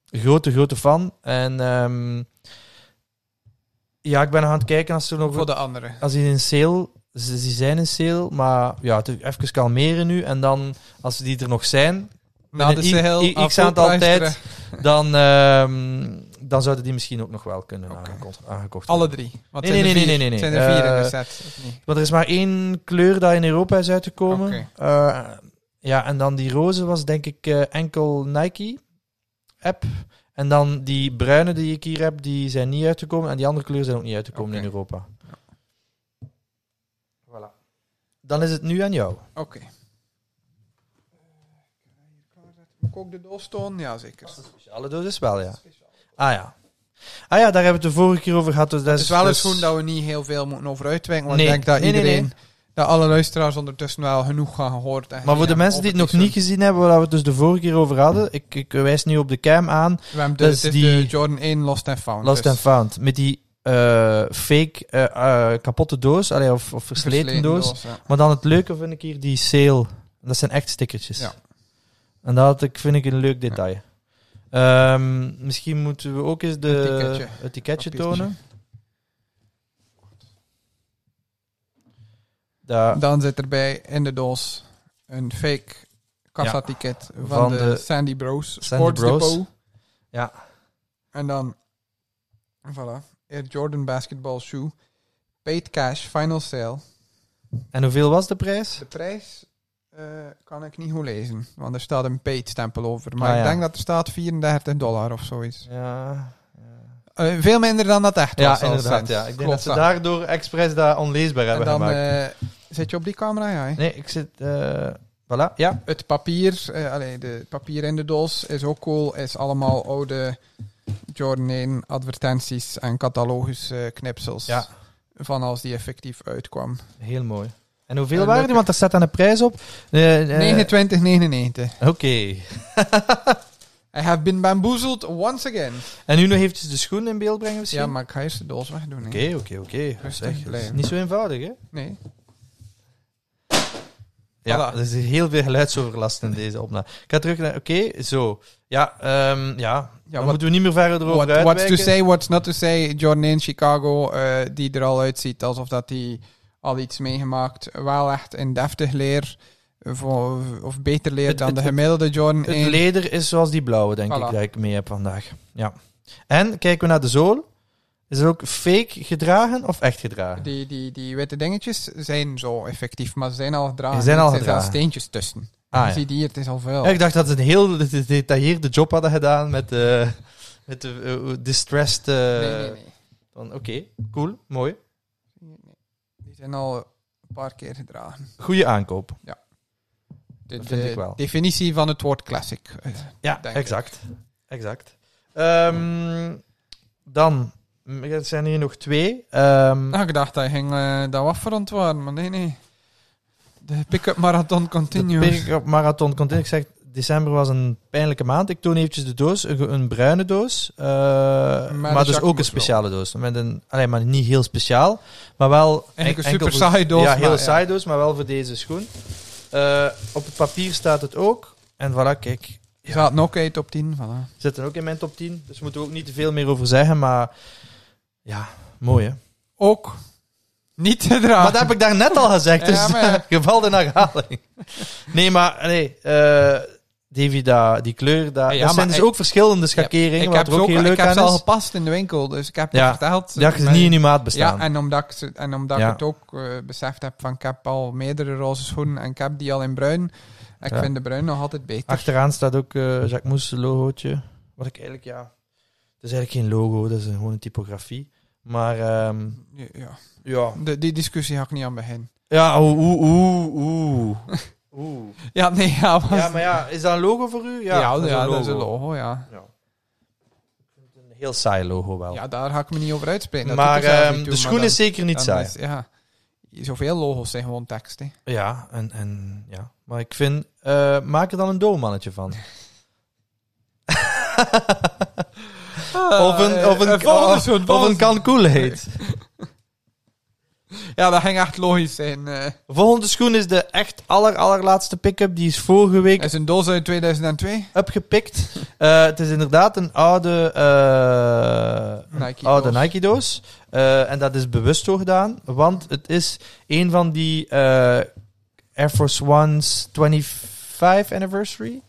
Speaker 1: grote, grote fan. En ehm, ja, ik ben nog aan het kijken als er
Speaker 2: Voor
Speaker 1: nog...
Speaker 2: de andere.
Speaker 1: Als die in sale... Ze, ze zijn in sale, maar ja, het- even kalmeren nu. En dan, als die er nog zijn,
Speaker 2: Na de
Speaker 1: binnen i-
Speaker 2: sale.
Speaker 1: i-
Speaker 2: aan
Speaker 1: x aantal
Speaker 2: voorprijs
Speaker 1: tijd,
Speaker 2: terug.
Speaker 1: dan, ehm, dan zouden die misschien ook nog wel kunnen
Speaker 2: Oké.
Speaker 1: aangeko- aangekocht
Speaker 2: Alle
Speaker 1: worden.
Speaker 2: drie. Want
Speaker 1: Nee,
Speaker 2: het zijn
Speaker 1: nee,
Speaker 2: er
Speaker 1: nee, nee, nee,
Speaker 2: vier. Het zijn
Speaker 1: nee.
Speaker 2: er vier in
Speaker 1: Eh,
Speaker 2: de set. Of niet?
Speaker 1: Want er is maar één kleur dat in Europa is uitgekomen.
Speaker 2: Oké.
Speaker 1: Eh, ja, en dan die roze was denk ik eh, enkel Nike-app. En dan die bruine die ik hier heb, die zijn niet uitgekomen. En die andere kleuren zijn ook niet uitgekomen
Speaker 2: Oké.
Speaker 1: in Europa. Voilà. Dan is het nu aan jou.
Speaker 2: Oké. Moet ik ook de doos tonen? Ja, zeker.
Speaker 1: Speciale doos is wel, ja. Ah ja. Ah ja, daar hebben we het de vorige keer over gehad. Dus dat
Speaker 2: Het is wel
Speaker 1: dus-
Speaker 2: eens goed dat we niet heel veel moeten over uitwenken. Want
Speaker 1: Nee.
Speaker 2: ik denk dat
Speaker 1: Nee, nee,
Speaker 2: iedereen... Dat alle luisteraars ondertussen wel genoeg gaan gehoord. en
Speaker 1: Maar voor de
Speaker 2: gezien
Speaker 1: mensen die het
Speaker 2: hebben
Speaker 1: nog
Speaker 2: over
Speaker 1: niet gezien hebben, waar we het dus de vorige keer over hadden, ik, ik wijs nu op de cam aan.
Speaker 2: soort- We hebben de,
Speaker 1: dat is
Speaker 2: het is
Speaker 1: die-
Speaker 2: de Jordan 1 Lost and Found.
Speaker 1: Lost
Speaker 2: dus
Speaker 1: and Found. Met die eh, fake eh, eh, kapotte doos, allee, of, of versleten, doos.
Speaker 2: ja.
Speaker 1: Maar dan het leuke vind ik hier die sale. Dat zijn echt stickertjes.
Speaker 2: Ja.
Speaker 1: En dat had ik, vind ik een leuk detail. Ehm, misschien moeten we ook eens de,
Speaker 2: Het ticketje.
Speaker 1: het ticketje
Speaker 2: Papiertje.
Speaker 1: tonen. Daar,
Speaker 2: Dan zit erbij in de doos een fake kassaticket van,
Speaker 1: Van
Speaker 2: de,
Speaker 1: de
Speaker 2: Sandy Bros
Speaker 1: Sandy
Speaker 2: Sports
Speaker 1: Bros.
Speaker 2: Depot.
Speaker 1: Ja.
Speaker 2: En dan, voilà, Air Jordan Basketball Shoe. Paid cash, final sale.
Speaker 1: en hoeveel was de prijs?
Speaker 2: De prijs eh, kan ik niet goed lezen, want er staat een paid stempel over. Maar
Speaker 1: Ah,
Speaker 2: ik
Speaker 1: ja.
Speaker 2: denk dat er staat 34 dollar of zoiets.
Speaker 1: Ja, ja.
Speaker 2: Eh, veel minder dan dat echt was.
Speaker 1: ja
Speaker 2: al
Speaker 1: inderdaad.
Speaker 2: cent.
Speaker 1: Ja. Ik denk dat
Speaker 2: Klopt
Speaker 1: ze daardoor expres dat onleesbaar
Speaker 2: En
Speaker 1: hebben
Speaker 2: dan
Speaker 1: gemaakt.
Speaker 2: eh, zit je op die camera, ja. hè?
Speaker 1: nee, ik zit... eh, voilà, ja.
Speaker 2: Het papier, eh allee, de papier in de doos is ook cool. Is allemaal oude Jordan 1 advertenties en catalogus eh, knipsels.
Speaker 1: Ja.
Speaker 2: Van als die effectief uitkwam.
Speaker 1: Heel mooi. En hoeveel
Speaker 2: Eh,
Speaker 1: waren
Speaker 2: leuk.
Speaker 1: die? Want daar staat aan de prijs op. Eh, eh,
Speaker 2: 29,99.
Speaker 1: Oké.
Speaker 2: I have been bamboozled once again.
Speaker 1: En nu nog eventjes de schoen in beeld brengen misschien?
Speaker 2: Ja, maar ik ga eerst de doos wegdoen. hè.
Speaker 1: Oké, oké, oké.
Speaker 2: Rustig
Speaker 1: Zeg, dat is
Speaker 2: blijven.
Speaker 1: Niet zo eenvoudig, hè?
Speaker 2: Nee.
Speaker 1: Ja,
Speaker 2: Voilà.
Speaker 1: er is heel veel geluidsoverlast in deze opname. Ik ga terug naar... Oké, zo. Ja, ehm, ja.
Speaker 2: Ja,
Speaker 1: Dan
Speaker 2: wat-
Speaker 1: moeten we niet meer verder erover
Speaker 2: What, what's
Speaker 1: uitwijken.
Speaker 2: to say, what's not to say. Jordan 1 Chicago, eh, die er al uitziet alsof dat hij al iets meegemaakt. Wel echt in deftig leer. Of, of beter leer
Speaker 1: Het-
Speaker 2: dan
Speaker 1: het-
Speaker 2: de gemiddelde Jordan
Speaker 1: Het
Speaker 2: 1.
Speaker 1: leder is zoals die blauwe, denk
Speaker 2: Voilà.
Speaker 1: ik, dat ik mee heb vandaag. Ja. En kijken we naar de zool. Is het ook fake gedragen of echt gedragen?
Speaker 2: Die, die, die witte dingetjes zijn zo effectief, maar ze zijn al gedragen.
Speaker 1: Ze zijn al
Speaker 2: Er zitten
Speaker 1: gedragen.
Speaker 2: steentjes tussen.
Speaker 1: Ah,
Speaker 2: je
Speaker 1: ja.
Speaker 2: ziet hier, het is al vuil.
Speaker 1: Ja, ik dacht dat ze een heel gedetailleerde job hadden gedaan met de, met de eh, distressed... eh,
Speaker 2: nee, nee, nee.
Speaker 1: van, Oké, cool, mooi.
Speaker 2: Nee, nee. Die zijn al een paar keer gedragen.
Speaker 1: Goeie aankoop.
Speaker 2: De,
Speaker 1: Dat vind
Speaker 2: de
Speaker 1: ik wel.
Speaker 2: definitie van het woord classic. Eh,
Speaker 1: Ja,
Speaker 2: denk
Speaker 1: exact. exact. Ehm, dan, mm, er zijn hier nog twee. Ehm,
Speaker 2: Nou, ik dacht dat ging eh dat wat waren, maar nee, nee. De pick-up marathon
Speaker 1: de
Speaker 2: continues.
Speaker 1: Pirk Marathon Continu. Ik zeg, december was een pijnlijke maand. Ik toon eventjes de doos, een, ge- een bruine doos. eh, maar dus
Speaker 2: Jacques
Speaker 1: ook een
Speaker 2: moet
Speaker 1: speciale doos. Met een, allee, maar niet heel speciaal, maar wel...
Speaker 2: Eigenlijk een
Speaker 1: en- enkel
Speaker 2: super
Speaker 1: voor-
Speaker 2: saai doos.
Speaker 1: Ja,
Speaker 2: maar
Speaker 1: heel saai doos, maar wel voor deze schoen. Eh, op het papier staat het ook. En voilà, kijk.
Speaker 2: Je gaat nog uit op 10, voilà.
Speaker 1: Zitten ook in mijn top 10, dus moeten we ook niet te veel meer over zeggen. Maar ja, mooi hè.
Speaker 2: Ook Niet te dragen.
Speaker 1: Maar dat heb ik daar net al gezegd, dus
Speaker 2: Ja, maar ja.
Speaker 1: geval in herhaling. Nee, maar nee, eh Davy, dat, die kleur, dat,
Speaker 2: Ja,
Speaker 1: dat
Speaker 2: maar
Speaker 1: zijn dus
Speaker 2: ik-
Speaker 1: ook verschillende schakeringen, wat er ook heel leuk
Speaker 2: ik heb
Speaker 1: aan
Speaker 2: ze al
Speaker 1: is.
Speaker 2: gepast in de winkel, dus ik heb
Speaker 1: Ja.
Speaker 2: het verteld.
Speaker 1: Dat je
Speaker 2: Maar-
Speaker 1: niet in je maat bestaan.
Speaker 2: Ja, en omdat ik, ze- en omdat
Speaker 1: Ja.
Speaker 2: ik het ook eh, beseft heb van ik heb al meerdere roze schoenen en ik heb die al in bruin. Ik
Speaker 1: Ja.
Speaker 2: vind de bruin nog altijd beter.
Speaker 1: Achteraan staat ook eh Jacques Moes logootje. Wat ik eigenlijk, ja... Het is eigenlijk geen logo, dat is een- gewoon een typografie. Maar, ehm,
Speaker 2: Ja, ja.
Speaker 1: ja...
Speaker 2: De, die discussie ga ik niet aan beginnen.
Speaker 1: Ja,
Speaker 2: oh,
Speaker 1: oeh, oeh, oeh, oeh. Oeh.
Speaker 2: Ja, nee, ja. was-
Speaker 1: Ja, maar ja, is dat een logo voor u?
Speaker 2: ja,
Speaker 1: Ja, dat is een logo.
Speaker 2: logo, ja.
Speaker 1: Ja. Ik vind het Een heel saai logo wel.
Speaker 2: Ja, daar ga ik me niet over uitspreken. dat
Speaker 1: maar
Speaker 2: doet er zelf
Speaker 1: ehm,
Speaker 2: niet toe,
Speaker 1: de
Speaker 2: maar
Speaker 1: schoen
Speaker 2: dan-
Speaker 1: is zeker niet
Speaker 2: dan
Speaker 1: saai.
Speaker 2: is- ja. Zoveel logo's zijn gewoon tekst, hè.
Speaker 1: Ja, en, en ja. Maar ik vind, eh, maak er dan een doelmannetje van. of een, of Ah, een,
Speaker 2: Eh, volgende
Speaker 1: of,
Speaker 2: schoen,
Speaker 1: of
Speaker 2: volgende
Speaker 1: een
Speaker 2: schoen.
Speaker 1: Cancun heet.
Speaker 2: Ja, dat ging echt logisch zijn. eh.
Speaker 1: Volgende schoen is de echt aller, allerlaatste pick-up. Die is vorige week
Speaker 2: Dat is een doos uit 2002.
Speaker 1: Oh, opgepikt. Eh, het is inderdaad een oude, eh,
Speaker 2: Nike doos.
Speaker 1: oude Nike-doos. Eh, en dat is bewust zo gedaan. Want het is een van die eh, Air Force One's 25 anniversary.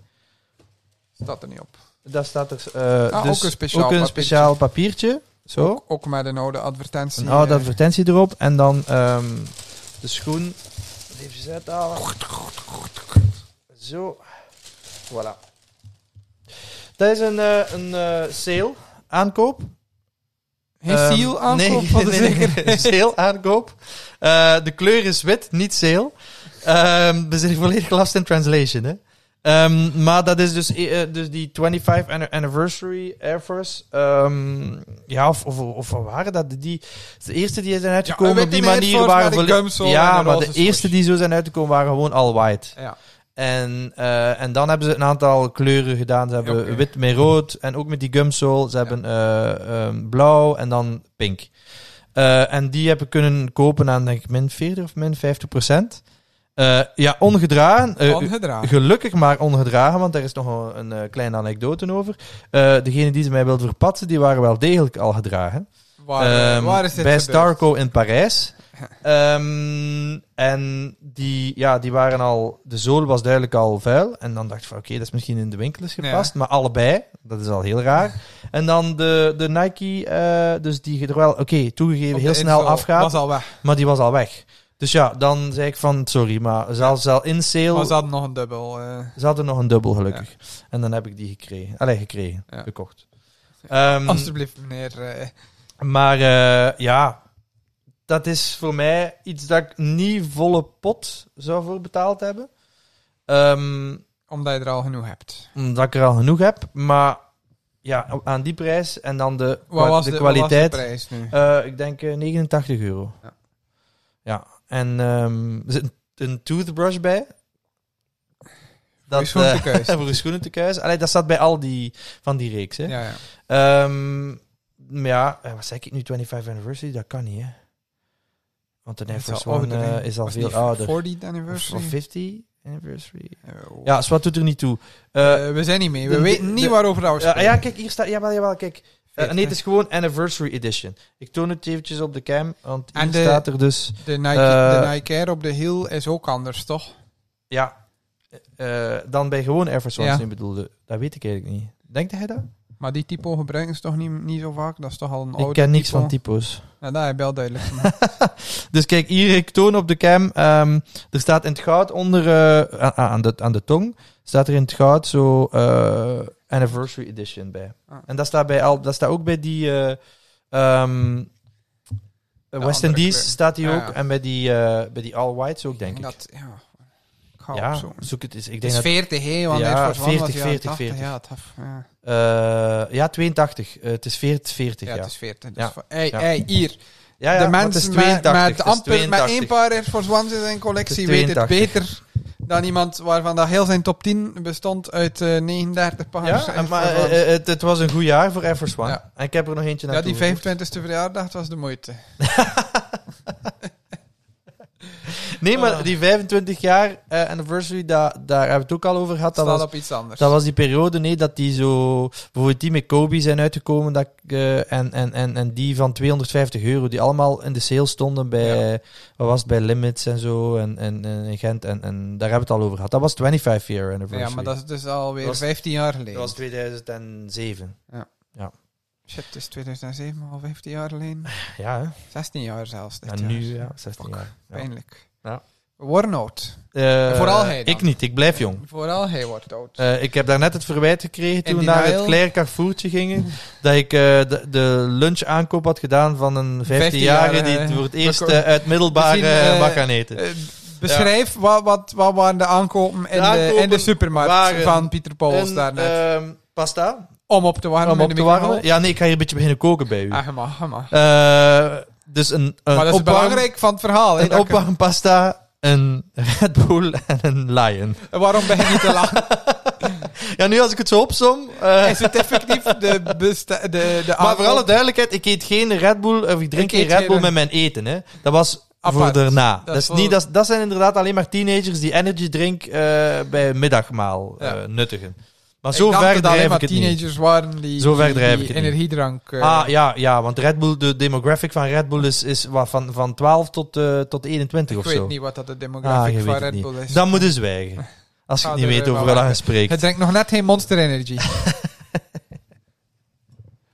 Speaker 2: Staat er niet op.
Speaker 1: Daar staat er eh,
Speaker 2: Ah,
Speaker 1: dus
Speaker 2: ook een speciaal
Speaker 1: ook een
Speaker 2: papiertje.
Speaker 1: speciaal papiertje. Zo,
Speaker 2: Ook met een oude advertentie.
Speaker 1: een oude
Speaker 2: eh.
Speaker 1: advertentie erop. En dan ehm, de schoen. Even zet halen. Zo. Voilà. Dat is een, eh, een eh, sale aankoop.
Speaker 2: Geen
Speaker 1: Ehm,
Speaker 2: seal aankoop
Speaker 1: nee,
Speaker 2: van de
Speaker 1: nee, nee,
Speaker 2: zeker.
Speaker 1: nee, sale aankoop. Eh, de kleur is wit, niet sale. Ehm we zijn volledig last in translation, hè. Ehm, maar dat is dus, eh, eh, dus die 25 anni- anniversary Air Force. Ehm, ja, of, of, of wat waren dat? Die, de eerste die zijn uitgekomen
Speaker 2: een
Speaker 1: op die
Speaker 2: witte
Speaker 1: manier
Speaker 2: Air Force
Speaker 1: waren...
Speaker 2: met een
Speaker 1: volle-
Speaker 2: gumsole en
Speaker 1: ja,
Speaker 2: een
Speaker 1: maar
Speaker 2: roze
Speaker 1: de
Speaker 2: swoosh.
Speaker 1: eerste die zo zijn uitgekomen waren gewoon all white.
Speaker 2: Ja.
Speaker 1: En, eh, en dan hebben ze een aantal kleuren gedaan. Ze hebben
Speaker 2: Oké.
Speaker 1: wit met rood en ook met die gumsole. Ze hebben eh, ehm, blauw en dan pink. Eh, en die hebben kunnen kopen aan, denk ik, min 40 of min 50 procent. Eh, ja, ongedragen. Eh,
Speaker 2: Ongedragen.
Speaker 1: Gelukkig maar ongedragen, want daar is nog een, een eh, kleine anekdote over. Eh degene die ze mij wilden verpatsen, die waren wel degelijk al gedragen.
Speaker 2: Waar, eh,
Speaker 1: Ehm,
Speaker 2: waar is dit
Speaker 1: bij
Speaker 2: gebeurd?
Speaker 1: Starco in Parijs. Ehm, en die, ja, die waren al... De zool was duidelijk al vuil. En dan dacht ik van, oké, dat is misschien in de winkel is gepast. Maar allebei, dat is al heel raar. En dan de, de Nike, eh, dus die er wel, oké, toegegeven,
Speaker 2: Op
Speaker 1: heel
Speaker 2: de
Speaker 1: snel
Speaker 2: insole.
Speaker 1: afgaat.
Speaker 2: Was al weg.
Speaker 1: Maar die was al weg. Dus ja, dan zei ik van, sorry, maar zelfs al in sale...
Speaker 2: Was dat nog een dubbel? eh.
Speaker 1: Ze hadden nog een dubbel, gelukkig. En dan heb ik die gekregen. Allee, gekregen.
Speaker 2: Ja.
Speaker 1: Gekocht. Ehm,
Speaker 2: Alsjeblieft, meneer. eh.
Speaker 1: maar eh, ja, dat is voor mij iets dat ik niet volle pot zou voor betaald hebben. Ehm,
Speaker 2: omdat je er al genoeg hebt.
Speaker 1: omdat ik er al genoeg heb. Maar ja, aan die prijs en dan de,
Speaker 2: Wat was
Speaker 1: de,
Speaker 2: de, wat was de
Speaker 1: kwaliteit.
Speaker 2: prijs nu?
Speaker 1: Eh, ik denk eh, 89 euro. Ja.
Speaker 2: Ja.
Speaker 1: En ehm, er zit een, een toothbrush bij. Dat,
Speaker 2: Is goed
Speaker 1: eh,
Speaker 2: te keus.
Speaker 1: voor je schoenen te kuisen. Allee, dat staat bij al die van die reeks. Hè?
Speaker 2: Ja, ja.
Speaker 1: Ehm, maar ja, eh, wat zeg ik nu? 25 anniversary? Dat kan niet, hè? Want een Air
Speaker 2: Het is
Speaker 1: Force
Speaker 2: al
Speaker 1: One
Speaker 2: ouder, hè.
Speaker 1: eh, is al
Speaker 2: Was
Speaker 1: veel
Speaker 2: die
Speaker 1: ouder.
Speaker 2: 40th
Speaker 1: Of,
Speaker 2: anniversary.
Speaker 1: of 50 anniversary?
Speaker 2: Eh, oh.
Speaker 1: Ja, dus wat doet er niet toe? Eh,
Speaker 2: Eh, we zijn niet mee. We
Speaker 1: de- de-
Speaker 2: weten niet
Speaker 1: de-
Speaker 2: waarover we
Speaker 1: ja,
Speaker 2: spreken.
Speaker 1: ja, kijk, hier staat... Jawel, jawel, kijk. Eh, nee, het is
Speaker 2: 40th.
Speaker 1: gewoon Anniversary Edition. Ik toon het eventjes op de cam, want hier
Speaker 2: En de-
Speaker 1: staat er dus...
Speaker 2: de, Nike,
Speaker 1: eh,
Speaker 2: de Nike Air op de hiel is ook anders, toch?
Speaker 1: Ja, eh, dan bij gewoon Air Force Ones
Speaker 2: Ja.
Speaker 1: nu bedoelde. Dat weet ik eigenlijk niet. Denkt hij dat?
Speaker 2: Maar die typo gebruiken ze toch niet, niet zo vaak? Dat is toch al een oude
Speaker 1: ik ken niks
Speaker 2: typo?
Speaker 1: van typo's.
Speaker 2: Ja, dat heb je wel duidelijk gemaakt.
Speaker 1: Dus kijk, hier, ik toon op de cam. ehm, er staat in het goud onder, eh, a- aan, de, aan de tong, staat er in het goud zo eh, Anniversary Edition bij.
Speaker 2: Ah.
Speaker 1: En dat staat, bij al, dat staat ook bij die eh, ehm, West
Speaker 2: andere
Speaker 1: Indies
Speaker 2: kleur.
Speaker 1: staat die
Speaker 2: Ja,
Speaker 1: ook.
Speaker 2: ja.
Speaker 1: En bij die, eh, bij die All Whites ook, denk ik.
Speaker 2: Dat, ja. Ik ga
Speaker 1: ja,
Speaker 2: opzoeken.
Speaker 1: zoek het eens. Ik
Speaker 2: Het
Speaker 1: denk
Speaker 2: is
Speaker 1: dat,
Speaker 2: 40, hè? Want
Speaker 1: Ja,
Speaker 2: Air Force One
Speaker 1: 40,
Speaker 2: was jaren
Speaker 1: 40,
Speaker 2: 80,
Speaker 1: 40.
Speaker 2: Ja, het had- ja.
Speaker 1: eh, ja, 82. Eh, het is 40, 40
Speaker 2: Ja,
Speaker 1: ja.
Speaker 2: het is 40. Dus
Speaker 1: Ja.
Speaker 2: van- hey,
Speaker 1: Ja.
Speaker 2: hey, hier.
Speaker 1: Ja, ja,
Speaker 2: de
Speaker 1: maar het is
Speaker 2: mensen met,
Speaker 1: 82,
Speaker 2: met
Speaker 1: het is
Speaker 2: amper met
Speaker 1: 82.
Speaker 2: één paar Air Force Ones in zijn collectie
Speaker 1: Het is
Speaker 2: weet het
Speaker 1: 82.
Speaker 2: beter dan iemand waarvan dat heel zijn top 10 bestond uit eh, 39 paar Air
Speaker 1: Ja,
Speaker 2: Force
Speaker 1: en maar
Speaker 2: Ones.
Speaker 1: eh, eh, het, het was een goed jaar voor Air Force One.
Speaker 2: Ja.
Speaker 1: En ik heb er nog eentje naar
Speaker 2: ja, die 25e verjaardag was de moeite.
Speaker 1: Nee,
Speaker 2: Ah.
Speaker 1: maar die 25 jaar eh, anniversary, da, daar hebben we het ook al over gehad. Dat
Speaker 2: Staat
Speaker 1: was,
Speaker 2: op iets anders.
Speaker 1: dat was die periode, nee, dat die zo... Bijvoorbeeld die met Kobe zijn uitgekomen dat, ik, eh, en, en, en, en die van 250 euro, die allemaal in de sale stonden bij... Wat was het, bij Limits en zo, en, en, en in Gent. En, en daar hebben we het al over gehad. Dat was 25 year anniversary.
Speaker 2: ja, maar dat is dus alweer
Speaker 1: Dat was-
Speaker 2: 15 jaar geleden.
Speaker 1: Dat was 2007.
Speaker 2: Shit, het is 2007, maar al 15 jaar geleden.
Speaker 1: Ja, hè?
Speaker 2: 16 jaar zelfs. dit
Speaker 1: En
Speaker 2: jaar.
Speaker 1: nu, ja, 16 jaar. Ja.
Speaker 2: Pijnlijk.
Speaker 1: Ja.
Speaker 2: We worden oud.
Speaker 1: Eh,
Speaker 2: Vooral hij dan.
Speaker 1: Ik niet, ik blijf jong.
Speaker 2: Vooral hij wordt oud.
Speaker 1: Eh, ik heb daarnet het verwijt gekregen toen we
Speaker 2: In
Speaker 1: naar
Speaker 2: denial.
Speaker 1: het Claire Carrefourtje gingen. dat ik eh, de, de lunchaankoop had gedaan van een 15-jarige
Speaker 2: 15-jarige, eh,
Speaker 1: die voor het eerst
Speaker 2: we ko-
Speaker 1: eh, uit middelbare
Speaker 2: we zien, eh,
Speaker 1: eh, mag gaan eten.
Speaker 2: Eh, beschrijf wat, wat, wat waren de aankopen in de,
Speaker 1: aankopen
Speaker 2: in de supermarkt
Speaker 1: waren
Speaker 2: van Pieter Pauls
Speaker 1: En,
Speaker 2: daarnet.
Speaker 1: ehm, pasta.
Speaker 2: om op te warmen.
Speaker 1: Om
Speaker 2: in
Speaker 1: op
Speaker 2: de
Speaker 1: te warmen.
Speaker 2: microgolf?
Speaker 1: Ja, nee, ik ga hier een beetje beginnen koken bij u.
Speaker 2: Ah, je mag, je mag.
Speaker 1: Eh, dus een, een
Speaker 2: maar dat is
Speaker 1: opwarm-
Speaker 2: belangrijk van het verhaal. hè,
Speaker 1: Een
Speaker 2: dat ik-
Speaker 1: opwarmpasta, een Red Bull en een Lion.
Speaker 2: Waarom ben je niet te laat?
Speaker 1: Ja, nu als ik het zo opsom... eh,
Speaker 2: Is het effectief de, besta- de, de
Speaker 1: Maar
Speaker 2: aankoop?
Speaker 1: voor alle duidelijkheid, ik eet geen Red Bull, of ik drink
Speaker 2: Ik
Speaker 1: geen
Speaker 2: eet
Speaker 1: Red
Speaker 2: geen
Speaker 1: Bull
Speaker 2: Red-
Speaker 1: met mijn eten. Hè. Dat was voor
Speaker 2: Apart.
Speaker 1: daarna. Dat,
Speaker 2: is
Speaker 1: is
Speaker 2: voor-
Speaker 1: niet, dat, is- dat zijn inderdaad alleen maar teenagers die energy drink eh, bij een middagmaal
Speaker 2: Ja.
Speaker 1: eh, nuttigen. Maar
Speaker 2: Ik
Speaker 1: zo
Speaker 2: dacht
Speaker 1: ver
Speaker 2: dat alleen
Speaker 1: drijf ik
Speaker 2: maar
Speaker 1: het niet.
Speaker 2: teenagers waren die,
Speaker 1: Zo ver
Speaker 2: die-
Speaker 1: drijf
Speaker 2: die
Speaker 1: ik het niet.
Speaker 2: energiedrank... eh,
Speaker 1: Ah, ja, ja, want Red Bull, de demographic van Red Bull is, is wat, van, van 12 tot, eh, tot 21
Speaker 2: ik
Speaker 1: of
Speaker 2: weet
Speaker 1: zo.
Speaker 2: niet wat dat de
Speaker 1: Ah, je
Speaker 2: demografie van
Speaker 1: weet het
Speaker 2: Red
Speaker 1: niet.
Speaker 2: Bull is.
Speaker 1: Dan moet je zwijgen. Als je
Speaker 2: Ga
Speaker 1: het niet
Speaker 2: er,
Speaker 1: weet
Speaker 2: eh,
Speaker 1: over
Speaker 2: wel
Speaker 1: wat je
Speaker 2: weg.
Speaker 1: spreekt.
Speaker 2: Het drinkt nog net geen Monster Energy.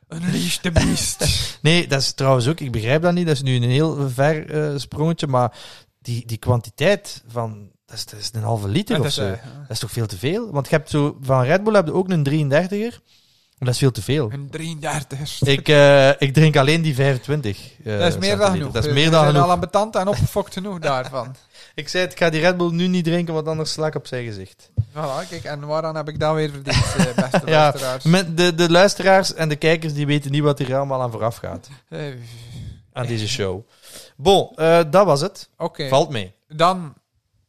Speaker 2: Unleash the beast.
Speaker 1: Nee, dat is trouwens ook, ik begrijp dat niet. Dat is nu een heel ver eh, sprongetje, maar die, die kwantiteit van, dat is, dat is een halve liter
Speaker 2: Dat
Speaker 1: of
Speaker 2: is,
Speaker 1: zo.
Speaker 2: eh,
Speaker 1: Dat is toch veel te veel? Want je hebt zo, van Red Bull heb je ook een 33er. Maar dat is veel te veel.
Speaker 2: Een 33
Speaker 1: Ik, eh, ik drink alleen die 25. eh,
Speaker 2: Dat is meer dan
Speaker 1: centiliter.
Speaker 2: genoeg.
Speaker 1: Dat is
Speaker 2: We-
Speaker 1: meer
Speaker 2: we
Speaker 1: dan
Speaker 2: zijn
Speaker 1: genoeg.
Speaker 2: al ambetant en opgefokt genoeg daarvan.
Speaker 1: Ik zei het, ik ga die Red Bull nu niet drinken, want anders sla ik op zijn gezicht.
Speaker 2: Voilà, kijk, en waaraan heb ik dan weer verdiend, eh, beste
Speaker 1: Ja,
Speaker 2: luisteraars?
Speaker 1: Met de, de luisteraars en de kijkers die weten niet wat hier allemaal aan vooraf gaat.
Speaker 2: Eh,
Speaker 1: Aan deze show. Bon, eh, dat was het.
Speaker 2: Oké,
Speaker 1: Valt mee.
Speaker 2: dan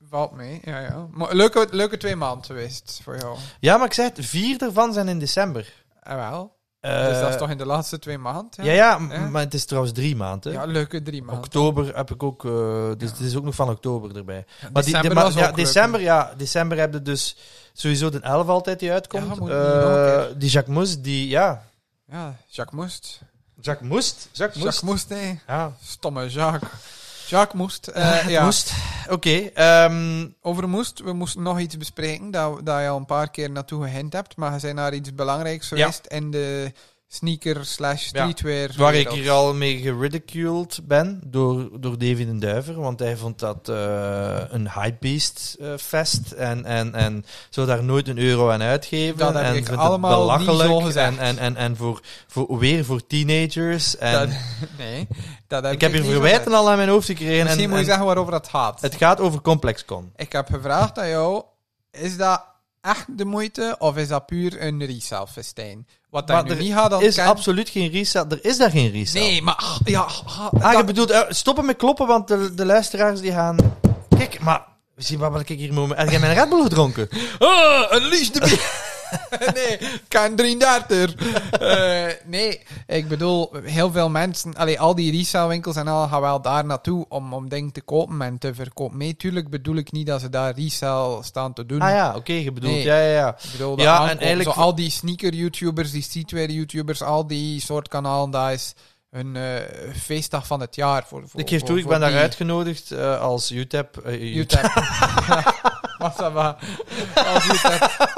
Speaker 2: valt mee. Ja, ja. Maar leuke, leuke twee maanden geweest voor jou.
Speaker 1: Ja, maar ik zei het, vier ervan zijn in december.
Speaker 2: En wel.
Speaker 1: Eh,
Speaker 2: dus dat is toch in de laatste twee maanden?
Speaker 1: Ja, ja, m-
Speaker 2: Ja.
Speaker 1: maar het is trouwens drie maanden.
Speaker 2: Ja, leuke drie maanden.
Speaker 1: eh, Oktober heb ik ook, eh, dus het is ook nog van oktober erbij. Maar die-
Speaker 2: December
Speaker 1: de- maar-
Speaker 2: was ook
Speaker 1: ja,
Speaker 2: leuk.
Speaker 1: december, ja, december heb je dus sowieso de 11 altijd die
Speaker 2: Ja,
Speaker 1: uitkomt.
Speaker 2: moet
Speaker 1: Eh,
Speaker 2: niet nog een
Speaker 1: die Jacques Moest, die, ja.
Speaker 2: Ja, Jacques Moest.
Speaker 1: Jacques Moest? Jacques Moest?
Speaker 2: Jacques Moest, nee.
Speaker 1: Ja.
Speaker 2: Stomme Jacques. Jacques Moest. eh, ja.
Speaker 1: Moest. Oké. ehm,
Speaker 2: Over Moest, we moesten nog iets bespreken dat, dat je al een paar keer naartoe gehind hebt, maar je zijn naar iets belangrijks
Speaker 1: Ja.
Speaker 2: geweest in de sneaker slash streetwear
Speaker 1: Dus waar ik
Speaker 2: wereld.
Speaker 1: hier al mee geridiculed ben door, door David en Duiver, want hij vond dat eh, een hypebeast eh, fest en, en, en zou daar nooit een euro aan uitgeven.
Speaker 2: Dat heb
Speaker 1: en
Speaker 2: ik
Speaker 1: vindt het
Speaker 2: allemaal niet zo
Speaker 1: belachelijk
Speaker 2: gezegd.
Speaker 1: En, en, en, en voor, voor, weer voor teenagers. En
Speaker 2: Dat- nee, dat heb
Speaker 1: ik heb hier
Speaker 2: niet
Speaker 1: verwijten
Speaker 2: gezegd.
Speaker 1: al aan mijn hoofd gekregen.
Speaker 2: Misschien
Speaker 1: en,
Speaker 2: moet je
Speaker 1: en-
Speaker 2: zeggen waarover dat gaat.
Speaker 1: Het gaat over ComplexCon.
Speaker 2: Ik heb gevraagd aan jou, is dat echt de moeite of is dat puur een resale festijn? Wat dat
Speaker 1: Maar
Speaker 2: nu
Speaker 1: er
Speaker 2: niet gaat
Speaker 1: Is
Speaker 2: ontkennen...
Speaker 1: absoluut geen resale. Er is daar geen resale.
Speaker 2: Nee, maar... ah, Ja, ah,
Speaker 1: Ah, je
Speaker 2: dat-
Speaker 1: bedoelt, eh, stoppen met kloppen, want de, de luisteraars die gaan... Kijk, maar... Zie wat ik hier moment... Heb jij mijn Red Bull gedronken?
Speaker 2: Ah, een liefde. nee, ik kan 33. Eh, nee, ik bedoel, heel veel mensen, allee, al die resale-winkels en al gaan wel daar naartoe om, om dingen te kopen en te verkopen. Nee, tuurlijk bedoel ik niet dat ze daar resale staan te doen.
Speaker 1: Ah ja, oké, je bedoelt...
Speaker 2: Nee.
Speaker 1: Ja, ja, ja.
Speaker 2: Ik bedoel, de
Speaker 1: Ja, en
Speaker 2: aankoop,
Speaker 1: eigenlijk
Speaker 2: zo
Speaker 1: voor-
Speaker 2: al die sneaker-YouTubers, die streetwear-YouTubers, al die soort kanalen, dat is een eh, feestdag van het jaar. Voor, voor,
Speaker 1: Ik geef
Speaker 2: voor-
Speaker 1: toe, ik
Speaker 2: voor
Speaker 1: ben daar
Speaker 2: die-
Speaker 1: uitgenodigd eh, als UTEP... eh, UTEP.
Speaker 2: UTEP. Wat dat maar. Als UTEP.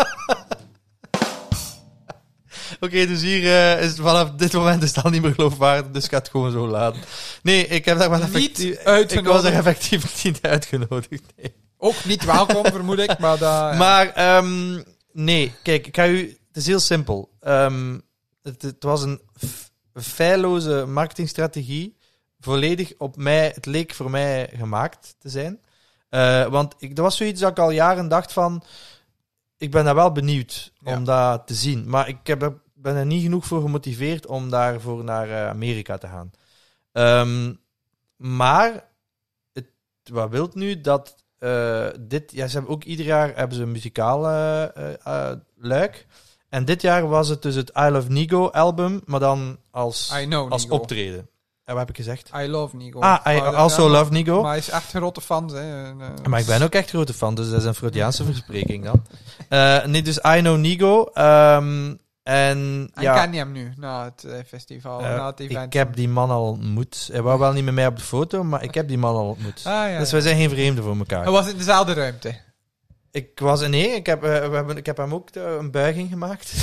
Speaker 1: Oké, dus hier eh, is het vanaf dit moment is het al niet meer geloofwaardig, dus ik ga het gewoon zo laten. Nee, ik heb daar wel
Speaker 2: Niet
Speaker 1: effectief... Ik was
Speaker 2: uitgenodigd.
Speaker 1: daar effectief niet uitgenodigd, nee.
Speaker 2: Ook niet welkom, vermoed ik, maar dat...
Speaker 1: Maar ehm, nee, kijk, ik ga u. Het is heel simpel. Ehm, het, het was een f- feilloze marketingstrategie. Volledig op mij, het leek voor mij gemaakt te zijn. Eh, want ik, er was zoiets dat ik al jaren dacht van. Ik ben daar wel benieuwd
Speaker 2: Ja.
Speaker 1: om dat te zien. Maar ik heb, er- ben er niet genoeg voor gemotiveerd om daarvoor naar eh, Amerika te gaan. Ehm, maar het, wat wilt nu dat eh, dit, ja, ze hebben ook ieder jaar hebben ze een muzikaal eh, eh, eh, luik. En dit jaar was het dus het I Love Nigo album, maar dan als,
Speaker 2: I know,
Speaker 1: als
Speaker 2: Nico.
Speaker 1: optreden. wat heb ik gezegd?
Speaker 2: I love Nico.
Speaker 1: ah, I
Speaker 2: Maar dat-
Speaker 1: also
Speaker 2: ja,
Speaker 1: love Nigo.
Speaker 2: Maar hij is echt grote fan. Hè. En, eh,
Speaker 1: Maar ik ben ook echt grote fan, dus dat is een Freudiaanse verspreking dan. Eh, nee, dus I know Nigo. ehm, en
Speaker 2: En
Speaker 1: ja,
Speaker 2: ken je hem nu, na het eh, festival,
Speaker 1: eh,
Speaker 2: na het event?
Speaker 1: ik heb die man al ontmoet. Hij wou wel niet met mij op de foto, maar ik heb die man al ontmoet.
Speaker 2: Ah, ja, Ah,
Speaker 1: Dus
Speaker 2: ja.
Speaker 1: wij zijn geen vreemden voor elkaar.
Speaker 2: Hij was in dezelfde ruimte. Ah,
Speaker 1: Ik was... Nee, ik heb, eh, we hebben, ik heb hem ook eh, een buiging gemaakt.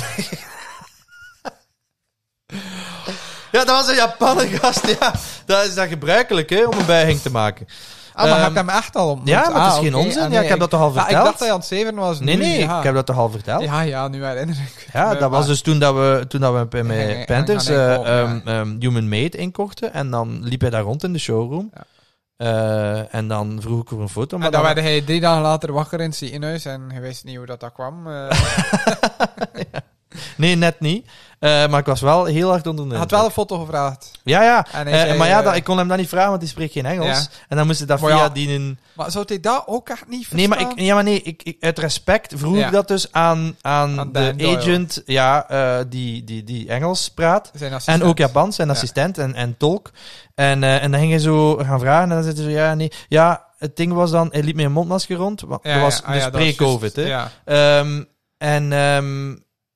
Speaker 1: ja, dat was een Japaner gast, ja. Dat is dat gebruikelijk, hè, om een buiging te maken.
Speaker 2: Ah, maar
Speaker 1: Ehm,
Speaker 2: heb ik hem echt al ontmoet?
Speaker 1: Ja, maar
Speaker 2: Ah,
Speaker 1: het is geen
Speaker 2: oké.
Speaker 1: onzin.
Speaker 2: Ah,
Speaker 1: ja,
Speaker 2: nee,
Speaker 1: ik heb dat toch al
Speaker 2: ah,
Speaker 1: verteld?
Speaker 2: ik dacht dat hij aan het zeven was.
Speaker 1: Nee,
Speaker 2: nu,
Speaker 1: nee,
Speaker 2: ja.
Speaker 1: ik heb dat toch al verteld?
Speaker 2: Ja, ja, nu herinner ik het
Speaker 1: Ja,
Speaker 2: me,
Speaker 1: dat was
Speaker 2: maar-
Speaker 1: dus toen dat we, toen dat we met
Speaker 2: Ging- ging
Speaker 1: Panthers
Speaker 2: aan
Speaker 1: eh,
Speaker 2: inkopen, ja.
Speaker 1: ehm, ehm, Human Made inkochten. En dan liep hij daar rond in de showroom.
Speaker 2: Ja.
Speaker 1: Eh, en dan vroeg ik voor een foto. Maar
Speaker 2: en dan
Speaker 1: dan-
Speaker 2: werd hij drie dagen later wakker in het ziekenhuis en je wist niet hoe dat, dat kwam. Eh
Speaker 1: Nee, net niet. Eh, maar ik was wel heel hard onder de
Speaker 2: hij had
Speaker 1: indruk.
Speaker 2: wel een foto gevraagd.
Speaker 1: Ja, ja.
Speaker 2: En hij
Speaker 1: Eh,
Speaker 2: zei,
Speaker 1: maar ja,
Speaker 2: eh,
Speaker 1: dat, ik kon hem dat niet vragen, want die spreekt geen Engels.
Speaker 2: Ja.
Speaker 1: En dan moest ik dat
Speaker 2: Maar
Speaker 1: via
Speaker 2: ja,
Speaker 1: die... een-
Speaker 2: Maar zou hij dat ook echt niet
Speaker 1: Nee,
Speaker 2: verstaan?
Speaker 1: maar, ik, ja, maar nee, ik, ik- uit respect vroeg
Speaker 2: Ja.
Speaker 1: ik dat dus aan, aan,
Speaker 2: Aan
Speaker 1: de
Speaker 2: Dan Doyle.
Speaker 1: agent ja, eh, die, die, die Engels praat.
Speaker 2: Zijn assistent.
Speaker 1: En ook Japans, zijn
Speaker 2: Ja.
Speaker 1: assistent en, en tolk. En, eh, en dan ging hij zo gaan vragen. En dan zei hij zo, ja, nee. Ja, het ding was dan, hij liep met een mondmasker rond. Want
Speaker 2: Ja,
Speaker 1: dat was
Speaker 2: ja, ah,
Speaker 1: dus
Speaker 2: ja, dat was
Speaker 1: pre-covid, hè.
Speaker 2: juist, Ja.
Speaker 1: Ehm, en ehm,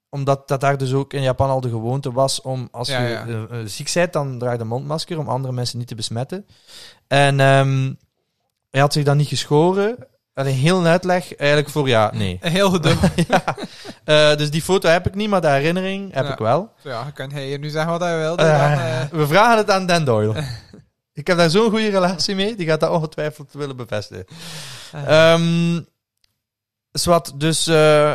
Speaker 1: omdat dat daar dus ook in Japan al de gewoonte was om, als
Speaker 2: Ja,
Speaker 1: je
Speaker 2: ja.
Speaker 1: eh, eh, ziek bent, dan draag je een mondmasker om andere mensen niet te besmetten. En ehm, hij had zich dan niet geschoren. En een heel uitleg eigenlijk voor, ja, nee.
Speaker 2: Heel gedum.
Speaker 1: ja. Eh, dus die foto heb ik niet, maar de herinnering heb
Speaker 2: Ja.
Speaker 1: ik wel.
Speaker 2: ja, je kunt hier nu zeggen wat hij wil. dus dan,
Speaker 1: Eh,
Speaker 2: eh,
Speaker 1: we vragen het aan Dan Doyle. ik heb daar zo'n goede relatie mee, die gaat dat ongetwijfeld willen bevestigen.
Speaker 2: Eh.
Speaker 1: Ehm zwart, dus eh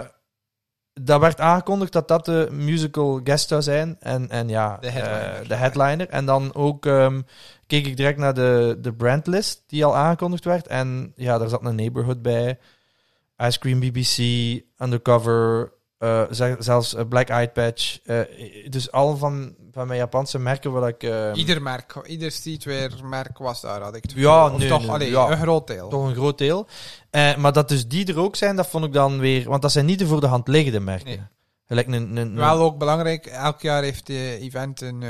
Speaker 1: dat werd aangekondigd dat dat de musical guest zou zijn. En, en ja,
Speaker 2: De headliner.
Speaker 1: eh, de headliner. En dan ook ehm, keek ik direct naar de, de brandlist die al aangekondigd werd. En ja, daar zat een neighborhood bij. Ice Cream BBC, Undercover, eh, ze- zelfs eh, Black Eyed Patch. eh, dus al van, van mijn Japanse merken wat ik... ehm,
Speaker 2: ieder merk, ieder streetwear merk was daar, had ik het
Speaker 1: Ja,
Speaker 2: gevoel. Of
Speaker 1: nee,
Speaker 2: toch,
Speaker 1: nee,
Speaker 2: allee,
Speaker 1: ja.
Speaker 2: een groot deel.
Speaker 1: toch een groot deel. Eh, maar dat dus die er ook zijn, dat vond ik dan weer... Want dat zijn niet de voor de hand liggende merken.
Speaker 2: Nee.
Speaker 1: Gelijk een, een, een-
Speaker 2: Wel ook belangrijk, elk jaar heeft de event een eh,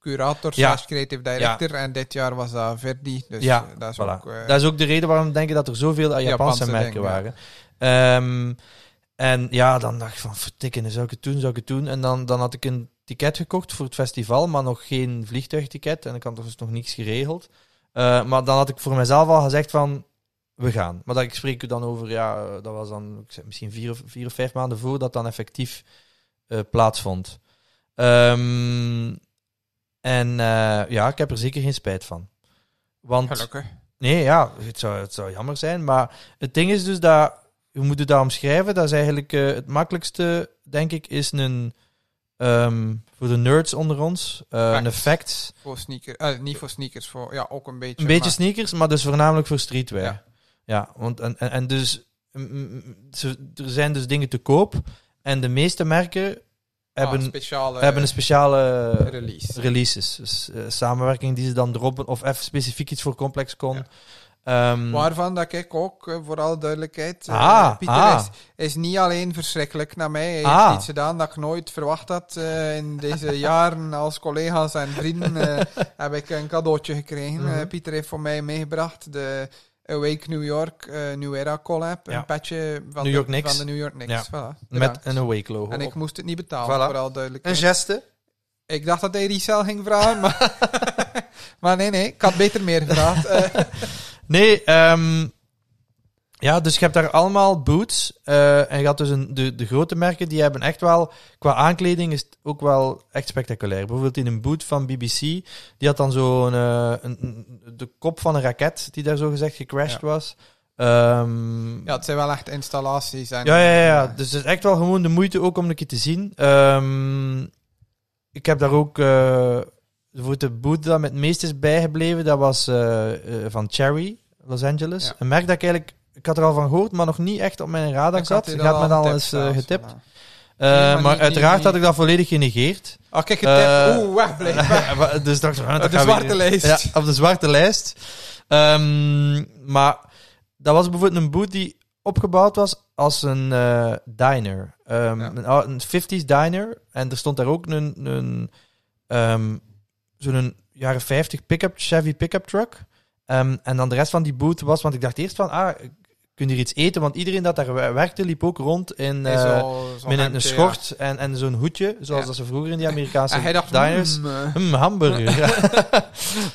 Speaker 2: curator,
Speaker 1: Ja.
Speaker 2: slash creative director. En dit jaar was dat Verdi. Dus
Speaker 1: Ja,
Speaker 2: eh, dat is
Speaker 1: Voilà.
Speaker 2: ook... eh,
Speaker 1: dat is ook de reden waarom we denken dat er zoveel Japanse,
Speaker 2: Japanse
Speaker 1: merken
Speaker 2: dingen, ja.
Speaker 1: waren. Ehm, en ja, dan dacht ik van, vertikken, zou ik het doen, zou ik het doen? En dan, dan had ik een ticket gekocht voor het festival, maar nog geen vliegtuigticket. En ik had dus nog niets geregeld. Eh, maar dan had ik voor mezelf al gezegd van, we gaan. Maar dat, ik spreek u dan over, ja, eh, dat was dan ik zeg, misschien vier of, vier of vijf maanden voor dat dan effectief eh, plaatsvond. Ehm, en eh, ja, ik heb er zeker geen spijt van. Want
Speaker 2: Gelukkig.
Speaker 1: Nee, ja, het zou, het zou jammer zijn. Maar het ding is dus dat, we moeten dat omschrijven, dat is eigenlijk eh, het makkelijkste, denk ik, is een, ehm, voor de nerds onder ons, eh, een
Speaker 2: Facts.
Speaker 1: effect.
Speaker 2: Voor sneakers. eh, niet voor sneakers, voor, ja, ook een beetje.
Speaker 1: Een beetje
Speaker 2: maar-
Speaker 1: sneakers, maar dus voornamelijk voor streetwear.
Speaker 2: Ja.
Speaker 1: Ja, want en, en, en dus, mm, mm, ze- er zijn dus dingen te koop en de meeste merken
Speaker 2: ah,
Speaker 1: hebben,
Speaker 2: speciale
Speaker 1: hebben een speciale
Speaker 2: release.
Speaker 1: releases. Dus, eh, samenwerking die ze dan droppen, of even specifiek iets voor Complex kon.
Speaker 2: Ja.
Speaker 1: Ehm,
Speaker 2: Waarvan dat ik ook, eh, voor alle duidelijkheid, eh,
Speaker 1: Ah,
Speaker 2: Pieter
Speaker 1: ah.
Speaker 2: Is, is niet alleen verschrikkelijk naar mij. Hij heeft
Speaker 1: Ah.
Speaker 2: iets gedaan dat ik nooit verwacht had. eh, in deze jaren als collega's en vrienden eh, heb ik een cadeautje gekregen.
Speaker 1: Mhm.
Speaker 2: Eh, Pieter heeft voor mij meegebracht de Awake New York eh, New Era collab.
Speaker 1: Ja.
Speaker 2: Een patje van,
Speaker 1: New
Speaker 2: de,
Speaker 1: York Knicks.
Speaker 2: van de New York Knicks. Voilà,
Speaker 1: met
Speaker 2: bedankt.
Speaker 1: een awake logo.
Speaker 2: en ik
Speaker 1: op.
Speaker 2: moest het niet betalen,
Speaker 1: Voilà.
Speaker 2: voor alle duidelijkheid.
Speaker 1: Een geste.
Speaker 2: Ik dacht dat hij resell ging vragen, maar, maar nee, nee, ik had beter meer gevraagd. Eh,
Speaker 1: Nee, ehm, ja, dus je hebt daar allemaal boots. eh, en je had dus een, de, de grote merken, die hebben echt wel... Qua aankleding is het ook wel echt spectaculair. Bijvoorbeeld in een boot van BBC, die had dan zo'n... eh, een- een- de kop van een raket, die daar zo gezegd gecrashed
Speaker 2: Ja.
Speaker 1: was. Ehm,
Speaker 2: ja, het zijn wel echt installaties. En, eh,
Speaker 1: ja, ja, ja, ja. Dus het is echt wel gewoon de moeite ook om een keer te zien. Ehm, ik heb daar ook eh, voor de boot dat me het meest is bijgebleven. Dat was eh, eh, van Cherry, Los Angeles.
Speaker 2: Ja.
Speaker 1: Een merk dat ik eigenlijk, ik had er al van gehoord, maar nog niet echt op mijn radar
Speaker 2: Ik
Speaker 1: zat.
Speaker 2: hier
Speaker 1: Je had me
Speaker 2: een
Speaker 1: dan al
Speaker 2: tip
Speaker 1: eens eh,
Speaker 2: zelfs,
Speaker 1: getipt.
Speaker 2: voilà.
Speaker 1: Eh,
Speaker 2: Nee, maar
Speaker 1: maar
Speaker 2: niet- niet-
Speaker 1: uiteraard
Speaker 2: niet-
Speaker 1: had ik dat volledig genegeerd.
Speaker 2: Oh, kijk,
Speaker 1: Eh,
Speaker 2: getipt. Oeh, weg, blijf weg.
Speaker 1: dus dacht ik, ah, dat
Speaker 2: Op de
Speaker 1: gaat
Speaker 2: zwarte
Speaker 1: weer-
Speaker 2: lijst.
Speaker 1: Ja, op de zwarte lijst. Ehm, maar dat was bijvoorbeeld een boot die opgebouwd was als een eh, diner. Ehm,
Speaker 2: Ja.
Speaker 1: Een, ou- een 50s diner. En er stond daar ook een, een ehm, zo'n jaren 50 pickup, Chevy pickup truck. Ehm, en dan de rest van die boot was, want ik dacht eerst van, ah, kun je hier iets eten? Want iedereen dat daar we- werkte liep ook rond in,
Speaker 2: Nee,
Speaker 1: eh,
Speaker 2: zo- zo'n
Speaker 1: met een-
Speaker 2: hemdje,
Speaker 1: een
Speaker 2: ja.
Speaker 1: schort en, en zo'n hoedje, zoals
Speaker 2: Ja.
Speaker 1: dat ze vroeger in die Amerikaanse
Speaker 2: En hij dacht,
Speaker 1: diners.
Speaker 2: mm, eh,
Speaker 1: Een hamburger.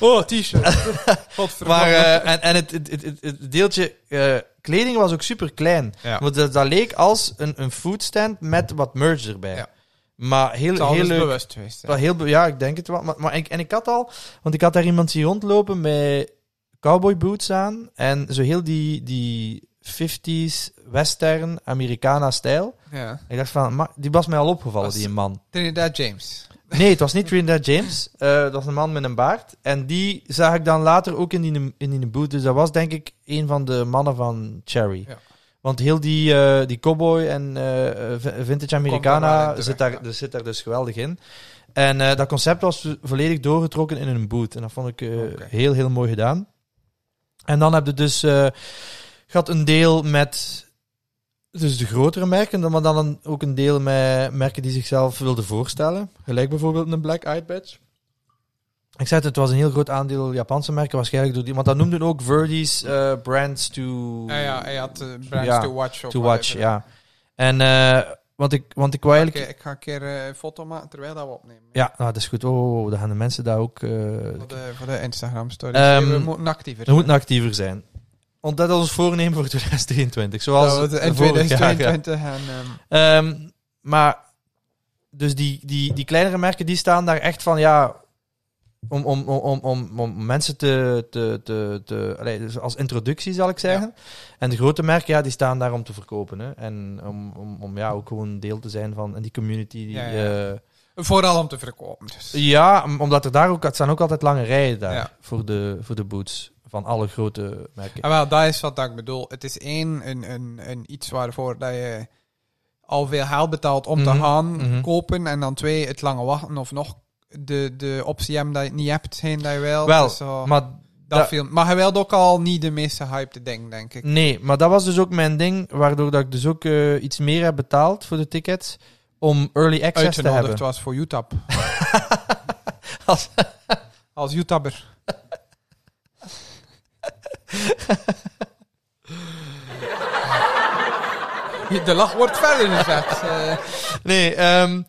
Speaker 2: oh, t-shirt.
Speaker 1: maar,
Speaker 2: Godverdomme.
Speaker 1: eh, en, en het, het, het, het- het deeltje eh, kleding was ook super klein.
Speaker 2: Ja.
Speaker 1: Want dat, dat leek als een, een foodstand met wat merch erbij.
Speaker 2: Ja.
Speaker 1: Maar
Speaker 2: het
Speaker 1: heel,
Speaker 2: zal
Speaker 1: heel
Speaker 2: dus
Speaker 1: leuk.
Speaker 2: bewust geweest zijn.
Speaker 1: Wel heel, be- ja, ik denk het wel. Maar, maar ik, en ik had al, want ik had daar iemand zien rondlopen met cowboy boots aan en zo heel die, die 50s western Americana stijl.
Speaker 2: Ja.
Speaker 1: En Ik dacht van, maar die was mij al opgevallen,
Speaker 2: Was-
Speaker 1: die man.
Speaker 2: Trinidad James.
Speaker 1: Nee, het was niet Trinidad James. Eh, dat was een man met een baard. En die zag ik dan later ook in die, in die boot. Dus dat was denk ik een van de mannen van Cherry.
Speaker 2: Ja.
Speaker 1: Want heel die, eh, die cowboy en eh, eh, vi- vintage
Speaker 2: daar wel in
Speaker 1: Americana
Speaker 2: terug,
Speaker 1: zit daar,
Speaker 2: ja.
Speaker 1: dus, zit daar dus geweldig in. En eh, dat concept was vo- volledig doorgetrokken in een boot. En dat vond ik eh,
Speaker 2: Oké.
Speaker 1: heel, heel mooi gedaan. En dan heb je dus... eh gaat een deel met... Dus de grotere merken, dan- maar dan een- ook een deel met merken die zichzelf wilden voorstellen. Gelijk bijvoorbeeld een Black Eyed Badge. Ik zei het, het was een heel groot aandeel Japanse merken waarschijnlijk. Door die, want dat noemden ook Verdi's eh, brands to...
Speaker 2: Ah ja, hij had eh, Brands
Speaker 1: Ja,
Speaker 2: to Watch. of
Speaker 1: To watch,
Speaker 2: whatever.
Speaker 1: ja. En, eh, want ik, want ik wou
Speaker 2: Ik,
Speaker 1: eigenlijk...
Speaker 2: eh, ik ga een keer eh, een foto maken terwijl dat we opnemen.
Speaker 1: Ja, nou, dat is goed. Oh, oh, oh, dan gaan de mensen daar ook... eh
Speaker 2: Voor de, voor de Instagram-story.
Speaker 1: Ehm,
Speaker 2: we moeten actiever
Speaker 1: er
Speaker 2: zijn.
Speaker 1: moet actiever zijn. Want dat is ons voornemen voor 2023. Zoals
Speaker 2: Dat we het Nou, in
Speaker 1: vorig jaar, ja.
Speaker 2: 2022 gaan... ehm,
Speaker 1: Ehm, maar dus die, die, die kleinere merken die staan daar echt van ja. Om, om, om, om, om, om mensen te. te, te, te allee, dus als introductie zal ik zeggen. En de grote merken ja, die staan daar om te verkopen. Hè. En om, om, om ja, ook gewoon deel te zijn van en die community. die,
Speaker 2: Ja,
Speaker 1: eh,
Speaker 2: ja.
Speaker 1: ja,
Speaker 2: ehm, vooral om te verkopen. Dus.
Speaker 1: om- omdat er daar ook. Het staan ook altijd lange rijen daar
Speaker 2: Ja.
Speaker 1: voor, de, voor de boots van alle grote merken.
Speaker 2: Ah, wel, dat is wat dat ik bedoel. Het is één, een, een, een iets waarvoor dat je al veel geld betaalt om
Speaker 1: Mhm,
Speaker 2: te gaan
Speaker 1: mhm.
Speaker 2: kopen. En dan twee, het lange wachten of nog de, de optie hebben dat je het niet hebt, geen dat je wilt.
Speaker 1: Wel,
Speaker 2: Dus zo,
Speaker 1: Maar
Speaker 2: dat
Speaker 1: dat-
Speaker 2: viel. Maar je wilt ook al niet de meeste hype ding, denk ik.
Speaker 1: Nee, maar dat was dus ook mijn ding, waardoor dat ik dus ook eh, iets meer heb betaald voor de tickets om early access te
Speaker 2: Uitgenodigd
Speaker 1: hebben.
Speaker 2: was voor UTAP.
Speaker 1: Als-
Speaker 2: Als UTAPper. De lach wordt verder gezet. Eh,
Speaker 1: Nee, ehm,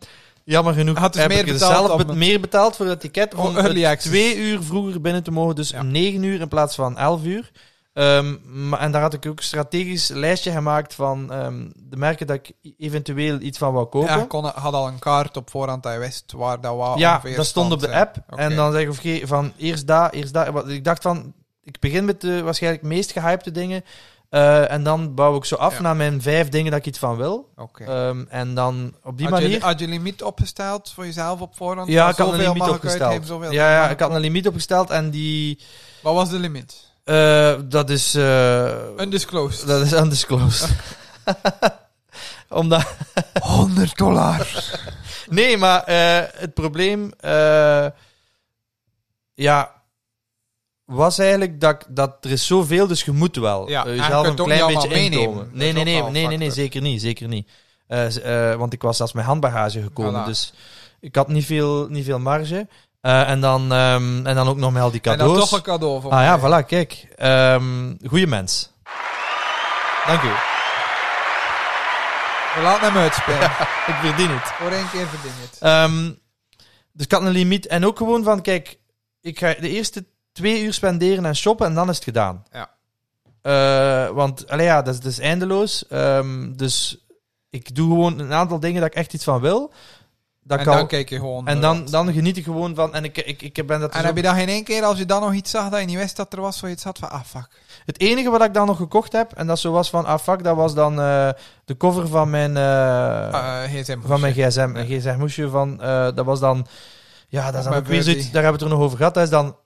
Speaker 1: jammer genoeg
Speaker 2: Had dus
Speaker 1: heb
Speaker 2: meer
Speaker 1: ik dus
Speaker 2: betaald
Speaker 1: zelf
Speaker 2: dan-
Speaker 1: be- meer betaald voor dat ticket
Speaker 2: Voor
Speaker 1: om
Speaker 2: early
Speaker 1: het
Speaker 2: access.
Speaker 1: twee uur vroeger binnen te mogen, dus
Speaker 2: Ja.
Speaker 1: om negen uur in plaats van elf uur. Ehm, maar, en daar had ik ook een strategisch lijstje gemaakt van ehm, de merken dat ik eventueel iets van wou kopen.
Speaker 2: Ja, kon, had al een kaart op voorhand, hij wist waar dat was.
Speaker 1: ja,
Speaker 2: Oh, ongeveer
Speaker 1: dat stond op de
Speaker 2: stond,
Speaker 1: app.
Speaker 2: hè. Oké.
Speaker 1: En dan zeg ik of ge- van eerst daar, eerst daar. Want Ik dacht van, ik begin met de waarschijnlijk meest gehypte dingen. eh, en dan bouw ik zo af
Speaker 2: Ja.
Speaker 1: naar mijn vijf dingen dat ik iets van wil.
Speaker 2: Oké.
Speaker 1: Ehm, en dan op die
Speaker 2: had
Speaker 1: manier.
Speaker 2: Je, had je limiet opgesteld voor jezelf op voorhand?
Speaker 1: ja,
Speaker 2: Van
Speaker 1: ik had een
Speaker 2: zoveel
Speaker 1: limiet
Speaker 2: mag ik
Speaker 1: opgesteld.
Speaker 2: uitgeven, zoveel
Speaker 1: ja,
Speaker 2: mag
Speaker 1: ja,
Speaker 2: ik-
Speaker 1: ik had een limiet opgesteld en die.
Speaker 2: Wat was de limiet?
Speaker 1: eh, dat is. eh,
Speaker 2: Undisclosed.
Speaker 1: dat is undisclosed. Omdat.
Speaker 2: 100 dollar.
Speaker 1: Nee, maar eh, het probleem. eh, ja. Was eigenlijk dat, ik- dat er is zoveel, dus je moet wel.
Speaker 2: Ja,
Speaker 1: Eh,
Speaker 2: en je
Speaker 1: jezelf een
Speaker 2: kunt ook
Speaker 1: klein
Speaker 2: niet
Speaker 1: beetje
Speaker 2: allemaal meenemen.
Speaker 1: inkomen.
Speaker 2: Dat
Speaker 1: Nee,
Speaker 2: is
Speaker 1: nee,
Speaker 2: ook
Speaker 1: nee,
Speaker 2: al een
Speaker 1: nee, nee, nee,
Speaker 2: factor.
Speaker 1: zeker niet. Zeker niet. Eh, z- eh, want ik was zelfs met handbagage gekomen,
Speaker 2: Voilà.
Speaker 1: dus ik had niet veel, niet veel marge. Eh, en, dan, ehm, en dan ook nog met al die
Speaker 2: En dan
Speaker 1: cadeaus.
Speaker 2: toch een cadeau voor
Speaker 1: ah ja,
Speaker 2: mij.
Speaker 1: voilà, kijk. Ehm goeie mens. Dank u.
Speaker 2: We laten hem uitspelen.
Speaker 1: Ik verdien het.
Speaker 2: Voor één keer verdien je het.
Speaker 1: Ehm, dus ik had een limiet. En ook gewoon van, kijk, ik ga de eerste twee uur spenderen en shoppen en dan is het gedaan.
Speaker 2: Ja.
Speaker 1: Eh, want, allee, ja, dat is, dat is eindeloos. Ehm, dus ik doe gewoon een aantal dingen dat ik echt iets van wil. Dat
Speaker 2: en
Speaker 1: kan,
Speaker 2: dan kijk je gewoon.
Speaker 1: en
Speaker 2: door.
Speaker 1: dan, dan geniet ik gewoon van... En ik, ik, ik ben dat dus
Speaker 2: en heb
Speaker 1: ook-
Speaker 2: je dan geen één keer, als je dan nog iets zag dat je niet wist dat er was, voor je iets had van, ah fuck.
Speaker 1: Het enige wat ik dan nog gekocht heb, en dat zo was van, ah fuck, dat was dan eh, de cover van mijn... eh,
Speaker 2: Eh gsm.
Speaker 1: van mijn gsm.
Speaker 2: Ja.
Speaker 1: Een gsm-moesje van... eh, dat was dan... Ja, dat is dan
Speaker 2: Bij
Speaker 1: ook weer zoiets...
Speaker 2: Birdie.
Speaker 1: Daar hebben we het er nog over gehad. Dat is dan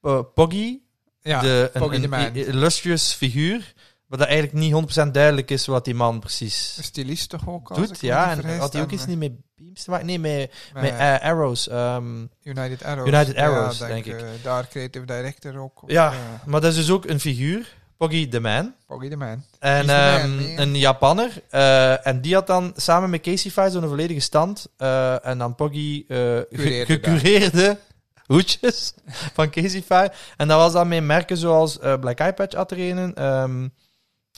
Speaker 1: eh, Poggy.
Speaker 2: Ja,
Speaker 1: de,
Speaker 2: Poggy
Speaker 1: een,
Speaker 2: de
Speaker 1: een
Speaker 2: man.
Speaker 1: illustrious figuur. Wat dat eigenlijk niet 100% duidelijk is wat die man precies
Speaker 2: stylist toch ook? als
Speaker 1: doet.
Speaker 2: ik me
Speaker 1: Ja,
Speaker 2: niet
Speaker 1: en
Speaker 2: vergis,
Speaker 1: had hij ook
Speaker 2: dan,
Speaker 1: iets niet met beams te maken? Nee, met,
Speaker 2: eh,
Speaker 1: met eh, arrows. ehm.
Speaker 2: United Arrows.
Speaker 1: United Arrows, denk
Speaker 2: eh, daar creative director ook.
Speaker 1: Ja.
Speaker 2: eh,
Speaker 1: maar dat is dus ook een figuur. Poggy the Man.
Speaker 2: Poggy de Man.
Speaker 1: En
Speaker 2: Is de man,
Speaker 1: ehm,
Speaker 2: nee.
Speaker 1: een Japanner. eh, en die had dan samen met Casey Fies een volledige stand. eh, en dan Poggy eh, ge-
Speaker 2: Cureerde daar.
Speaker 1: gecureerde hoedjes van Casey Fair. En dat was dan met merken zoals eh, Black Eye Patch had er een, ehm,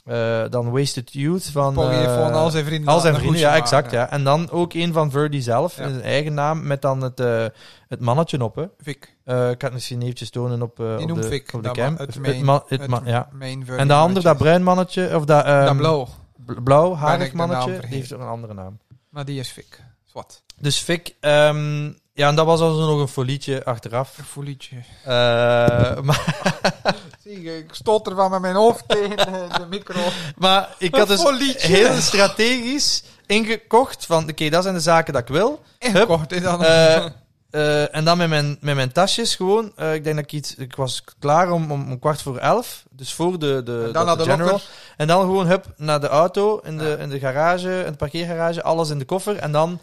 Speaker 1: eh, dan Wasted Youth van...
Speaker 2: Poggy heeft
Speaker 1: eh,
Speaker 2: gewoon al zijn vrienden.
Speaker 1: al zijn
Speaker 2: laten
Speaker 1: vrienden,
Speaker 2: hoedje
Speaker 1: ja,
Speaker 2: maken.
Speaker 1: exact. Ja. En dan ook een van Verdi zelf,
Speaker 2: Ja.
Speaker 1: in zijn eigen naam, met dan het, eh, het mannetje op. Hè.
Speaker 2: Vic.
Speaker 1: Eh, ik kan het misschien eventjes tonen op, eh,
Speaker 2: Die nou
Speaker 1: op
Speaker 2: noemt
Speaker 1: de,
Speaker 2: Vic.
Speaker 1: op de
Speaker 2: dat
Speaker 1: cam.
Speaker 2: ma- Het main.
Speaker 1: ma- het
Speaker 2: het
Speaker 1: ma- ja.
Speaker 2: main
Speaker 1: En de andere, dat
Speaker 2: version.
Speaker 1: bruin mannetje, of dat, ehm,
Speaker 2: Dat blauw.
Speaker 1: bl- blauwharig
Speaker 2: Ben ik de naam
Speaker 1: mannetje, die
Speaker 2: vergeten.
Speaker 1: heeft ook een andere naam.
Speaker 2: Maar die is Vic. Zwat.
Speaker 1: Dus Fik, ehm, ja, en dat was also nog een folietje achteraf.
Speaker 2: Een folietje.
Speaker 1: Eh, maar,
Speaker 2: Zie, ik stotter van met mijn hoofd tegen eh, de micro.
Speaker 1: maar ik had
Speaker 2: Een
Speaker 1: dus
Speaker 2: folietje.
Speaker 1: heel strategisch ingekocht van, oké, dat zijn de zaken dat ik wil. Hup.
Speaker 2: Ingekocht is dan.
Speaker 1: Eh, eh, en dan met mijn, met mijn tasjes gewoon. Eh, ik denk dat ik iets... Ik was klaar om, om, om kwart voor elf. Dus voor de, de,
Speaker 2: En dan naar de
Speaker 1: general.
Speaker 2: lokker.
Speaker 1: En dan gewoon hup, naar de auto, in de,
Speaker 2: Ja.
Speaker 1: in de garage, in de parkeergarage. Alles in de koffer. En dan...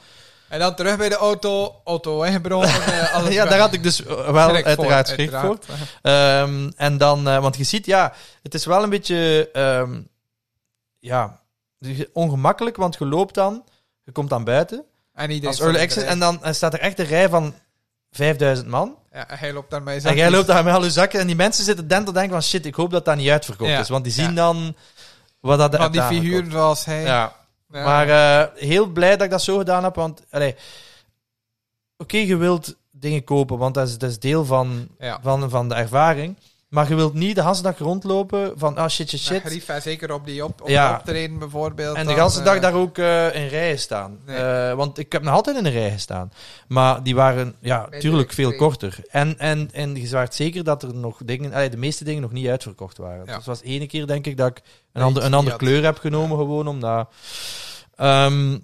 Speaker 2: En dan terug bij de auto. Auto ingebroken. eh, alles
Speaker 1: ja,
Speaker 2: weg.
Speaker 1: daar had ik dus eh, wel
Speaker 2: Schrik voor,
Speaker 1: uiteraard schrik voor.
Speaker 2: uiteraard.
Speaker 1: Ehm, en dan, eh, want je ziet, ja, het is wel een beetje ehm, ja, ongemakkelijk, want je loopt dan, je komt dan buiten
Speaker 2: En iedereen
Speaker 1: als
Speaker 2: staat
Speaker 1: early
Speaker 2: erbij.
Speaker 1: access en dan eh, staat er echt een rij van 5000 man.
Speaker 2: Ja, en hij loopt daarmee.
Speaker 1: En jij loopt daar met al je zakken en die mensen zitten dan te denken van shit, ik hoop dat dat niet uitverkocht
Speaker 2: Ja.
Speaker 1: is, want die
Speaker 2: Ja.
Speaker 1: zien dan wat dat
Speaker 2: Van die
Speaker 1: uiteindelijk
Speaker 2: figuur
Speaker 1: wordt.
Speaker 2: zoals hij.
Speaker 1: Ja.
Speaker 2: Ja.
Speaker 1: Maar eh, heel blij dat ik dat zo gedaan heb, want allee, oké, je wilt dingen kopen, want dat is, dat is deel van,
Speaker 2: Ja.
Speaker 1: van, van de ervaring. Maar je wilt niet de hele dag rondlopen van ah shit, shit,
Speaker 2: Met
Speaker 1: shit.
Speaker 2: Grief, hè, Nou, zeker op die op, op
Speaker 1: Ja.
Speaker 2: optreden bijvoorbeeld.
Speaker 1: En de
Speaker 2: dan,
Speaker 1: hele
Speaker 2: eh,
Speaker 1: dag daar ook eh, in rijen staan.
Speaker 2: Nee.
Speaker 1: Eh, want ik heb nog altijd in een rij gestaan. Maar die waren, ja,
Speaker 2: Minder
Speaker 1: tuurlijk veel
Speaker 2: extreem.
Speaker 1: korter. En, en, en je waart zeker dat er nog dingen, allee, de meeste dingen nog niet uitverkocht waren.
Speaker 2: Ja.
Speaker 1: Dus het was de ene keer, denk ik, dat ik een,
Speaker 2: iets
Speaker 1: ander, een
Speaker 2: niet
Speaker 1: andere
Speaker 2: had.
Speaker 1: kleur heb genomen, gewoon omdat... Ehm,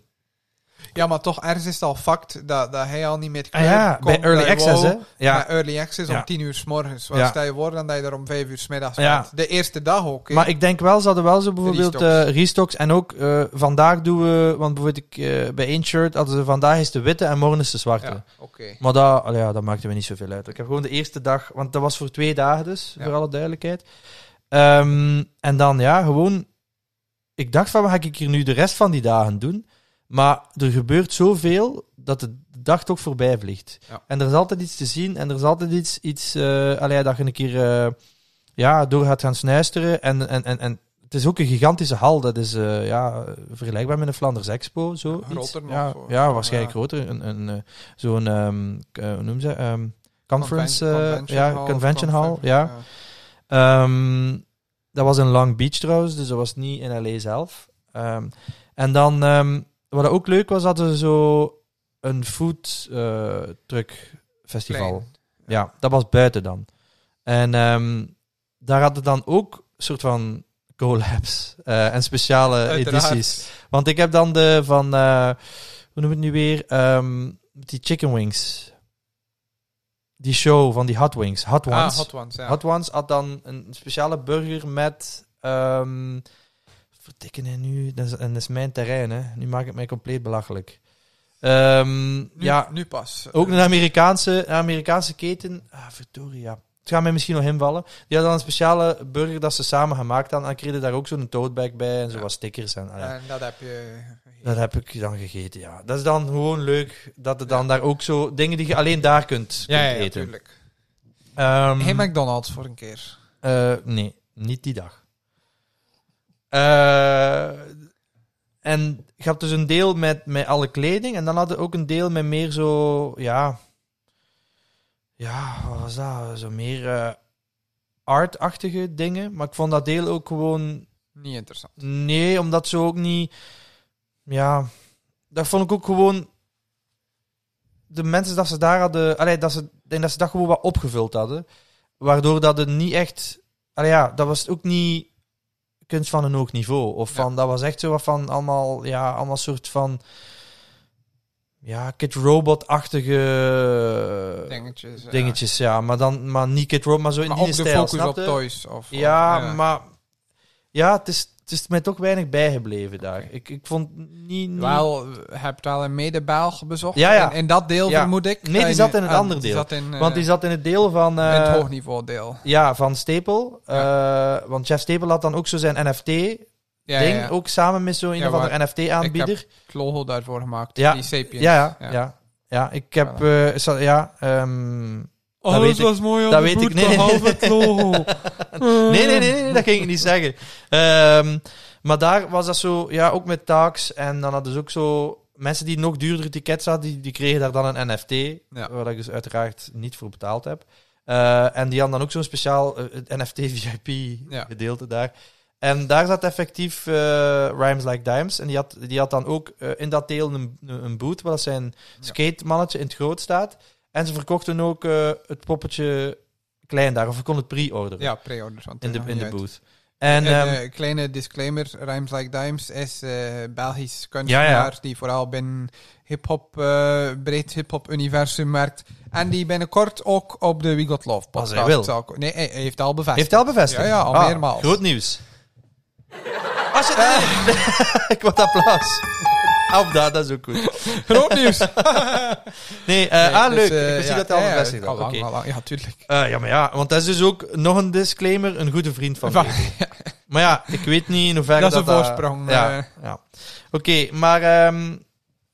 Speaker 2: Ja, maar toch, ergens is het al fact dat, dat hij al niet meer
Speaker 1: Ah ja, bij Early Access, hè?
Speaker 2: Ja.
Speaker 1: Ja.
Speaker 2: early access
Speaker 1: Ja.
Speaker 2: om tien uur s morgens.
Speaker 1: Ja.
Speaker 2: Waar stel je voor dan dat je er om vijf uur s middags
Speaker 1: Ja.
Speaker 2: bent? De eerste dag ook. hè.
Speaker 1: Maar ik denk wel, ze hadden wel zo bijvoorbeeld eh
Speaker 2: Restocks.
Speaker 1: restocks. En ook eh, vandaag doen we, want bijvoorbeeld ik, eh, bij één shirt hadden ze vandaag is de witte en morgen is de zwarte.
Speaker 2: Ja, oké.
Speaker 1: Maar dat, allee, ja, dat maakte me niet zoveel uit. Ik heb gewoon de eerste dag, want dat was voor twee dagen dus,
Speaker 2: Ja.
Speaker 1: voor alle duidelijkheid. Ehm, en dan ja, gewoon, ik dacht van, wat ga ik hier nu de rest van die dagen doen? Maar er gebeurt zoveel dat de dag toch voorbij vliegt.
Speaker 2: Ja.
Speaker 1: En er is altijd iets te zien en er is altijd iets, iets eh, allee, dat je een keer eh, ja, door gaat gaan snuisteren. En, en, en, en het is ook een gigantische hal, dat is eh, ja, vergelijkbaar met een Flanders Expo. Zo,
Speaker 2: Groter
Speaker 1: iets.
Speaker 2: nog,
Speaker 1: ja,
Speaker 2: zo.
Speaker 1: ja, waarschijnlijk
Speaker 2: Ja.
Speaker 1: groter. Een, een, eh, zo'n ehm, k- eh, hoe noem ze ehm, conference
Speaker 2: Conven-
Speaker 1: eh,
Speaker 2: convention
Speaker 1: ja
Speaker 2: hall,
Speaker 1: convention hall
Speaker 2: confer-
Speaker 1: ja Ehm, dat was in Long Beach trouwens dus dat was niet in LA zelf Ehm, en dan ehm, wat ook leuk was dat er zo een food eh, truck festival
Speaker 2: Plein.
Speaker 1: ja dat was buiten dan en ehm, daar hadden dan ook soort van collabs eh, en speciale
Speaker 2: Uiteraard.
Speaker 1: edities want ik heb dan de van, eh, hoe noem ik het nu weer? Ehm, die Chicken Wings. Die show van die Hot Wings. Hot Ones.
Speaker 2: Ah,
Speaker 1: hot,
Speaker 2: hot ones, ja.
Speaker 1: Ones had dan een speciale burger met. ehm verdikken hè, nu, dat is, en dat is mijn terrein, hè? Nu maak ik mij compleet belachelijk. Ehm,
Speaker 2: nu,
Speaker 1: ja,
Speaker 2: nu pas.
Speaker 1: ook een Amerikaanse, een Amerikaanse keten. Ah, verdorie, ja. Het gaat mij misschien nog invallen. Die had dan een speciale burger dat ze samen gemaakt hadden. En kregen daar ook zo'n tote bag bij en zo
Speaker 2: Ja.
Speaker 1: wat stickers. En, ah, ja.
Speaker 2: En dat heb je...
Speaker 1: Dat heb ik dan gegeten, ja. Dat is dan gewoon leuk dat er dan daar ook zo dingen die je alleen daar kunt,
Speaker 2: Ja,
Speaker 1: kunt
Speaker 2: ja, ja,
Speaker 1: eten.
Speaker 2: tuurlijk.
Speaker 1: Ehm,
Speaker 2: Geen McDonald's voor een keer.
Speaker 1: eh, nee, niet die dag. Eh, en je had dus een deel met, met alle kleding en dan had je ook een deel met meer zo, ja, ja, wat was dat? Zo meer eh, artachtige dingen. Maar ik vond dat deel ook gewoon
Speaker 2: Niet interessant.
Speaker 1: Nee, omdat ze ook niet. Ja, dat vond ik ook gewoon. De mensen dat ze daar hadden. Allee, dat ze, ik denk dat ze dat gewoon wat opgevuld hadden. Waardoor dat het niet echt. Allee, ja, dat was ook niet kunst van een hoog niveau. Of van, dat was echt zo wat van allemaal. Ja, allemaal soort van. Ja, Kid Robot-achtige
Speaker 2: Dingetjes. eh. ja.
Speaker 1: Eh, dingetjes. Ja, maar dan. Maar niet Kid Robot, maar zo in
Speaker 2: Maar
Speaker 1: die
Speaker 2: ook de
Speaker 1: stijl.
Speaker 2: focus op
Speaker 1: snapte?
Speaker 2: toys. Of, of-
Speaker 1: Ja, maar ja, het is, het is mij toch weinig bijgebleven daar.
Speaker 2: Oké.
Speaker 1: Ik, ik vond niet. niet-
Speaker 2: Wel, je hebt wel een medebelg bezocht.
Speaker 1: Ja, ja.
Speaker 2: In, in dat deel
Speaker 1: Ja.
Speaker 2: vermoed ik.
Speaker 1: Nee, die zat in het andere deel.
Speaker 2: Zat in, eh,
Speaker 1: want die zat in het deel van. eh,
Speaker 2: in het hoogniveau deel.
Speaker 1: ja, van Stapel. Eh, want Jeff Stapel had dan ook zo zijn NFT-ding.
Speaker 2: Ja, ja, ja.
Speaker 1: Ook samen met zo'n een
Speaker 2: Ja,
Speaker 1: of ander
Speaker 2: ik
Speaker 1: NFT-aanbieder.
Speaker 2: het logo daarvoor gemaakt.
Speaker 1: Ja.
Speaker 2: Die sapiens.
Speaker 1: Ja, ja, ja. ja. ik heb. eh, zo- ja, ehm, dat
Speaker 2: Alles
Speaker 1: weet ik.
Speaker 2: Oh, was mooi op
Speaker 1: Dat
Speaker 2: de
Speaker 1: weet ik.
Speaker 2: boert,
Speaker 1: Nee, nee,
Speaker 2: behalve
Speaker 1: nee.
Speaker 2: het logo.
Speaker 1: Nee, nee, nee, nee, nee, dat ging ik niet zeggen. Ehm, maar daar was dat zo, ja, ook met taaks. En dan hadden ze ook zo... Mensen die nog duurdere tickets hadden, die, die kregen daar dan een NFT.
Speaker 2: Ja.
Speaker 1: Waar ik dus uiteraard niet voor betaald heb. Eh, en die hadden dan ook zo'n speciaal eh,
Speaker 2: Ja.
Speaker 1: NFT-VIP-gedeelte daar. En daar zat effectief eh, Rhymes Like Dimes. En die had, die had dan ook eh, in dat deel een, een boot, waar dat zijn skate-mannetje in het groot staat. En ze verkochten ook eh, het poppetje klein daar, of je kon het pre-orderen
Speaker 2: Ja, pre-orders. want
Speaker 1: in de,
Speaker 2: dat maakt
Speaker 1: in de
Speaker 2: niet uit.
Speaker 1: booth. En, ehm,
Speaker 2: eh, kleine disclaimer, Rhymes Like Dimes is eh Belgisch
Speaker 1: Ja,
Speaker 2: kunstenaar
Speaker 1: ja.
Speaker 2: die vooral binnen hip-hop, eh, breed hip-hop universum werkt. En die binnenkort ook op de We Got Love
Speaker 1: Als
Speaker 2: podcast
Speaker 1: hij wil.
Speaker 2: zal ko- Nee, hij, hij heeft al bevestigd.
Speaker 1: heeft hij al bevestigd?
Speaker 2: Ja, ja, al
Speaker 1: Ah,
Speaker 2: meermaals.
Speaker 1: Groot nieuws. Als je Ik word applaus. Of dat, dat is ook goed.
Speaker 2: Groot nieuws!
Speaker 1: Nee, eh,
Speaker 2: Nee,
Speaker 1: ah,
Speaker 2: dus,
Speaker 1: leuk.
Speaker 2: eh,
Speaker 1: ik wist
Speaker 2: ja,
Speaker 1: niet dat hij
Speaker 2: ja,
Speaker 1: al
Speaker 2: ja,
Speaker 1: bevestigd
Speaker 2: al
Speaker 1: had.
Speaker 2: lang,
Speaker 1: Oké.
Speaker 2: al lang. Ja, tuurlijk.
Speaker 1: Eh, ja, maar ja, want dat is dus ook nog een disclaimer: een goede vriend van
Speaker 2: Van-
Speaker 1: mij. Maar ja, ik weet niet in hoeverre
Speaker 2: Dat
Speaker 1: dat
Speaker 2: is een voorsprong,
Speaker 1: ja,
Speaker 2: eh.
Speaker 1: ja. Oké, maar ehm,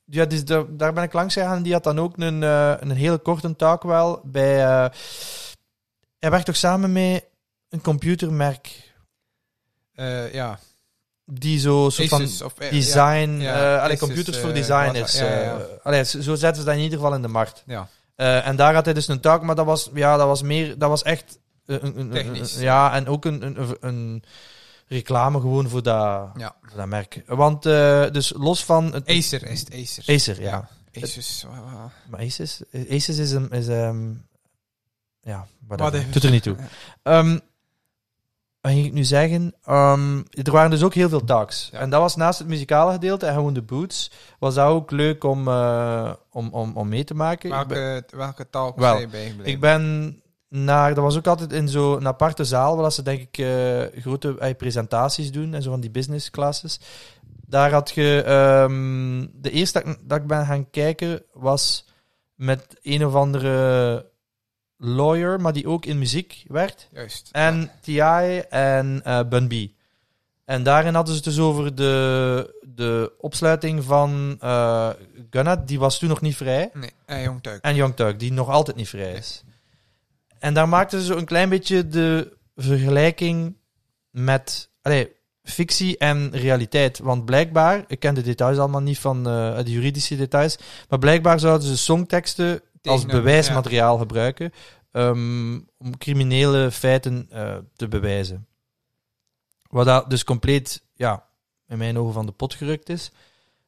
Speaker 1: ja, dus da- daar ben ik langs gegaan. en Die had dan ook een, eh, een hele korte taak wel. Bij, eh, hij werkt toch samen met een computermerk
Speaker 2: Eh, ja.
Speaker 1: die zo soort van
Speaker 2: Asus of, eh, ja.
Speaker 1: design, eh
Speaker 2: ja,
Speaker 1: allee,
Speaker 2: Asus,
Speaker 1: computers voor
Speaker 2: eh,
Speaker 1: designers.
Speaker 2: wat- ja, ja, ja.
Speaker 1: eh, allee, zo zo zetten ze dat in ieder geval in de markt.
Speaker 2: Ja.
Speaker 1: Eh, en daar had hij dus een taak, maar dat was, ja, dat was meer, dat was echt eh, een, een- een-
Speaker 2: Technisch.
Speaker 1: een- ja, en ook een, een, een reclame gewoon voor dat,
Speaker 2: Ja.
Speaker 1: voor dat merk. Want eh, dus los van het
Speaker 2: Acer is het Acer.
Speaker 1: Acer, ja.
Speaker 2: Asus. wa- wa-
Speaker 1: Maar Aces, Aces is een, is ehm ja, whatever.
Speaker 2: Whatever.
Speaker 1: Doet er niet toe. Ehm, wat ging ik nu zeggen? Ehm, er waren dus ook heel veel talks.
Speaker 2: Ja.
Speaker 1: En dat was naast het muzikale gedeelte en gewoon de boots. Was dat ook leuk om, eh, om, om, om mee te maken. Ik ben-
Speaker 2: Welke, welke taal
Speaker 1: Wel,
Speaker 2: ben je bijgebleven?
Speaker 1: ik ben naar, dat was ook altijd in zo'n aparte zaal, waar dat ze denk ik eh, grote eh, presentaties doen en zo van die business classes. Daar had je, ehm, de eerste dat ik, dat ik ben gaan kijken was met een of andere lawyer, maar die ook in muziek werkt.
Speaker 2: Juist.
Speaker 1: En T.I. en eh Bun B. En daarin hadden ze het dus over de, de opsluiting van eh Gunna, die was toen nog niet vrij.
Speaker 2: Nee, eh, Jong Tuik.
Speaker 1: En Young Turk, die nog altijd niet vrij is. En daar maakten ze zo een klein beetje de vergelijking met allee, fictie en realiteit. Want blijkbaar, ik ken de details allemaal niet van eh, de juridische details, maar blijkbaar zouden ze songteksten als
Speaker 2: Tegen-
Speaker 1: bewijsmateriaal gebruiken ehm, om criminele feiten eh, te bewijzen. Wat dat dus compleet, ja, in mijn ogen van de pot gerukt is.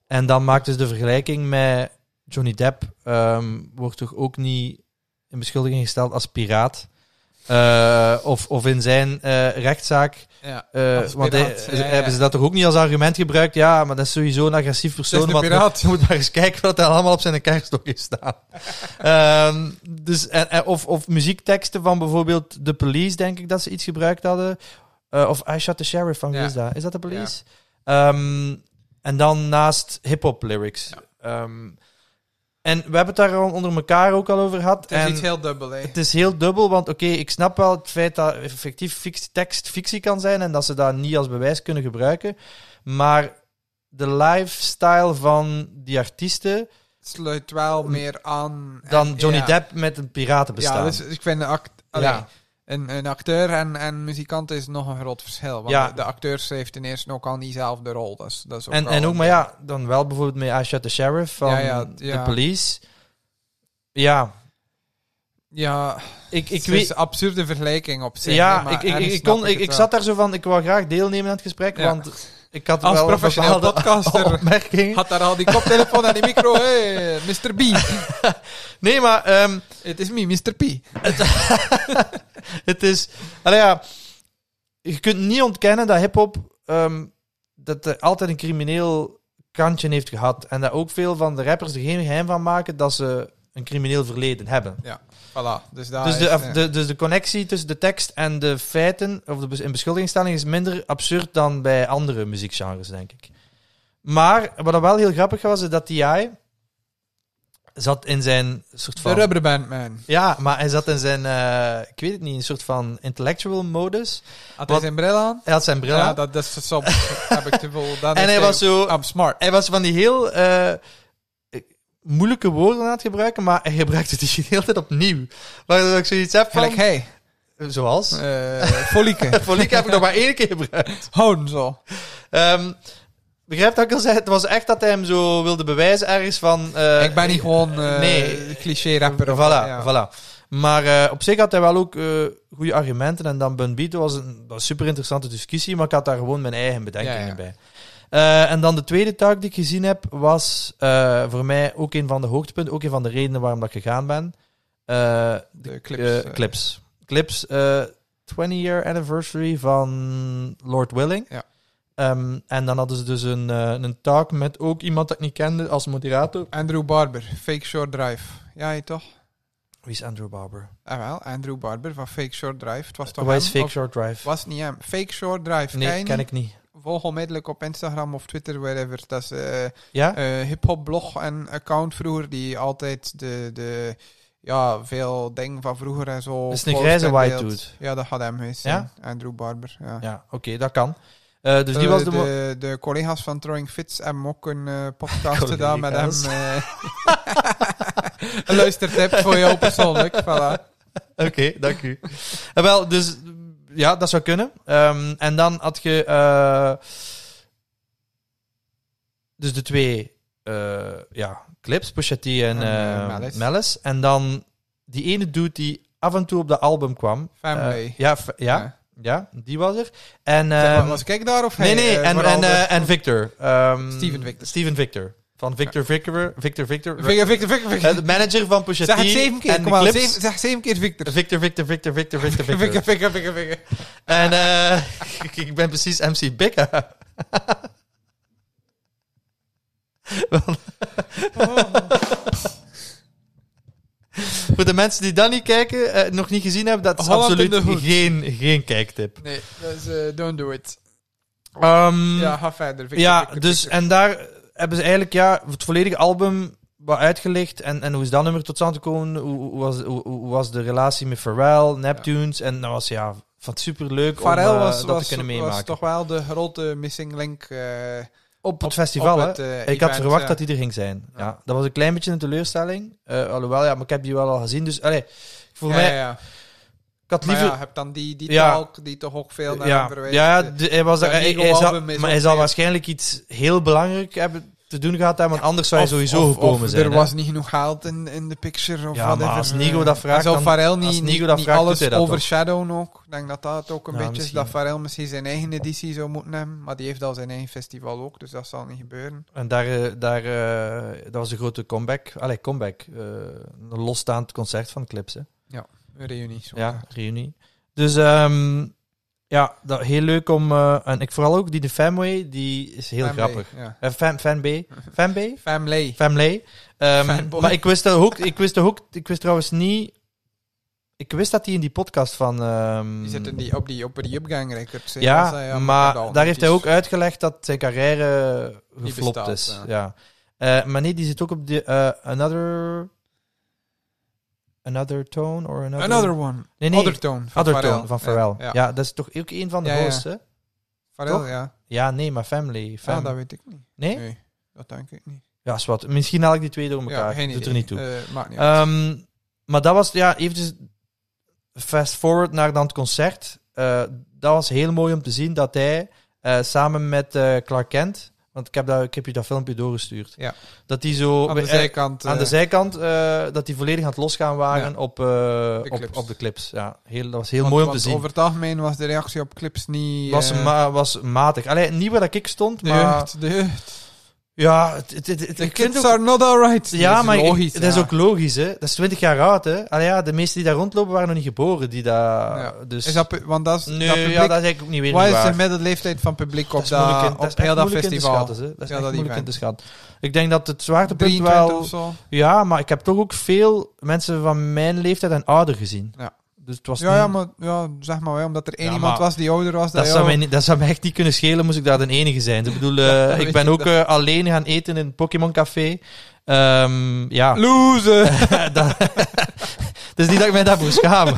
Speaker 1: En dan maakten ze de vergelijking met Johnny Depp, ehm, wordt toch ook niet in beschuldiging gesteld als piraat. Eh, of, of in zijn eh, rechtszaak.
Speaker 2: Ja.
Speaker 1: eh,
Speaker 2: Als
Speaker 1: want
Speaker 2: piraat,
Speaker 1: hij-
Speaker 2: ja, ja.
Speaker 1: hebben ze dat toch ook niet als argument gebruikt? Ja, maar dat is sowieso een agressief
Speaker 2: Het is
Speaker 1: persoon.
Speaker 2: de
Speaker 1: Want
Speaker 2: piraat.
Speaker 1: je moet maar eens kijken wat er allemaal op zijn kerststok is staan. Ehm, dus, en, en- of, of muziekteksten van bijvoorbeeld The Police, denk ik dat ze iets gebruikt hadden. Eh, of I Shot the Sheriff van wie
Speaker 2: Ja.
Speaker 1: is dat? Is dat The Police? Ehm, en dan naast hip-hop lyrics. Ehm, en we hebben het daar al onder elkaar ook al over gehad.
Speaker 2: Het is
Speaker 1: en
Speaker 2: iets heel dubbel, hè.
Speaker 1: het is heel dubbel, want oké, ik snap wel het feit dat effectief fict- tekst fictie kan zijn en dat ze dat niet als bewijs kunnen gebruiken. Maar de lifestyle van die artiesten
Speaker 2: sluit wel meer aan. en-
Speaker 1: dan Johnny
Speaker 2: ja.
Speaker 1: Depp met een piratenbestaan.
Speaker 2: Ja, dus ik vind de act, allee,
Speaker 1: Ja.
Speaker 2: een, een acteur en, en muzikant is nog een groot verschil. Want
Speaker 1: Ja.
Speaker 2: de acteur schrijft ten eerste ook al niet zelf de rol. Dat is, dat is ook
Speaker 1: en,
Speaker 2: wel
Speaker 1: en ook,
Speaker 2: een-
Speaker 1: maar ja, dan wel bijvoorbeeld met I Shot the Sheriff van
Speaker 2: Ja, ja, ja.
Speaker 1: de police. Ja,
Speaker 2: Ja,
Speaker 1: ik, ik
Speaker 2: het
Speaker 1: weet...
Speaker 2: is een absurde vergelijking op zich. hè,
Speaker 1: Ja,
Speaker 2: maar
Speaker 1: ik, ik,
Speaker 2: ergens
Speaker 1: ik,
Speaker 2: snap
Speaker 1: kon, ik,
Speaker 2: het
Speaker 1: ik
Speaker 2: wel.
Speaker 1: zat daar zo van, ik wou graag deelnemen aan het gesprek,
Speaker 2: Ja.
Speaker 1: want ik had
Speaker 2: Als
Speaker 1: wel
Speaker 2: professioneel
Speaker 1: bepaalde
Speaker 2: podcaster.
Speaker 1: opmerkingen.
Speaker 2: Had daar al die koptelefoon en die micro. Hey, Mr. B.
Speaker 1: Nee, maar ehm,
Speaker 2: Het is me, Mr. P.
Speaker 1: het is... Allee, ja, je kunt niet ontkennen dat hiphop ehm dat er altijd een crimineel kantje heeft gehad. En dat ook veel van de rappers er geen geheim van maken dat ze een crimineel verleden hebben.
Speaker 2: Voilà. Dus, daar
Speaker 1: Dus
Speaker 2: is,
Speaker 1: de,
Speaker 2: eh,
Speaker 1: de, dus de connectie tussen de tekst en de feiten, of de bes- in beschuldigingstelling, is minder absurd dan bij andere muziekgenres, denk ik. Maar wat dan wel heel grappig was, is dat T.I. zat in zijn soort
Speaker 2: eh, de
Speaker 1: van...
Speaker 2: rubberband, man.
Speaker 1: ja, maar hij zat in zijn, eh, ik weet het niet, een soort van intellectual modus.
Speaker 2: Had hij
Speaker 1: Wat-
Speaker 2: zijn bril aan?
Speaker 1: Hij had zijn bril
Speaker 2: Ja,
Speaker 1: aan.
Speaker 2: dat, dat is soms heb ik te veel. Dan
Speaker 1: en
Speaker 2: is Ah.
Speaker 1: hij was zo...
Speaker 2: I'm smart.
Speaker 1: Hij was van die heel... eh, moeilijke woorden aan het gebruiken, maar hij gebruikt het dus de hele tijd opnieuw. Waardoor ik zoiets heb van...
Speaker 2: Gelijk hij.
Speaker 1: Zoals?
Speaker 2: eh folieke.
Speaker 1: Voor Lieke heb ik nog maar één keer gebruikt.
Speaker 2: Houden zo.
Speaker 1: Ehm, begrijp dat ik al zei? Het was echt dat hij hem zo wilde bewijzen ergens van... eh,
Speaker 2: ik ben niet gewoon eh
Speaker 1: nee.
Speaker 2: cliché-rapper. of-
Speaker 1: Voilà,
Speaker 2: ja.
Speaker 1: voilà. Maar eh, op zich had hij wel ook eh, goede argumenten. En dan Bun Beat was een, was een super interessante discussie, maar ik had daar gewoon mijn eigen bedenkingen
Speaker 2: Ja, ja.
Speaker 1: bij. Eh, en dan de tweede taak die ik gezien heb, was eh, voor mij ook een van de hoogtepunten, ook een van de redenen waarom dat ik gegaan ben. Eh,
Speaker 2: De clips.
Speaker 1: clips.
Speaker 2: eh,
Speaker 1: clips. Clips, eh, 20 year anniversary van Lord Willing.
Speaker 2: Ja.
Speaker 1: Ehm, en dan hadden ze dus een, eh, een talk met ook iemand dat ik niet kende als moderator.
Speaker 2: eh. Andrew Barber, Fake Short Drive. Ja, je toch?
Speaker 1: Wie is Andrew Barber?
Speaker 2: Ah wel, Andrew Barber van Fake Short Drive. Het was toch
Speaker 1: Waar
Speaker 2: hem,
Speaker 1: is Fake
Speaker 2: of
Speaker 1: Short Drive?
Speaker 2: Was het niet hem. Fake Short Drive.
Speaker 1: Nee, ken ik niet.
Speaker 2: Volg onmiddellijk op Instagram of Twitter, wherever. Dat is eh,
Speaker 1: Ja?
Speaker 2: eh hip-hop blog en account vroeger die altijd de, de ja, veel dingen van vroeger en zo.
Speaker 1: Is het een
Speaker 2: post
Speaker 1: grijze
Speaker 2: en
Speaker 1: white
Speaker 2: deelt.
Speaker 1: dude?
Speaker 2: Ja, dat had hem geweest.
Speaker 1: Ja?
Speaker 2: Ja? Andrew Barber. Ja.
Speaker 1: Ja, oké, dat kan. Eh, dus die
Speaker 2: Eh,
Speaker 1: was de... mo-
Speaker 2: de, de collega's van Throwing Fits hebben ook een eh, podcast
Speaker 1: Collega's.
Speaker 2: gedaan met hem. eh. een luistertip voor jou persoonlijk. Voilà.
Speaker 1: Oké, dank u. Eh, wel, dus ja, dat zou kunnen. Ehm, en dan had je eh, dus de twee eh, ja, clips, Pushetti en,
Speaker 2: En,
Speaker 1: eh
Speaker 2: eh, Malice.
Speaker 1: Malice. En dan die ene dude die af en toe op dat album kwam.
Speaker 2: Family.
Speaker 1: Eh, ja, fa- ja, ja.
Speaker 2: Ja.
Speaker 1: die was er. En,
Speaker 2: Zeg maar,
Speaker 1: ehm,
Speaker 2: was ik daar of
Speaker 1: nee,
Speaker 2: hij?
Speaker 1: nee,
Speaker 2: eh,
Speaker 1: en,
Speaker 2: vooral
Speaker 1: en,
Speaker 2: de-
Speaker 1: eh, en Victor. ehm,
Speaker 2: Steven Victor.
Speaker 1: Steven Victor. Van Victor Victor, Victor Victor.
Speaker 2: Victor, Victor, Victor, Victor.
Speaker 1: Eh, de manager van Pusha
Speaker 2: Zeg
Speaker 1: T
Speaker 2: het zeven keer,
Speaker 1: en de
Speaker 2: kom maar.
Speaker 1: clips.
Speaker 2: Zeven, zeg zeven keer Victor.
Speaker 1: Victor, Victor, Victor, Victor, Victor, Victor.
Speaker 2: Victor, Victor, Victor, Victor.
Speaker 1: En eh, ik- ik ben precies MC Bicka.
Speaker 2: Oh.
Speaker 1: Voor de mensen die dat niet kijken, eh, nog niet gezien hebben, dat is
Speaker 2: Holland in de
Speaker 1: absoluut
Speaker 2: hoed.
Speaker 1: geen, geen kijktip.
Speaker 2: Nee, dus eh, don't do it.
Speaker 1: Ehm,
Speaker 2: Ja, ga verder. Victor,
Speaker 1: ja,
Speaker 2: Victor,
Speaker 1: dus
Speaker 2: Victor.
Speaker 1: en daar hebben ze eigenlijk ja, het volledige album wat uitgelicht. En, en hoe is dat nummer tot stand gekomen? Hoe, hoe, was, hoe, hoe was de relatie met Pharrell, Neptunes? En dat was ja, van superleuk om
Speaker 2: Pharrell
Speaker 1: eh,
Speaker 2: was,
Speaker 1: dat
Speaker 2: was,
Speaker 1: te kunnen
Speaker 2: was
Speaker 1: meemaken.
Speaker 2: toch wel de grote missing link eh,
Speaker 1: op het
Speaker 2: op-
Speaker 1: festival,
Speaker 2: op
Speaker 1: hè?
Speaker 2: het, eh,
Speaker 1: ik had
Speaker 2: event,
Speaker 1: verwacht
Speaker 2: ja.
Speaker 1: dat die er ging zijn. Ja.
Speaker 2: Ja.
Speaker 1: dat was een klein beetje een teleurstelling. Eh, alhoewel, ja, maar ik heb die wel al gezien. Dus allee, voor
Speaker 2: ja,
Speaker 1: mij,
Speaker 2: ja, ja.
Speaker 1: ik had
Speaker 2: Maar
Speaker 1: liever...
Speaker 2: ja, heb dan die, die
Speaker 1: Ja.
Speaker 2: talk die toch ook veel naar hem
Speaker 1: ja,
Speaker 2: verwijst.
Speaker 1: ja de- hij, was,
Speaker 2: Ja,
Speaker 1: daar- hij,
Speaker 2: Lego
Speaker 1: hij zal,
Speaker 2: album is
Speaker 1: maar hij
Speaker 2: ook
Speaker 1: zal
Speaker 2: weer-
Speaker 1: waarschijnlijk iets heel belangrijk hebben te doen gehad hebben, want anders zou hij
Speaker 2: Of-
Speaker 1: sowieso
Speaker 2: of-
Speaker 1: gekomen
Speaker 2: of
Speaker 1: zijn.
Speaker 2: Er
Speaker 1: hè.
Speaker 2: was niet genoeg geld in, in de picture of
Speaker 1: Ja, maar
Speaker 2: whatever.
Speaker 1: als Nigo dat vraagt,
Speaker 2: Zou
Speaker 1: dan-
Speaker 2: Farel niet,
Speaker 1: als Nigo
Speaker 2: niet-
Speaker 1: dat
Speaker 2: niet
Speaker 1: vraagt, doet
Speaker 2: alles
Speaker 1: hij dat toch?
Speaker 2: overshadowen ook. Ik denk dat dat ook een
Speaker 1: Ja,
Speaker 2: beetje
Speaker 1: misschien.
Speaker 2: is. Dat Farel misschien zijn eigen editie zou moeten hebben. Maar die heeft al zijn eigen festival ook, dus dat zal niet gebeuren.
Speaker 1: En daar, eh, daar eh, dat was een grote comeback. Allee, comeback. Eh, een losstaand concert van Clips, hè.
Speaker 2: Een reunie. zo.
Speaker 1: Ja, reunie. Dus ehm, ja, dat, heel leuk om... eh, en ik vooral ook die de Famway, die is heel
Speaker 2: Fan B,
Speaker 1: grappig.
Speaker 2: Ja.
Speaker 1: Eh, fan, fan B. Fan B?
Speaker 2: Family.
Speaker 1: Family. Ehm,
Speaker 2: Fanboy.
Speaker 1: maar ik wist, dat ook, ik, wist dat ook, ik wist trouwens niet... Ik wist dat hij in die podcast van... ehm,
Speaker 2: Die zitten die, op die, op die Upgang Records. hè.
Speaker 1: ja,
Speaker 2: Dat zei, ja,
Speaker 1: maar
Speaker 2: dat
Speaker 1: daar heeft hij
Speaker 2: is-
Speaker 1: ook uitgelegd dat zijn carrière
Speaker 2: Die
Speaker 1: geflopt
Speaker 2: bestaat,
Speaker 1: is. Ja.
Speaker 2: ja.
Speaker 1: Eh, maar nee, die zit ook op de eh, Another... Another Tone or Another...
Speaker 2: Another one.
Speaker 1: nee, nee,
Speaker 2: Other Tone. Van
Speaker 1: Other
Speaker 2: Pharrell.
Speaker 1: Tone van Pharrell. Ja,
Speaker 2: Ja, ja.
Speaker 1: dat is toch ook een van de
Speaker 2: Ja, ja.
Speaker 1: hosts, hè?
Speaker 2: Pharrell,
Speaker 1: Toch?
Speaker 2: ja.
Speaker 1: Ja, nee, maar Family.
Speaker 2: Ja,
Speaker 1: Fam-
Speaker 2: dat weet ik niet.
Speaker 1: nee?
Speaker 2: Nee, dat denk ik niet.
Speaker 1: Ja, is wat. Misschien haal ik die twee door
Speaker 2: Ja,
Speaker 1: elkaar.
Speaker 2: geen idee.
Speaker 1: Doet er niet toe.
Speaker 2: Eh, maakt niet uit.
Speaker 1: Ehm, maar dat was, ja, eventjes fast forward naar dan het concert. Eh, dat was heel mooi om te zien dat hij eh, samen met eh, Clark Kent, want ik heb, dat, ik heb je dat filmpje doorgestuurd,
Speaker 2: Ja.
Speaker 1: dat die zo
Speaker 2: aan de
Speaker 1: eh,
Speaker 2: zijkant.
Speaker 1: aan de
Speaker 2: eh,
Speaker 1: zijkant, eh, dat die volledig aan het losgaan waren op, eh, op,
Speaker 2: clips.
Speaker 1: op de clips. Ja, heel, dat was heel
Speaker 2: want-
Speaker 1: mooi om te
Speaker 2: want
Speaker 1: zien.
Speaker 2: Over het algemeen was de reactie op clips niet.
Speaker 1: was,
Speaker 2: eh,
Speaker 1: ma- was matig. Allee, niet waar dat ik stond,
Speaker 2: de
Speaker 1: maar...
Speaker 2: jeugd, de jeugd.
Speaker 1: Ja, het, het, het, het-
Speaker 2: The
Speaker 1: ik
Speaker 2: kids
Speaker 1: vind ook-
Speaker 2: are not alright.
Speaker 1: Ja,
Speaker 2: Dat is
Speaker 1: maar ik-
Speaker 2: logisch,
Speaker 1: dat
Speaker 2: ja.
Speaker 1: is ook logisch, hè. Dat is 20 jaar oud, hè. Allee, ja, de meesten die daar rondlopen waren nog niet geboren, die daar...
Speaker 2: Ja.
Speaker 1: Dus...
Speaker 2: Is dat, pu- want dat is.
Speaker 1: nee,
Speaker 2: dat publiek,
Speaker 1: ja, dat is eigenlijk ook niet weer
Speaker 2: wat
Speaker 1: niet
Speaker 2: is
Speaker 1: waar.
Speaker 2: de middelleeftijd van publiek
Speaker 1: dat
Speaker 2: op,
Speaker 1: is
Speaker 2: dat,
Speaker 1: moeilijk in- dat is
Speaker 2: op heel
Speaker 1: echt
Speaker 2: dat
Speaker 1: moeilijk in te
Speaker 2: festival?
Speaker 1: schatten, hè. Dat is
Speaker 2: Ja,
Speaker 1: echt
Speaker 2: dat
Speaker 1: moeilijk in
Speaker 2: event.
Speaker 1: te schatten. Ik denk dat het zwaartepunt
Speaker 2: 23
Speaker 1: wel...
Speaker 2: of zo?
Speaker 1: Ja, maar ik heb toch ook veel mensen van mijn leeftijd en ouder gezien.
Speaker 2: Ja.
Speaker 1: Dus het was
Speaker 2: Ja, ja,
Speaker 1: niet-
Speaker 2: maar ja, zeg maar wel, omdat er één
Speaker 1: Ja,
Speaker 2: iemand
Speaker 1: maar-
Speaker 2: was die ouder was.
Speaker 1: Dat
Speaker 2: dan
Speaker 1: zou,
Speaker 2: jou.
Speaker 1: mij, niet- dat zou mij echt niet kunnen schelen, moest ik daar de enige zijn. Ik bedoel, eh,
Speaker 2: dat
Speaker 1: ik
Speaker 2: weet
Speaker 1: ben
Speaker 2: ik
Speaker 1: ook eh, alleen gaan eten in het Pokémon Café. Ehm, ja.
Speaker 2: Loser!
Speaker 1: dat, het is niet dat ik mij daarvoor schaam.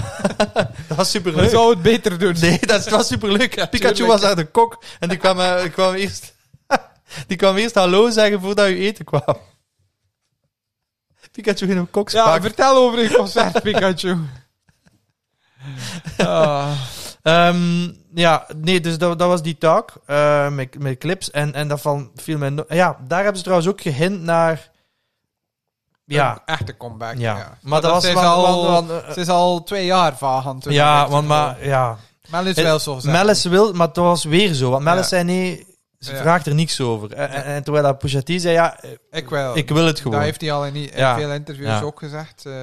Speaker 1: dat was
Speaker 2: Je
Speaker 1: superleuk.
Speaker 2: zou het beter doen.
Speaker 1: Nee, dat is- was superleuk. Pikachu
Speaker 2: tuurlijk.
Speaker 1: was daar de kok en die kwam, eh, kwam eerst... Die kwam eerst hallo zeggen voordat u eten kwam. Pikachu in een kokspak.
Speaker 2: Ja, vertel over je concert, Pikachu. Ah,
Speaker 1: Ehm, ja, nee, dus dat, dat was die talk eh, met, met clips. En, en daarvan viel mij... no- ja, daar hebben ze trouwens ook gehint naar... Ja,
Speaker 2: Een echte comeback.
Speaker 1: ja.
Speaker 2: Ja.
Speaker 1: Maar dat,
Speaker 2: dat
Speaker 1: was
Speaker 2: is
Speaker 1: wel...
Speaker 2: al-
Speaker 1: want- want-
Speaker 2: Ze is al twee jaar vagant.
Speaker 1: eh, ja, want maar... Ja.
Speaker 2: Mel is
Speaker 1: Het-
Speaker 2: wel zo gezegd.
Speaker 1: Mellis wil, maar het was weer zo. Want Mellis
Speaker 2: Ja.
Speaker 1: zei nee, ze
Speaker 2: Ja.
Speaker 1: vraagt er niks over. En, en, en terwijl dat Pusha T zei, ja, eh,
Speaker 2: Ik wel.
Speaker 1: ik wil het gewoon.
Speaker 2: Dat heeft hij al in, i- in
Speaker 1: Ja.
Speaker 2: veel interviews
Speaker 1: Ja.
Speaker 2: ook gezegd. eh,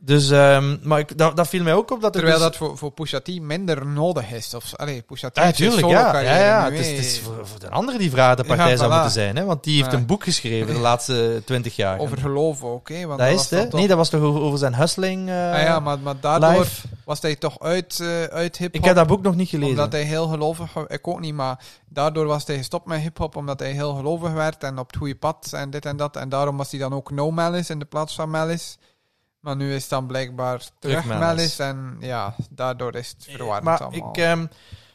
Speaker 1: Dus, ehm, maar ik, dat, dat viel mij ook op dat er
Speaker 2: terwijl
Speaker 1: dus-
Speaker 2: dat voor, voor Pusha T minder nodig is. Of, allee, Pusha T
Speaker 1: Ja,
Speaker 2: heeft zijn
Speaker 1: tuurlijk, ja. ja,
Speaker 2: solo-carrière
Speaker 1: ja.
Speaker 2: nu,
Speaker 1: Het, is, het is
Speaker 2: eh,
Speaker 1: voor, voor de andere die vraag de partij
Speaker 2: Ja,
Speaker 1: zou
Speaker 2: voilà.
Speaker 1: moeten zijn. Hè? Want die heeft
Speaker 2: Ja.
Speaker 1: een boek geschreven de laatste twintig jaar.
Speaker 2: Over geloof ook, hè? Want
Speaker 1: dat is
Speaker 2: was
Speaker 1: het, hè?
Speaker 2: dan toch-
Speaker 1: Nee, dat was toch over, over zijn hustling eh,
Speaker 2: Ah ja, maar, maar daardoor
Speaker 1: live?
Speaker 2: was hij toch uit, eh uit
Speaker 1: Ik
Speaker 2: hip-hop.
Speaker 1: heb dat boek nog niet gelezen.
Speaker 2: Omdat hij heel gelovig... wa- Ik ook niet, maar daardoor was hij gestopt met hip-hop. Omdat hij heel gelovig werd en op het goede pad en dit en dat. En daarom was hij dan ook No Malice in de plaats van Malice. Maar nu is het dan blijkbaar terug
Speaker 1: Malice.
Speaker 2: Malice. En ja, daardoor is het verwarrend
Speaker 1: maar
Speaker 2: allemaal.
Speaker 1: ik ehm,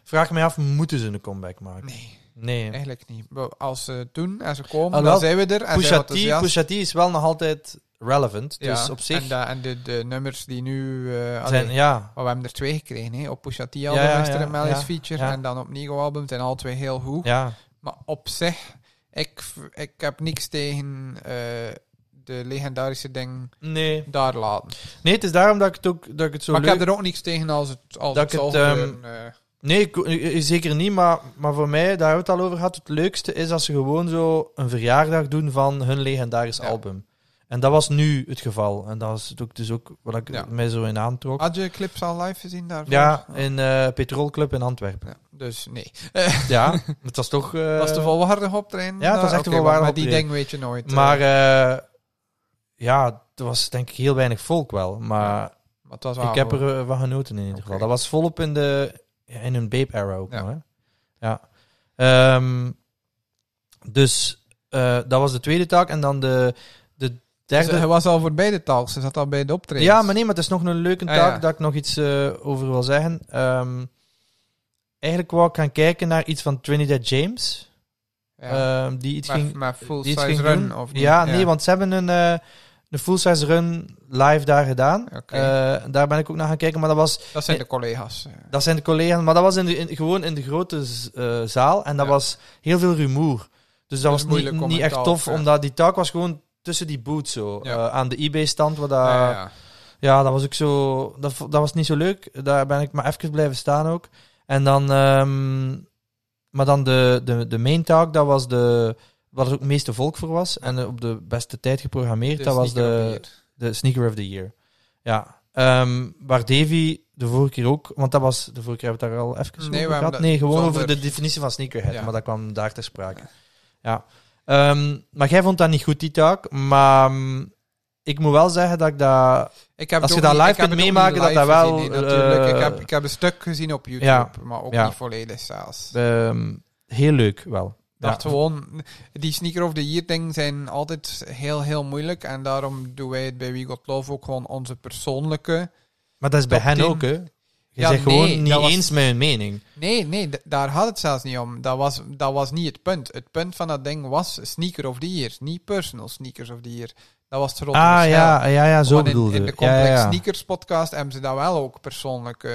Speaker 1: vraag me af, moeten ze een comeback maken?
Speaker 2: nee,
Speaker 1: Nee.
Speaker 2: eigenlijk niet. We- Als ze het doen en ze komen,
Speaker 1: Alhoewel,
Speaker 2: dan zijn we er. En zijn
Speaker 1: Ah, Pusha
Speaker 2: we
Speaker 1: T,
Speaker 2: enthousiast.
Speaker 1: Pusha T is wel nog altijd relevant.
Speaker 2: Ja,
Speaker 1: Dus op zich
Speaker 2: En, da- en de, de nummers die nu... eh,
Speaker 1: zijn...
Speaker 2: allee,
Speaker 1: Ja,
Speaker 2: Maar we hebben er twee gekregen, hè. Op Pusha T album
Speaker 1: Ja, ja,
Speaker 2: is er
Speaker 1: ja,
Speaker 2: een Malice
Speaker 1: ja,
Speaker 2: feature
Speaker 1: ja.
Speaker 2: en dan op Nigo album. Het zijn alle twee heel goed.
Speaker 1: ja.
Speaker 2: Maar op zich, ik, v- ik heb niks tegen eh, de legendarische ding
Speaker 1: Nee.
Speaker 2: daar laten.
Speaker 1: nee, het is daarom dat ik het, ook, dat ik het zo
Speaker 2: maar
Speaker 1: leuk...
Speaker 2: ik heb er ook niks tegen als het als
Speaker 1: Dat
Speaker 2: het
Speaker 1: ik
Speaker 2: zal
Speaker 1: het, ehm,
Speaker 2: gebeuren, eh.
Speaker 1: Nee, ik- eh, eh, zeker niet. Maar, maar voor mij, daar hebben we het al over gehad. Het leukste is als ze gewoon zo een verjaardag doen van hun legendarisch
Speaker 2: Ja.
Speaker 1: album. En dat was nu het geval. En dat was het ook, dus ook wat ik
Speaker 2: Ja.
Speaker 1: mij zo in aantrok.
Speaker 2: Had je clips al live gezien daarvan?
Speaker 1: ja,
Speaker 2: Ah,
Speaker 1: in eh Petrolclub in Antwerpen.
Speaker 2: ja, Dus nee.
Speaker 1: ja, het was toch. eh,
Speaker 2: was de volwaardig optreden?
Speaker 1: ja, het was
Speaker 2: daar?
Speaker 1: echt een
Speaker 2: Oké, maar-
Speaker 1: volwaardig
Speaker 2: Maar die
Speaker 1: optreden.
Speaker 2: ding weet je nooit. eh.
Speaker 1: Maar eh, ja, er was denk ik heel weinig volk wel. Maar
Speaker 2: Maar het was wel
Speaker 1: ik heb
Speaker 2: goed.
Speaker 1: er eh, van genoten in ieder geval.
Speaker 2: Oké.
Speaker 1: Dat was volop in, de, ja, in hun Babe Arrow ook.
Speaker 2: Ja.
Speaker 1: nog, hè. ja. Ehm, dus eh, dat was de tweede taak. En dan de, de
Speaker 2: Dus
Speaker 1: derde.
Speaker 2: Hij was al voorbij de taal, ze dus zat al bij de optreden.
Speaker 1: Ja, maar nee, maar het is nog een leuke
Speaker 2: Ah,
Speaker 1: taak
Speaker 2: ja.
Speaker 1: dat ik nog iets eh, over wil zeggen. Ehm, eigenlijk wou ik gaan kijken naar iets van Trinidad James. ehm, die iets
Speaker 2: maar,
Speaker 1: ging,
Speaker 2: maar full
Speaker 1: die iets
Speaker 2: size
Speaker 1: ging
Speaker 2: run
Speaker 1: doen.
Speaker 2: of niet?
Speaker 1: Ja, nee, want ze hebben een, eh, een full-size run live daar gedaan.
Speaker 2: Oké.
Speaker 1: Eh, daar ben ik ook naar gaan kijken, maar dat was
Speaker 2: dat zijn de collega's. eh.
Speaker 1: dat zijn de collega's, maar dat was in de, in- gewoon in de grote z- eh, zaal en dat
Speaker 2: Ja.
Speaker 1: was heel veel rumoer. Dus dat was
Speaker 2: Dus
Speaker 1: niet,
Speaker 2: moeilijk om
Speaker 1: niet
Speaker 2: een
Speaker 1: echt
Speaker 2: talk,
Speaker 1: tof,
Speaker 2: ja.
Speaker 1: omdat die talk was gewoon tussen die boots zo.
Speaker 2: Ja.
Speaker 1: eh, aan de eBay-stand, waar dat,
Speaker 2: Ja,
Speaker 1: ja,
Speaker 2: ja, ja.
Speaker 1: dat was ook zo... Dat, vo- dat was niet zo leuk. Daar ben ik maar even blijven staan ook. En dan... ehm, maar dan de, de, de main talk, dat was de... Waar er ook het meeste volk voor was. En eh, op de beste tijd geprogrammeerd,
Speaker 2: Dus
Speaker 1: dat was de,
Speaker 2: sneaker of the year.
Speaker 1: de Sneaker of the Year. Ja. Ehm, waar Davy de vorige keer ook, want dat was de vorige keer hebben we het daar al even
Speaker 2: Nee, we
Speaker 1: over
Speaker 2: hebben
Speaker 1: gehad.
Speaker 2: dat
Speaker 1: nee, gewoon
Speaker 2: zonder-
Speaker 1: over de definitie van sneakerhead,
Speaker 2: Ja.
Speaker 1: maar dat kwam daar ter sprake. Ja. Ehm, maar jij vond dat niet goed, die taak. Maar mm, ik moet wel zeggen dat ik dat.
Speaker 2: Ik heb
Speaker 1: Als
Speaker 2: het
Speaker 1: je
Speaker 2: ook
Speaker 1: dat
Speaker 2: niet-
Speaker 1: live kunt
Speaker 2: ik heb het ook
Speaker 1: meemaken,
Speaker 2: niet
Speaker 1: dat
Speaker 2: live
Speaker 1: dat wel,
Speaker 2: gezien, nee,
Speaker 1: eh,
Speaker 2: natuurlijk. ik, heb, ik heb een stuk gezien op YouTube,
Speaker 1: Ja.
Speaker 2: maar ook
Speaker 1: Ja.
Speaker 2: niet volledig zelfs. Ik
Speaker 1: ehm, heel leuk wel.
Speaker 2: dacht gewoon, die sneaker of the year dingen zijn altijd heel, heel moeilijk. En daarom doen wij het bij We Got Love ook gewoon onze persoonlijke.
Speaker 1: Maar dat is bij
Speaker 2: Top
Speaker 1: hen
Speaker 2: 10.
Speaker 1: ook, hè? Je
Speaker 2: Ja,
Speaker 1: zegt
Speaker 2: nee,
Speaker 1: gewoon
Speaker 2: dat
Speaker 1: niet
Speaker 2: was-
Speaker 1: eens met hun mening.
Speaker 2: Nee, nee, d- daar had het zelfs niet om. Dat was, dat was niet het punt. Het punt van dat ding was sneaker of the year, niet personal sneakers of the year. Dat was het grote
Speaker 1: Ah
Speaker 2: verschil.
Speaker 1: ja, ja, ja, zo
Speaker 2: Want in-
Speaker 1: bedoelde.
Speaker 2: In de
Speaker 1: Ja, ja,
Speaker 2: Complex
Speaker 1: ja.
Speaker 2: Sneakers podcast hebben ze dat wel ook persoonlijk eh,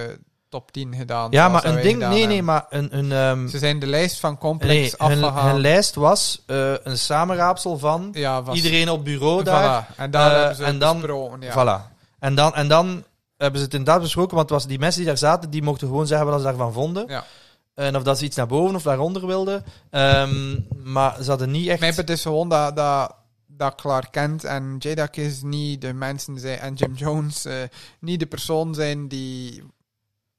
Speaker 2: top 10 gedaan.
Speaker 1: Ja,
Speaker 2: zoals
Speaker 1: maar
Speaker 2: dat
Speaker 1: een
Speaker 2: wij
Speaker 1: ding.
Speaker 2: gedaan
Speaker 1: Nee, nee,
Speaker 2: hebben.
Speaker 1: maar een. een ehm,
Speaker 2: Ze zijn de lijst van complex
Speaker 1: Nee, hun,
Speaker 2: afgehaald.
Speaker 1: hun lijst was eh, een samenraapsel van
Speaker 2: ja, was
Speaker 1: iedereen op bureau
Speaker 2: Voilà.
Speaker 1: daar.
Speaker 2: En daar
Speaker 1: Eh,
Speaker 2: hebben ze
Speaker 1: en
Speaker 2: en
Speaker 1: dan-
Speaker 2: dan, besproken. Ja.
Speaker 1: Voilà. En dan, en dan hebben ze het inderdaad besproken, want het was die mensen die daar zaten, die mochten gewoon zeggen wat ze daarvan vonden.
Speaker 2: Ja.
Speaker 1: En of dat ze iets naar boven of daaronder wilden. Ehm, maar ze hadden niet echt...
Speaker 2: Mijn punt is dus gewoon dat, dat, dat Clark Kent en Jada Kiss niet de mensen zijn en Jim Jones eh, niet de persoon zijn die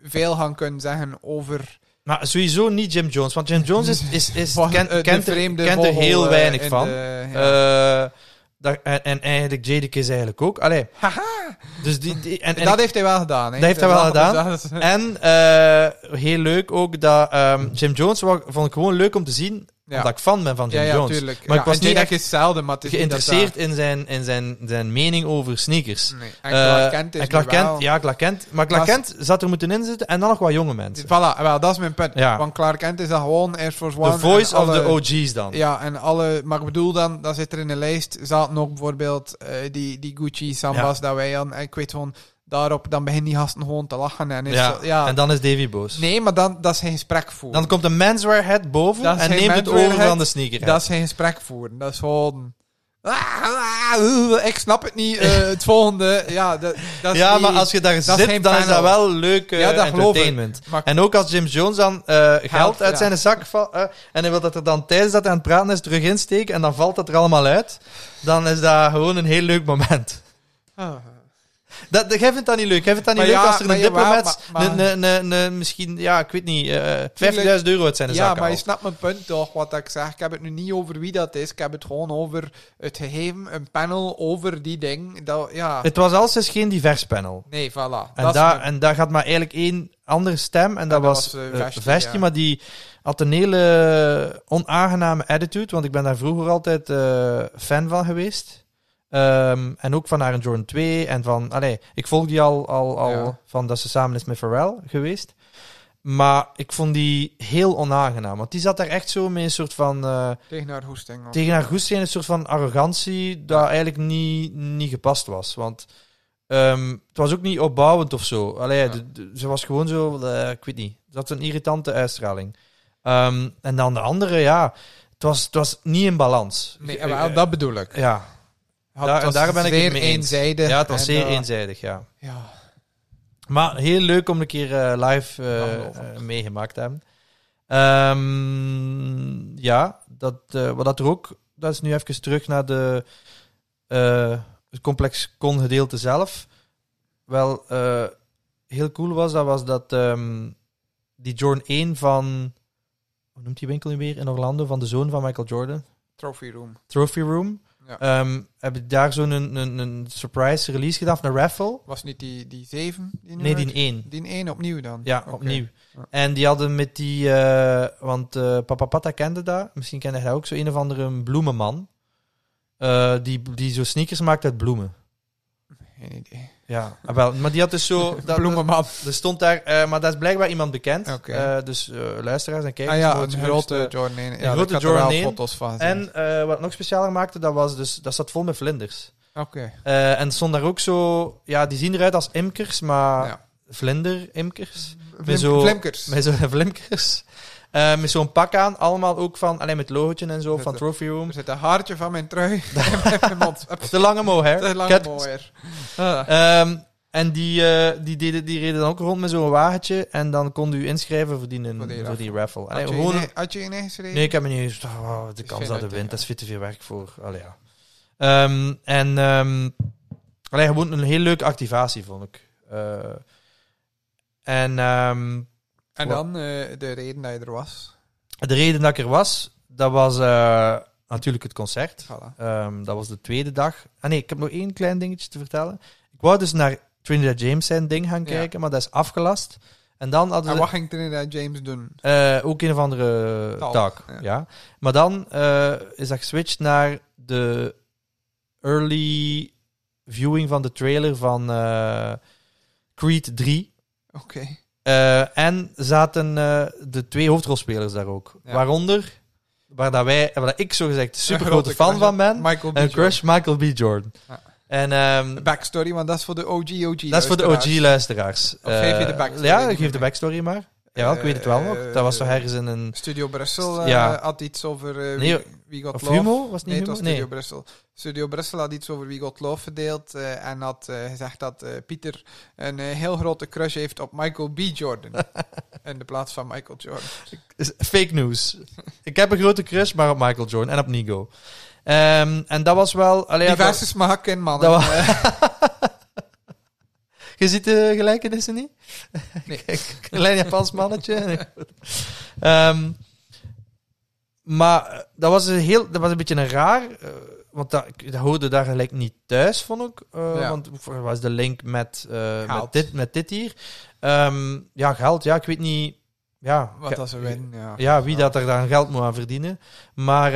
Speaker 2: veel gaan kunnen zeggen over
Speaker 1: Maar sowieso niet Jim Jones, want Jim Jones is, is, is,
Speaker 2: van,
Speaker 1: Dus kent,
Speaker 2: eh, de
Speaker 1: kent, er,
Speaker 2: vreemde
Speaker 1: kent er
Speaker 2: vogel,
Speaker 1: heel
Speaker 2: eh,
Speaker 1: weinig
Speaker 2: in
Speaker 1: van.
Speaker 2: de- ja.
Speaker 1: Eh, daar- en, en eigenlijk Jadek is eigenlijk ook. Allee. Dus die, die, en, en
Speaker 2: dat heeft hij wel gedaan. Hè?
Speaker 1: Dat heeft hij wel
Speaker 2: Dus dat-
Speaker 1: gedaan.
Speaker 2: dat is-
Speaker 1: En eh, heel leuk ook dat ehm, Jim Jones wa- vond ik gewoon leuk om te zien.
Speaker 2: Ja.
Speaker 1: Omdat ik fan ben van
Speaker 2: Ja,
Speaker 1: Jim
Speaker 2: ja,
Speaker 1: Jones.
Speaker 2: tuurlijk.
Speaker 1: Maar
Speaker 2: ja,
Speaker 1: ik was
Speaker 2: en
Speaker 1: niet
Speaker 2: J-Deck
Speaker 1: echt
Speaker 2: is zelden, maar het is niet dat
Speaker 1: geïnteresseerd in zijn, in zijn, zijn mening over sneakers.
Speaker 2: daar- Nee. En Clark
Speaker 1: Eh,
Speaker 2: Kent is
Speaker 1: en Clark
Speaker 2: nu wel-
Speaker 1: Kent, ja, Clark Kent. Maar Clark
Speaker 2: Maar
Speaker 1: Kent zat er moeten inzitten en dan nog wat jonge mensen.
Speaker 2: Voilà, wel, dat is mijn punt.
Speaker 1: Ja.
Speaker 2: Want Clark Kent is dan gewoon Air Force One.
Speaker 1: De voice
Speaker 2: en
Speaker 1: of the
Speaker 2: alle-
Speaker 1: OG's dan.
Speaker 2: Ja, en alle... Maar ik bedoel dan, dan zit er in de lijst, zaten nog bijvoorbeeld eh, die, die Gucci, Sambas, dat wij aan. En ik weet gewoon, daarop, dan beginnen die gasten gewoon te lachen. En is
Speaker 1: Ja.
Speaker 2: zo- ja.
Speaker 1: En dan is Davy boos.
Speaker 2: nee, maar dan, dat is geen gesprek voeren.
Speaker 1: Dan komt een menswear head boven
Speaker 2: Dat is
Speaker 1: en
Speaker 2: geen
Speaker 1: neemt het
Speaker 2: menswear
Speaker 1: over
Speaker 2: head.
Speaker 1: van de sneaker.
Speaker 2: Dat is geen gesprek voeren. Dat is gewoon... Ah, ah, uh, ik snap het niet. eh, het volgende, ja, dat, dat is
Speaker 1: ja,
Speaker 2: niet-
Speaker 1: maar als je daar
Speaker 2: dat is geen
Speaker 1: zit, dan is dat
Speaker 2: panel.
Speaker 1: wel leuk eh,
Speaker 2: Ja, dat geloof ik.
Speaker 1: entertainment.
Speaker 2: Maar-
Speaker 1: En ook als Jim Jones dan eh, geld
Speaker 2: Geld,
Speaker 1: uit
Speaker 2: ja.
Speaker 1: zijn zak valt eh, en hij wil dat er dan tijdens dat hij aan het praten is terug insteken en dan valt dat er allemaal uit, dan is dat gewoon een heel leuk moment.
Speaker 2: Ah.
Speaker 1: Dat, dat- jij vindt dat niet leuk. Jij vindt dat niet
Speaker 2: Maar
Speaker 1: leuk
Speaker 2: ja,
Speaker 1: als er
Speaker 2: maar
Speaker 1: een
Speaker 2: jawel,
Speaker 1: diplomat
Speaker 2: maar- maar-
Speaker 1: een- een- een- misschien, ja, ik weet niet, eh 50.000 euro uit zijn
Speaker 2: Ja,
Speaker 1: zak
Speaker 2: maar je
Speaker 1: haalt.
Speaker 2: snapt mijn punt toch, wat ik zeg. Ik heb het nu niet over wie dat is. Ik heb het gewoon over het gegeven, een panel over die ding. Dat, ja.
Speaker 1: Het was alstens geen divers panel.
Speaker 2: Nee, voilà.
Speaker 1: En,
Speaker 2: Dat is
Speaker 1: daar,
Speaker 2: mijn-
Speaker 1: en daar gaat maar eigenlijk één andere stem. En dat
Speaker 2: dat
Speaker 1: was
Speaker 2: was,
Speaker 1: eh,
Speaker 2: eh,
Speaker 1: Vestje.
Speaker 2: Vestje, ja.
Speaker 1: Maar die had een hele onaangename attitude. Want ik ben daar vroeger altijd eh, fan van geweest. Ehm, en ook van haar een Jordan 2. En van... Allee, ik volg die al, al, al
Speaker 2: Ja.
Speaker 1: van dat ze samen is met Pharrell geweest. Maar ik vond die heel onaangenaam. Want die zat daar echt zo met een soort van... eh,
Speaker 2: tegen haar hoesting. of-
Speaker 1: tegen haar goesting een soort van arrogantie dat eigenlijk niet, niet gepast was. Want ehm, het was ook niet opbouwend of zo. Allee,
Speaker 2: Ja.
Speaker 1: de- de- ze was gewoon zo, eh, ik weet niet. Dat was een irritante uitstraling. Ehm, en dan de andere, ja, het was, het was niet in balans.
Speaker 2: Nee,
Speaker 1: Eh,
Speaker 2: en wel, dat bedoel ik.
Speaker 1: eh, ja.
Speaker 2: Had-
Speaker 1: daar-
Speaker 2: het was
Speaker 1: daar ben ik het
Speaker 2: zeer
Speaker 1: mee eens.
Speaker 2: eenzijdig.
Speaker 1: ja, het was
Speaker 2: en,
Speaker 1: zeer
Speaker 2: eh,
Speaker 1: eenzijdig, ja.
Speaker 2: Ja.
Speaker 1: Maar heel leuk om een keer eh, live eh,
Speaker 2: Ja, geloof ik.
Speaker 1: eh, meegemaakt te hebben. Ehm, ja, dat, eh, wat dat er ook... Dat is nu even terug naar de, eh, het complex con gedeelte zelf. Wel, eh, heel cool was, dat was dat ehm, die Jordan 1 van... Hoe noemt die winkel nu weer? In Orlando, van de zoon van Michael Jordan.
Speaker 2: Trophy room.
Speaker 1: Trophy Room.
Speaker 2: Ja.
Speaker 1: Ehm, heb je daar zo'n een, een, een surprise release gedaan van een raffle?
Speaker 2: Was niet die, die zeven? Die nu
Speaker 1: Nee,
Speaker 2: uit-
Speaker 1: die 1.
Speaker 2: die één opnieuw dan?
Speaker 1: Ja,
Speaker 2: Oké.
Speaker 1: opnieuw.
Speaker 2: Ja.
Speaker 1: En die hadden met die, eh, want eh, Papa Pata kende dat, misschien kende hij dat ook, zo een of andere bloemenman. Eh, die, die zo sneakers maakt uit bloemen.
Speaker 2: Geen idee.
Speaker 1: Ja, ah, wel, maar die had dus zo. Dat,
Speaker 2: Bloemenman.
Speaker 1: Er stond daar, eh, maar dat is blijkbaar iemand bekend.
Speaker 2: Oké.
Speaker 1: Eh, dus eh, luisteraars en kijkers.
Speaker 2: Ah ja, een
Speaker 1: mogen
Speaker 2: grote
Speaker 1: gerust,
Speaker 2: Jordan 1. Ja,
Speaker 1: grote
Speaker 2: ik had er wel
Speaker 1: Jordan 1.
Speaker 2: foto's van.
Speaker 1: eh, En
Speaker 2: zien.
Speaker 1: eh, wat het nog specialer maakte, dat was dus, dat zat vol met vlinders.
Speaker 2: Oké.
Speaker 1: Eh, en er stond daar ook zo, ja, die zien eruit als imkers, maar
Speaker 2: Ja.
Speaker 1: vlinder-imkers.
Speaker 2: Vlim-
Speaker 1: zo-
Speaker 2: Vlimkers.
Speaker 1: Met zo'n vlimkers. Eh, met zo'n pak aan, allemaal ook van, alleen met logootje en zo,
Speaker 2: Met
Speaker 1: van
Speaker 2: de-
Speaker 1: Trophy Room.
Speaker 2: Er zit een haartje van mijn trui in mijn mond.
Speaker 1: De lange mohair.
Speaker 2: Dat is lang
Speaker 1: Cat-
Speaker 2: mooier.
Speaker 1: Ehm, en die, eh, die, deden, die reden dan ook rond met zo'n wagentje. En dan kon u inschrijven voor die,
Speaker 2: Voor die Ah,
Speaker 1: voor die raffle. Allee,
Speaker 2: Had je
Speaker 1: gewoon-
Speaker 2: je- e- had je je ingeschreven?
Speaker 1: nee, ik heb me niet eens... oh, de kans dat
Speaker 2: geen
Speaker 1: de
Speaker 2: uitdaging.
Speaker 1: wint, dat is veel te veel werk voor. Allee, ja. Ehm, en ehm allee, gewoon een heel leuke activatie, vond ik. Eh, en ehm,
Speaker 2: En dan eh, de reden dat je er was.
Speaker 1: de reden dat ik er was, dat was eh, natuurlijk het concert.
Speaker 2: Voilà.
Speaker 1: Ehm, dat was de tweede dag. Ah nee, ik heb nog één klein dingetje te vertellen. Ik wou dus naar Trinidad James zijn ding gaan
Speaker 2: Ja. Ah,
Speaker 1: kijken, maar dat is afgelast. En dan hadden
Speaker 2: En
Speaker 1: ze
Speaker 2: wat ging Trinidad James doen?
Speaker 1: eh, ook een of andere
Speaker 2: Talk,
Speaker 1: talk. Ja.
Speaker 2: ja.
Speaker 1: Maar dan eh, is dat geswitcht naar de early viewing van de trailer van eh, Creed 3.
Speaker 2: Oké.
Speaker 1: Eh, en zaten eh, de twee hoofdrolspelers daar ook.
Speaker 2: Ja.
Speaker 1: Waaronder, waar, dat wij, waar dat ik zo gezegd super
Speaker 2: Een grote
Speaker 1: grote fan
Speaker 2: crush
Speaker 1: van
Speaker 2: op
Speaker 1: ben,
Speaker 2: Michael B.
Speaker 1: een
Speaker 2: Jordan.
Speaker 1: crush Eh, Michael B. Jordan.
Speaker 2: Ja.
Speaker 1: En ehm,
Speaker 2: Backstory, want dat is voor de OG OG.
Speaker 1: dat is voor de OG-luisteraars.
Speaker 2: Of geef je de backstory
Speaker 1: Eh, Ja,
Speaker 2: niet
Speaker 1: geef de
Speaker 2: meer.
Speaker 1: backstory maar. Ja, ik weet het wel nog. Dat was zo ergens in een...
Speaker 2: Studio Brussel eh,
Speaker 1: Ja.
Speaker 2: had iets over eh,
Speaker 1: Nee,
Speaker 2: wie, wie got
Speaker 1: Of
Speaker 2: love.
Speaker 1: Humo? Was het
Speaker 2: Nee,
Speaker 1: niet
Speaker 2: het was
Speaker 1: Humo?
Speaker 2: Studio
Speaker 1: Nee.
Speaker 2: Brussel. Studio Brussel had iets over Wie God Love verdeeld. eh, en had eh, gezegd dat eh, Pieter een eh, heel grote crush heeft op Michael B. Jordan. in de plaats van Michael Jordan.
Speaker 1: Is- Fake news. ik heb een grote crush, maar op Michael Jordan en op Nigo. Ehm, en dat was wel... Allee, ja,
Speaker 2: Diverse
Speaker 1: dat-
Speaker 2: smaak in mannen.
Speaker 1: dat
Speaker 2: Eh,
Speaker 1: Je ziet eh, de gelijkenissen niet?
Speaker 2: Nee.
Speaker 1: Klein Japans mannetje. Ehm, maar eh, dat was, een heel, dat was een beetje een raar... eh, want dat, ik- dat hoorde daar gelijk niet thuis, vond ik. Eh,
Speaker 2: Ja.
Speaker 1: Want er was de link met, eh, met,
Speaker 2: Geld.
Speaker 1: dit, met dit hier. Ehm, ja, geld. Ja, ik weet niet... ja,
Speaker 3: Wat als ze winnen, ja.
Speaker 1: ja, wie dat er dan geld moet aan verdienen. Maar,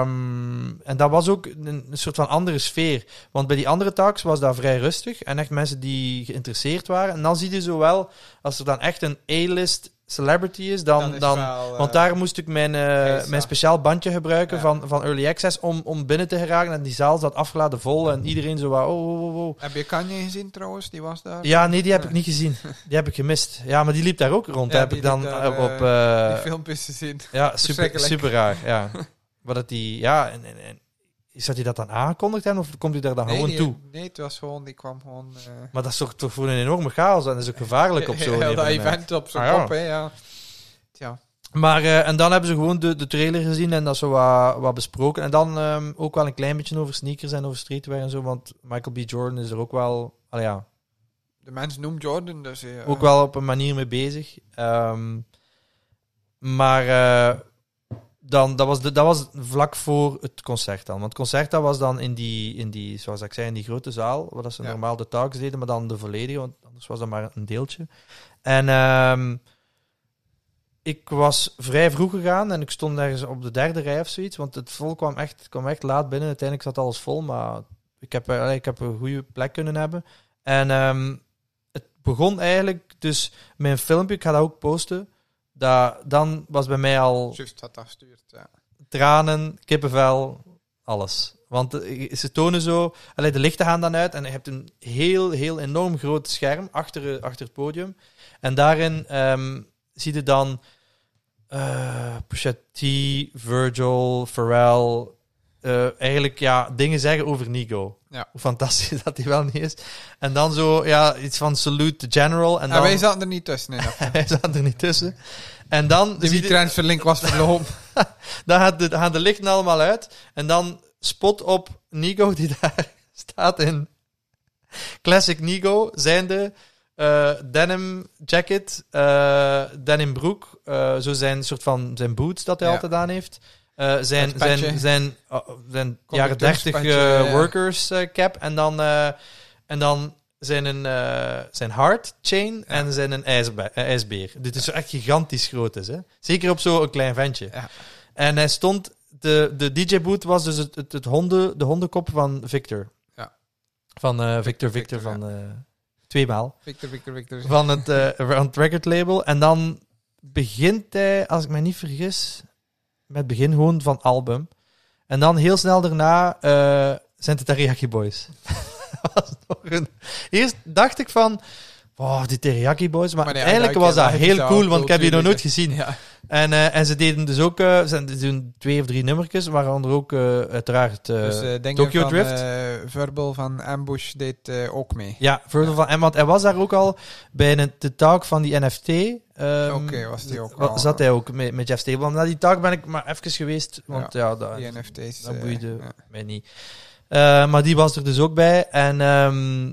Speaker 1: ehm, en dat was ook een, een soort van andere sfeer. Want bij die andere talks was dat vrij rustig en echt mensen die geïnteresseerd waren. En dan zie je zowel, als er dan echt een A-list celebrity is, dan,
Speaker 3: Dan is
Speaker 1: dan,
Speaker 3: wel, eh,
Speaker 1: want daar moest ik mijn, eh,
Speaker 3: Gijs,
Speaker 1: mijn
Speaker 3: ja.
Speaker 1: speciaal bandje gebruiken
Speaker 3: Ja.
Speaker 1: van, van Early Access om, om binnen te geraken. En die zaal zat afgeladen vol en iedereen zo wat, oh, oh, oh, oh.
Speaker 3: Heb je Kanye gezien trouwens? Die was daar.
Speaker 1: Ja, nee, die heb ik niet gezien. Die heb ik gemist. Ja, maar die liep daar ook rond.
Speaker 3: Ja,
Speaker 1: heb
Speaker 3: die
Speaker 1: ik dan
Speaker 3: liep daar,
Speaker 1: eh,
Speaker 3: eh,
Speaker 1: op... eh,
Speaker 3: Die filmpjes gezien.
Speaker 1: ja, super,
Speaker 3: Verschrikkelijk.
Speaker 1: super raar. Ja. Wat dat die, ja, en, en, en is dat hij dat dan aangekondigd hebben of komt hij daar dan
Speaker 3: Nee,
Speaker 1: gewoon
Speaker 3: die-
Speaker 1: toe?
Speaker 3: Nee, het was gewoon, die kwam gewoon... eh,
Speaker 1: Maar dat is toch, toch voor een enorme chaos en dat is ook gevaarlijk op zo'n
Speaker 3: Heel dat
Speaker 1: evenement.
Speaker 3: event op zo'n
Speaker 1: Ah, ja.
Speaker 3: kop, hè, ja. Tja.
Speaker 1: Maar eh, en dan hebben ze gewoon de, de trailer gezien en dat zo wat, wat besproken. En dan ehm, ook wel een klein beetje over sneakers en over streetwear en zo, want Michael B. Jordan is er ook wel, al ja,
Speaker 3: De mens noemt Jordan, dus... eh,
Speaker 1: ook wel op een manier mee bezig. Ehm, maar eh, dan, dat, was de, dat was vlak voor het concert dan. Want het concert dat was dan in die, in die, zoals ik zei, in die grote zaal, waar dat ze
Speaker 3: Ja.
Speaker 1: normaal de talks deden, maar dan de volledige, want anders was dat maar een deeltje. En ehm, ik was vrij vroeg gegaan en ik stond ergens op de derde rij of zoiets, want het vol kwam echt, kwam echt laat binnen. Uiteindelijk zat alles vol, maar ik heb, eh, ik heb een goede plek kunnen hebben. En ehm, het begon eigenlijk, dus mijn filmpje, ik ga dat ook posten. Dat, dan was bij mij al
Speaker 3: eh, Juist wat dat stuurt, ja.
Speaker 1: tranen, kippenvel, alles. Want eh, ze tonen zo, allee, de lichten gaan dan uit en je hebt een heel, heel enorm groot scherm achter, eh, achter het podium. En daarin ehm, zie je dan eh Pusha T, Virgil, Pharrell, eh, eigenlijk ja, dingen zeggen over Nico.
Speaker 3: Ja.
Speaker 1: Hoe fantastisch dat hij wel niet is. En dan zo, ja, iets van salute the general. En,
Speaker 3: En
Speaker 1: dan,
Speaker 3: wij zaten er niet tussen in. dat.
Speaker 1: hij zat er niet tussen. En dan
Speaker 3: De
Speaker 1: zie je-
Speaker 3: transferlink was verlopen.
Speaker 1: dan gaat de, gaan de lichten allemaal uit. En dan spot op Nigo, die daar staat in Classic Nigo, zijnde eh denim jacket, eh, denim broek, eh, zo zijn soort van zijn boots dat hij
Speaker 3: Ja.
Speaker 1: altijd aan heeft. eh, zijn,
Speaker 3: Het patje.
Speaker 1: zijn, zijn, oh, zijn jaren
Speaker 3: Conducteurspatje,
Speaker 1: 30
Speaker 3: ja, ja.
Speaker 1: workers eh, cap en dan, eh, en dan zijn, een, eh, zijn hard chain en zijn een ijsbe- eh, ijsbeer. Dit is zo echt gigantisch groot is, hè? Zeker op zo'n klein ventje.
Speaker 3: Ja.
Speaker 1: En hij stond, de, de DJ-boot was dus het, het, het honden, de hondenkop van Victor.
Speaker 3: Ja.
Speaker 1: Van eh, Victor, Victor,
Speaker 3: Victor,
Speaker 1: van eh, tweemaal.
Speaker 3: Victor, Victor, Victor.
Speaker 1: Van het, eh, van het record label. En dan begint hij, als ik me niet vergis, met het begin gewoon van album. En dan heel snel daarna eh, zijn het de Teriyaki Boys. Dat was nog een... Eerst dacht ik van, wow, die Teriyaki Boys. Maar,
Speaker 3: Maar nee,
Speaker 1: eigenlijk was
Speaker 3: duiken,
Speaker 1: dat
Speaker 3: ja,
Speaker 1: heel
Speaker 3: bizar,
Speaker 1: cool, want ik heb die nog nooit
Speaker 3: cultuur.
Speaker 1: gezien.
Speaker 3: Ja.
Speaker 1: En, eh, en ze deden dus ook eh, ze ze doen twee of drie nummertjes, waaronder ook eh, uiteraard... eh,
Speaker 3: Dus eh denk
Speaker 1: Tokyo
Speaker 3: van,
Speaker 1: Drift?
Speaker 3: eh, Verbal van Ambush deed eh, ook mee.
Speaker 1: ja, Virgil van Emmant. Hij was daar ook al bij een, de talk van die NFT. ehm,
Speaker 3: Oké, was die ook
Speaker 1: wa-
Speaker 3: al,
Speaker 1: Zat
Speaker 3: ja.
Speaker 1: hij ook met, met Jeff Stable. Na die talk ben ik maar even geweest, want ja, dat,
Speaker 3: Die NFT's.
Speaker 1: dat
Speaker 3: eh,
Speaker 1: boeide
Speaker 3: ja.
Speaker 1: mij niet. Eh, maar die was er dus ook bij. En ehm,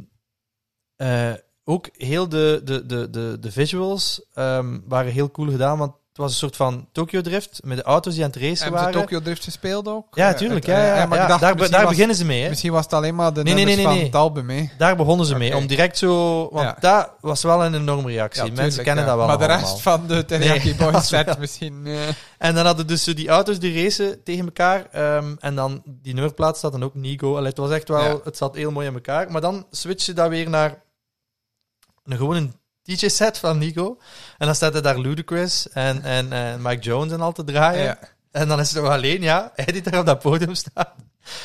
Speaker 1: eh, ook heel de, de, de, de, de visuals ehm, waren heel cool gedaan, want het was een soort van Tokyo Drift met de auto's die aan het racen
Speaker 3: Hebben ze
Speaker 1: waren.
Speaker 3: Tokyo Drift gespeeld ook?
Speaker 1: Ja,
Speaker 3: Eh,
Speaker 1: tuurlijk.
Speaker 3: het-
Speaker 1: Ja, ja,
Speaker 3: eh, maar ik
Speaker 1: ja. daar
Speaker 3: dacht,
Speaker 1: be-
Speaker 3: misschien
Speaker 1: daar
Speaker 3: was-
Speaker 1: beginnen ze mee. Hè?
Speaker 3: Misschien was het alleen maar de
Speaker 1: Nee, nee,
Speaker 3: nummers
Speaker 1: nee, nee,
Speaker 3: van het album mee.
Speaker 1: Daar begonnen ze mee.
Speaker 3: Oké.
Speaker 1: Om direct zo. Want
Speaker 3: Ja.
Speaker 1: dat was wel een enorme reactie.
Speaker 3: Ja,
Speaker 1: Mensen
Speaker 3: tuurlijk,
Speaker 1: kennen
Speaker 3: ja.
Speaker 1: dat wel.
Speaker 3: Maar de
Speaker 1: allemaal.
Speaker 3: rest van de Teriyaki
Speaker 1: Nee,
Speaker 3: Boys
Speaker 1: was
Speaker 3: set
Speaker 1: wel.
Speaker 3: misschien... eh,
Speaker 1: En dan hadden dus zo die auto's die racen tegen elkaar. ehm, en dan die nummerplaat staat dan ook Nigo. Allee, het was echt wel.
Speaker 3: Ja.
Speaker 1: Het zat heel mooi in elkaar. Maar dan switch je dat weer naar. Een, gewoon een DJ-set van Nigo. En dan staat er daar Ludacris en, en, en Mike Jones en al te draaien.
Speaker 3: ja.
Speaker 1: En dan is het nog alleen, ja, hij die daar op dat podium staat.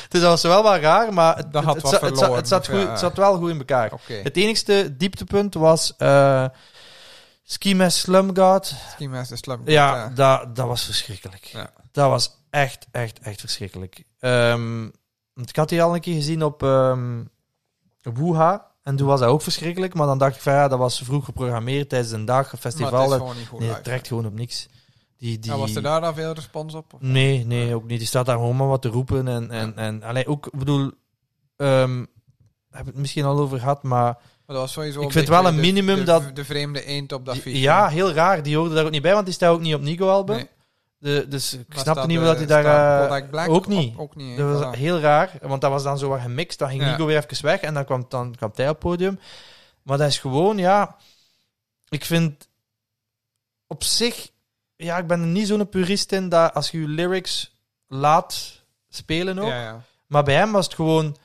Speaker 1: Dus dat was wel wel raar, maar het,
Speaker 3: Dat had
Speaker 1: het,
Speaker 3: wat
Speaker 1: zat- het, zat-
Speaker 3: verloren,
Speaker 1: het zat
Speaker 3: of
Speaker 1: goed,
Speaker 3: ja.
Speaker 1: het zat wel goed in elkaar.
Speaker 3: Oké.
Speaker 1: Het enigste dieptepunt was eh Ski Mask Slum God.
Speaker 3: Misschien was de slum.
Speaker 1: Ja, Dat, dat was verschrikkelijk.
Speaker 3: Ja.
Speaker 1: Dat was echt, echt, echt verschrikkelijk. Ehm, want ik had die al een keer gezien op ehm Wuha. En toen was dat ook verschrikkelijk. Maar dan dacht ik van ja, dat was vroeg geprogrammeerd tijdens een dag, een
Speaker 3: Maar het is
Speaker 1: festival.
Speaker 3: gewoon niet goed
Speaker 1: Nee,
Speaker 3: live.
Speaker 1: het trekt gewoon op niks. Die, die...
Speaker 3: Ja, was er daar dan veel respons op? Of-
Speaker 1: Nee, nee, ook niet. Die staat daar gewoon maar wat te roepen. En, en, en alleen ook, ik bedoel, ehm heb het misschien al over gehad, maar
Speaker 3: Maar dat was sowieso
Speaker 1: Ik
Speaker 3: een
Speaker 1: vind
Speaker 3: beetje
Speaker 1: wel een
Speaker 3: de-
Speaker 1: minimum
Speaker 3: de,
Speaker 1: dat-
Speaker 3: De vreemde eend op dat
Speaker 1: die-
Speaker 3: fiets.
Speaker 1: ja, heel raar. Die hoorde daar ook niet bij, want die staat ook niet op Nico-album.
Speaker 3: Nee.
Speaker 1: dus ik
Speaker 3: Was
Speaker 1: snapte
Speaker 3: dat,
Speaker 1: niet
Speaker 3: eh,
Speaker 1: dat hij daar...
Speaker 3: staat
Speaker 1: eh,
Speaker 3: Kodak Black
Speaker 1: ook
Speaker 3: op?
Speaker 1: niet.
Speaker 3: Ook niet. hè,
Speaker 1: dat was
Speaker 3: voilà.
Speaker 1: heel raar, want dat was dan zo wat gemixt. Dan ging
Speaker 3: Ja.
Speaker 1: Nico weer even weg en dan kwam, dan kwam hij op het podium. Maar dat is gewoon, ja... Ik vind op zich, ja, ik ben er niet zo'n purist in dat als je je lyrics laat spelen ook.
Speaker 2: Ja, ja.
Speaker 1: Maar bij hem was het gewoon,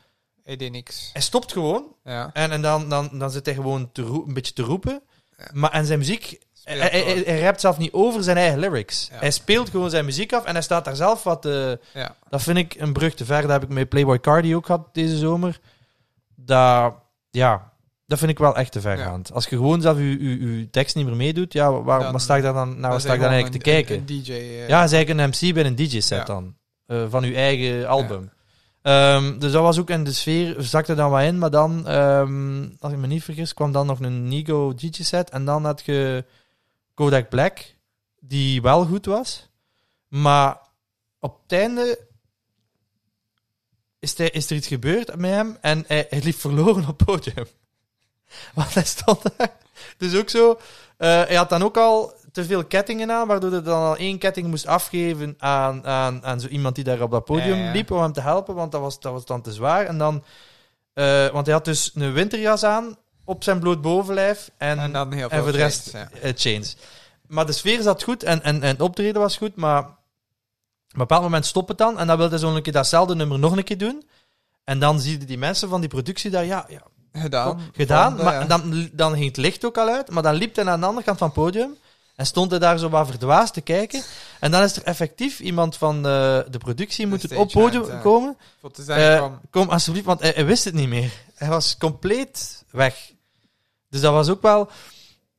Speaker 2: Hij deed niks.
Speaker 1: hij stopt gewoon
Speaker 2: Ja.
Speaker 1: en, en dan, dan, dan zit hij gewoon te roe- een beetje te roepen.
Speaker 2: Ja.
Speaker 1: Maar, en zijn muziek, hij,
Speaker 2: Speelt
Speaker 1: hij,
Speaker 2: door.
Speaker 1: hij, hij rapt zelf niet over zijn eigen lyrics.
Speaker 2: Ja.
Speaker 1: Hij speelt gewoon zijn muziek af en hij staat daar zelf wat... eh,
Speaker 2: Ja.
Speaker 1: Dat vind ik een brug te ver. Dat heb ik met Playboy Cardi ook gehad deze zomer. Dat, ja, dat vind ik wel echt te ver
Speaker 2: Ja.
Speaker 1: gaand. Als je gewoon zelf je, je, je tekst niet meer meedoet, ja, waar, waar-
Speaker 2: Dan-
Speaker 1: waar sta ik daar dan, naar waar
Speaker 2: Dat
Speaker 1: sta ik
Speaker 2: hij
Speaker 1: dan
Speaker 2: gewoon
Speaker 1: eigenlijk te
Speaker 2: een-
Speaker 1: kijken?
Speaker 2: een- een DJ. eh,
Speaker 1: ja, dat is eigenlijk een MC bij een DJ-set
Speaker 2: Ja.
Speaker 1: dan. eh, van je eigen album. Ehm, dus dat was ook in de sfeer, zakte dan wat in. Maar dan, ehm, als ik me niet vergis, kwam dan nog een Nigo DJ-set. En dan had je Kodak Black, die wel goed was. Maar op het einde is, hij- is er iets gebeurd met hem en hij, hij liep verloren op het podium. Want hij stond daar. Dus ook zo, eh, hij had dan ook al te veel kettingen aan, waardoor hij dan al één ketting moest afgeven aan, aan, aan zo iemand die daar op dat podium
Speaker 2: Ja, ja.
Speaker 1: liep om hem te helpen, want dat was, dat was dan te zwaar. En dan, eh, want hij had dus een winterjas aan op zijn bloot bovenlijf en,
Speaker 2: En dan heel veel
Speaker 1: en voor de rest
Speaker 2: shades, ja.
Speaker 1: eh, chains. Maar de sfeer zat goed en, en, en het optreden was goed, maar op een bepaald moment stopt het dan en dan wil hij zo'n keer datzelfde nummer nog een keer doen. En dan zie je die mensen van die productie daar, ja, ja eh,
Speaker 2: Gedaan.
Speaker 1: gedaan.
Speaker 2: Vonden,
Speaker 1: maar
Speaker 2: ja.
Speaker 1: dan, dan ging het licht ook al uit, maar dan liep hij aan de andere kant van het podium en stond hij daar zo wat verdwaasd te kijken. En dan is er effectief iemand van eh, de, de productie moet op het
Speaker 2: stagehand,
Speaker 1: podium
Speaker 2: ja.
Speaker 1: komen.
Speaker 2: Voor te zeggen
Speaker 1: Eh,
Speaker 2: van,
Speaker 1: Kom alsjeblieft, want hij, hij wist het niet meer. Hij was compleet weg. Dus dat was ook wel.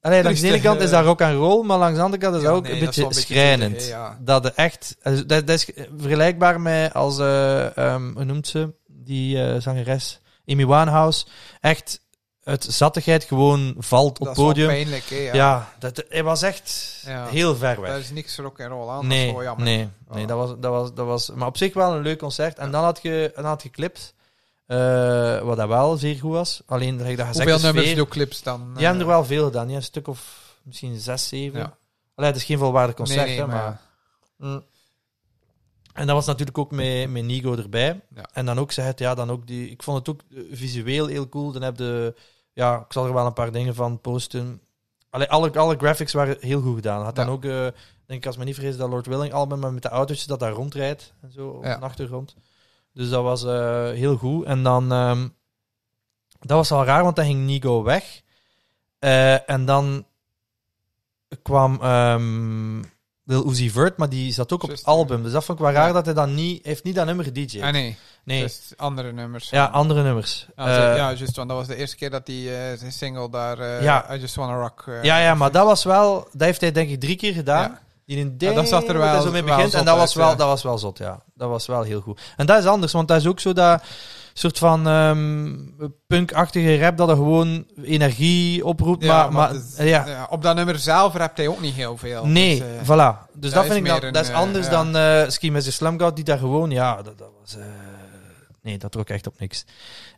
Speaker 1: Allee, langs de ene
Speaker 2: Triestig,
Speaker 1: kant is
Speaker 2: eh.
Speaker 1: dat rock and roll, maar langs de andere kant is
Speaker 2: Ja,
Speaker 1: dat ook
Speaker 2: nee,
Speaker 1: een
Speaker 2: dat is
Speaker 1: beetje
Speaker 2: wel een beetje
Speaker 1: schrijnend.
Speaker 2: triestig, hè, ja.
Speaker 1: Dat de echt, eh, dat, dat is vergelijkbaar met als, eh, ehm, hoe noemt ze, die eh, zangeres, Amy Winehouse, echt uit zattigheid gewoon valt op
Speaker 2: dat
Speaker 1: het
Speaker 2: is wel
Speaker 1: podium.
Speaker 2: pijnlijk, hè,
Speaker 1: Ja,
Speaker 2: ja.
Speaker 1: dat, hij was echt
Speaker 2: Ja.
Speaker 1: heel ver weg.
Speaker 2: Daar is niks rock en roll aan. dat
Speaker 1: Nee,
Speaker 2: is wel jammer.
Speaker 1: nee, nee
Speaker 2: Voilà.
Speaker 1: dat, was, dat, was, dat was... Maar op zich wel een leuk concert. En dan had je, dan had je clips, eh, wat dat wel zeer goed was. Alleen, dat je dat gezegd,
Speaker 2: Hoeveel
Speaker 1: de
Speaker 2: nummers
Speaker 1: sfeer-
Speaker 2: doe clips dan? eh?
Speaker 1: Die hebben er wel veel gedaan. Die hebben een stuk of misschien zes, zeven.
Speaker 2: Ja.
Speaker 1: Allee, het is geen volwaardig
Speaker 2: Nee,
Speaker 1: concert,
Speaker 2: nee,
Speaker 1: hè, maar... Mm. En dat was natuurlijk ook met, met Nigo erbij.
Speaker 2: Ja.
Speaker 1: En dan ook zei het, ja, dan ook die... Ik vond het ook eh, visueel heel cool. Dan heb je... Ja, ik zal er wel een paar dingen van posten. Allee, alle, alle graphics waren heel goed gedaan. Had dan
Speaker 2: Ja.
Speaker 1: ook, eh, denk ik, als me niet vergis, dat Lord Willing album maar met de autootje dat daar rondrijdt en zo op
Speaker 2: Ja.
Speaker 1: de achtergrond. Dus dat was eh, heel goed. En dan... ehm, dat was al raar, want dan ging Nigo weg. Eh, en dan kwam ehm Lil Uzi Vert, maar die zat ook op het
Speaker 2: Juist, ja.
Speaker 1: album. Dus dat vond ik wel raar
Speaker 2: Ja.
Speaker 1: dat hij dan niet... Hij heeft niet dat nummer gedj.
Speaker 2: Ah, nee.
Speaker 1: nee.
Speaker 2: Dus andere nummers.
Speaker 1: ja, andere nummers.
Speaker 2: Ja,
Speaker 1: Eh,
Speaker 2: Ah, ze-
Speaker 1: ja,
Speaker 2: ja, juist, want dat was de eerste keer dat die eh, zijn single daar... eh,
Speaker 1: Ja.
Speaker 2: I Just Wanna Rock... eh,
Speaker 1: ja, maar dat was wel... Dat heeft hij denk ik drie keer gedaan.
Speaker 2: Ja.
Speaker 1: Die een
Speaker 2: Ja, dat zag er
Speaker 1: ding
Speaker 2: wel-
Speaker 1: dat hij zo mee
Speaker 2: wel
Speaker 1: begint.
Speaker 2: zot
Speaker 1: En dat was,
Speaker 2: uit,
Speaker 1: wel,
Speaker 2: ja.
Speaker 1: dat was wel zot, ja. Dat was wel heel goed. En dat is anders, want dat is ook zo dat soort van ehm punkachtige rap dat er gewoon energie oproept.
Speaker 2: Ja,
Speaker 1: maar maar
Speaker 2: want het is-
Speaker 1: ja,
Speaker 2: ja, op dat nummer zelf rapt hij ook niet heel veel.
Speaker 1: Nee,
Speaker 2: Dus, eh,
Speaker 1: voilà. Dus dat
Speaker 2: dat is
Speaker 1: vind ik dan,
Speaker 2: meer een,
Speaker 1: dat is
Speaker 2: eh,
Speaker 1: anders
Speaker 2: ja.
Speaker 1: dan eh Ski met zijn Slumgod, die daar gewoon, ja, dat, dat was. eh, nee, dat trok echt op niks.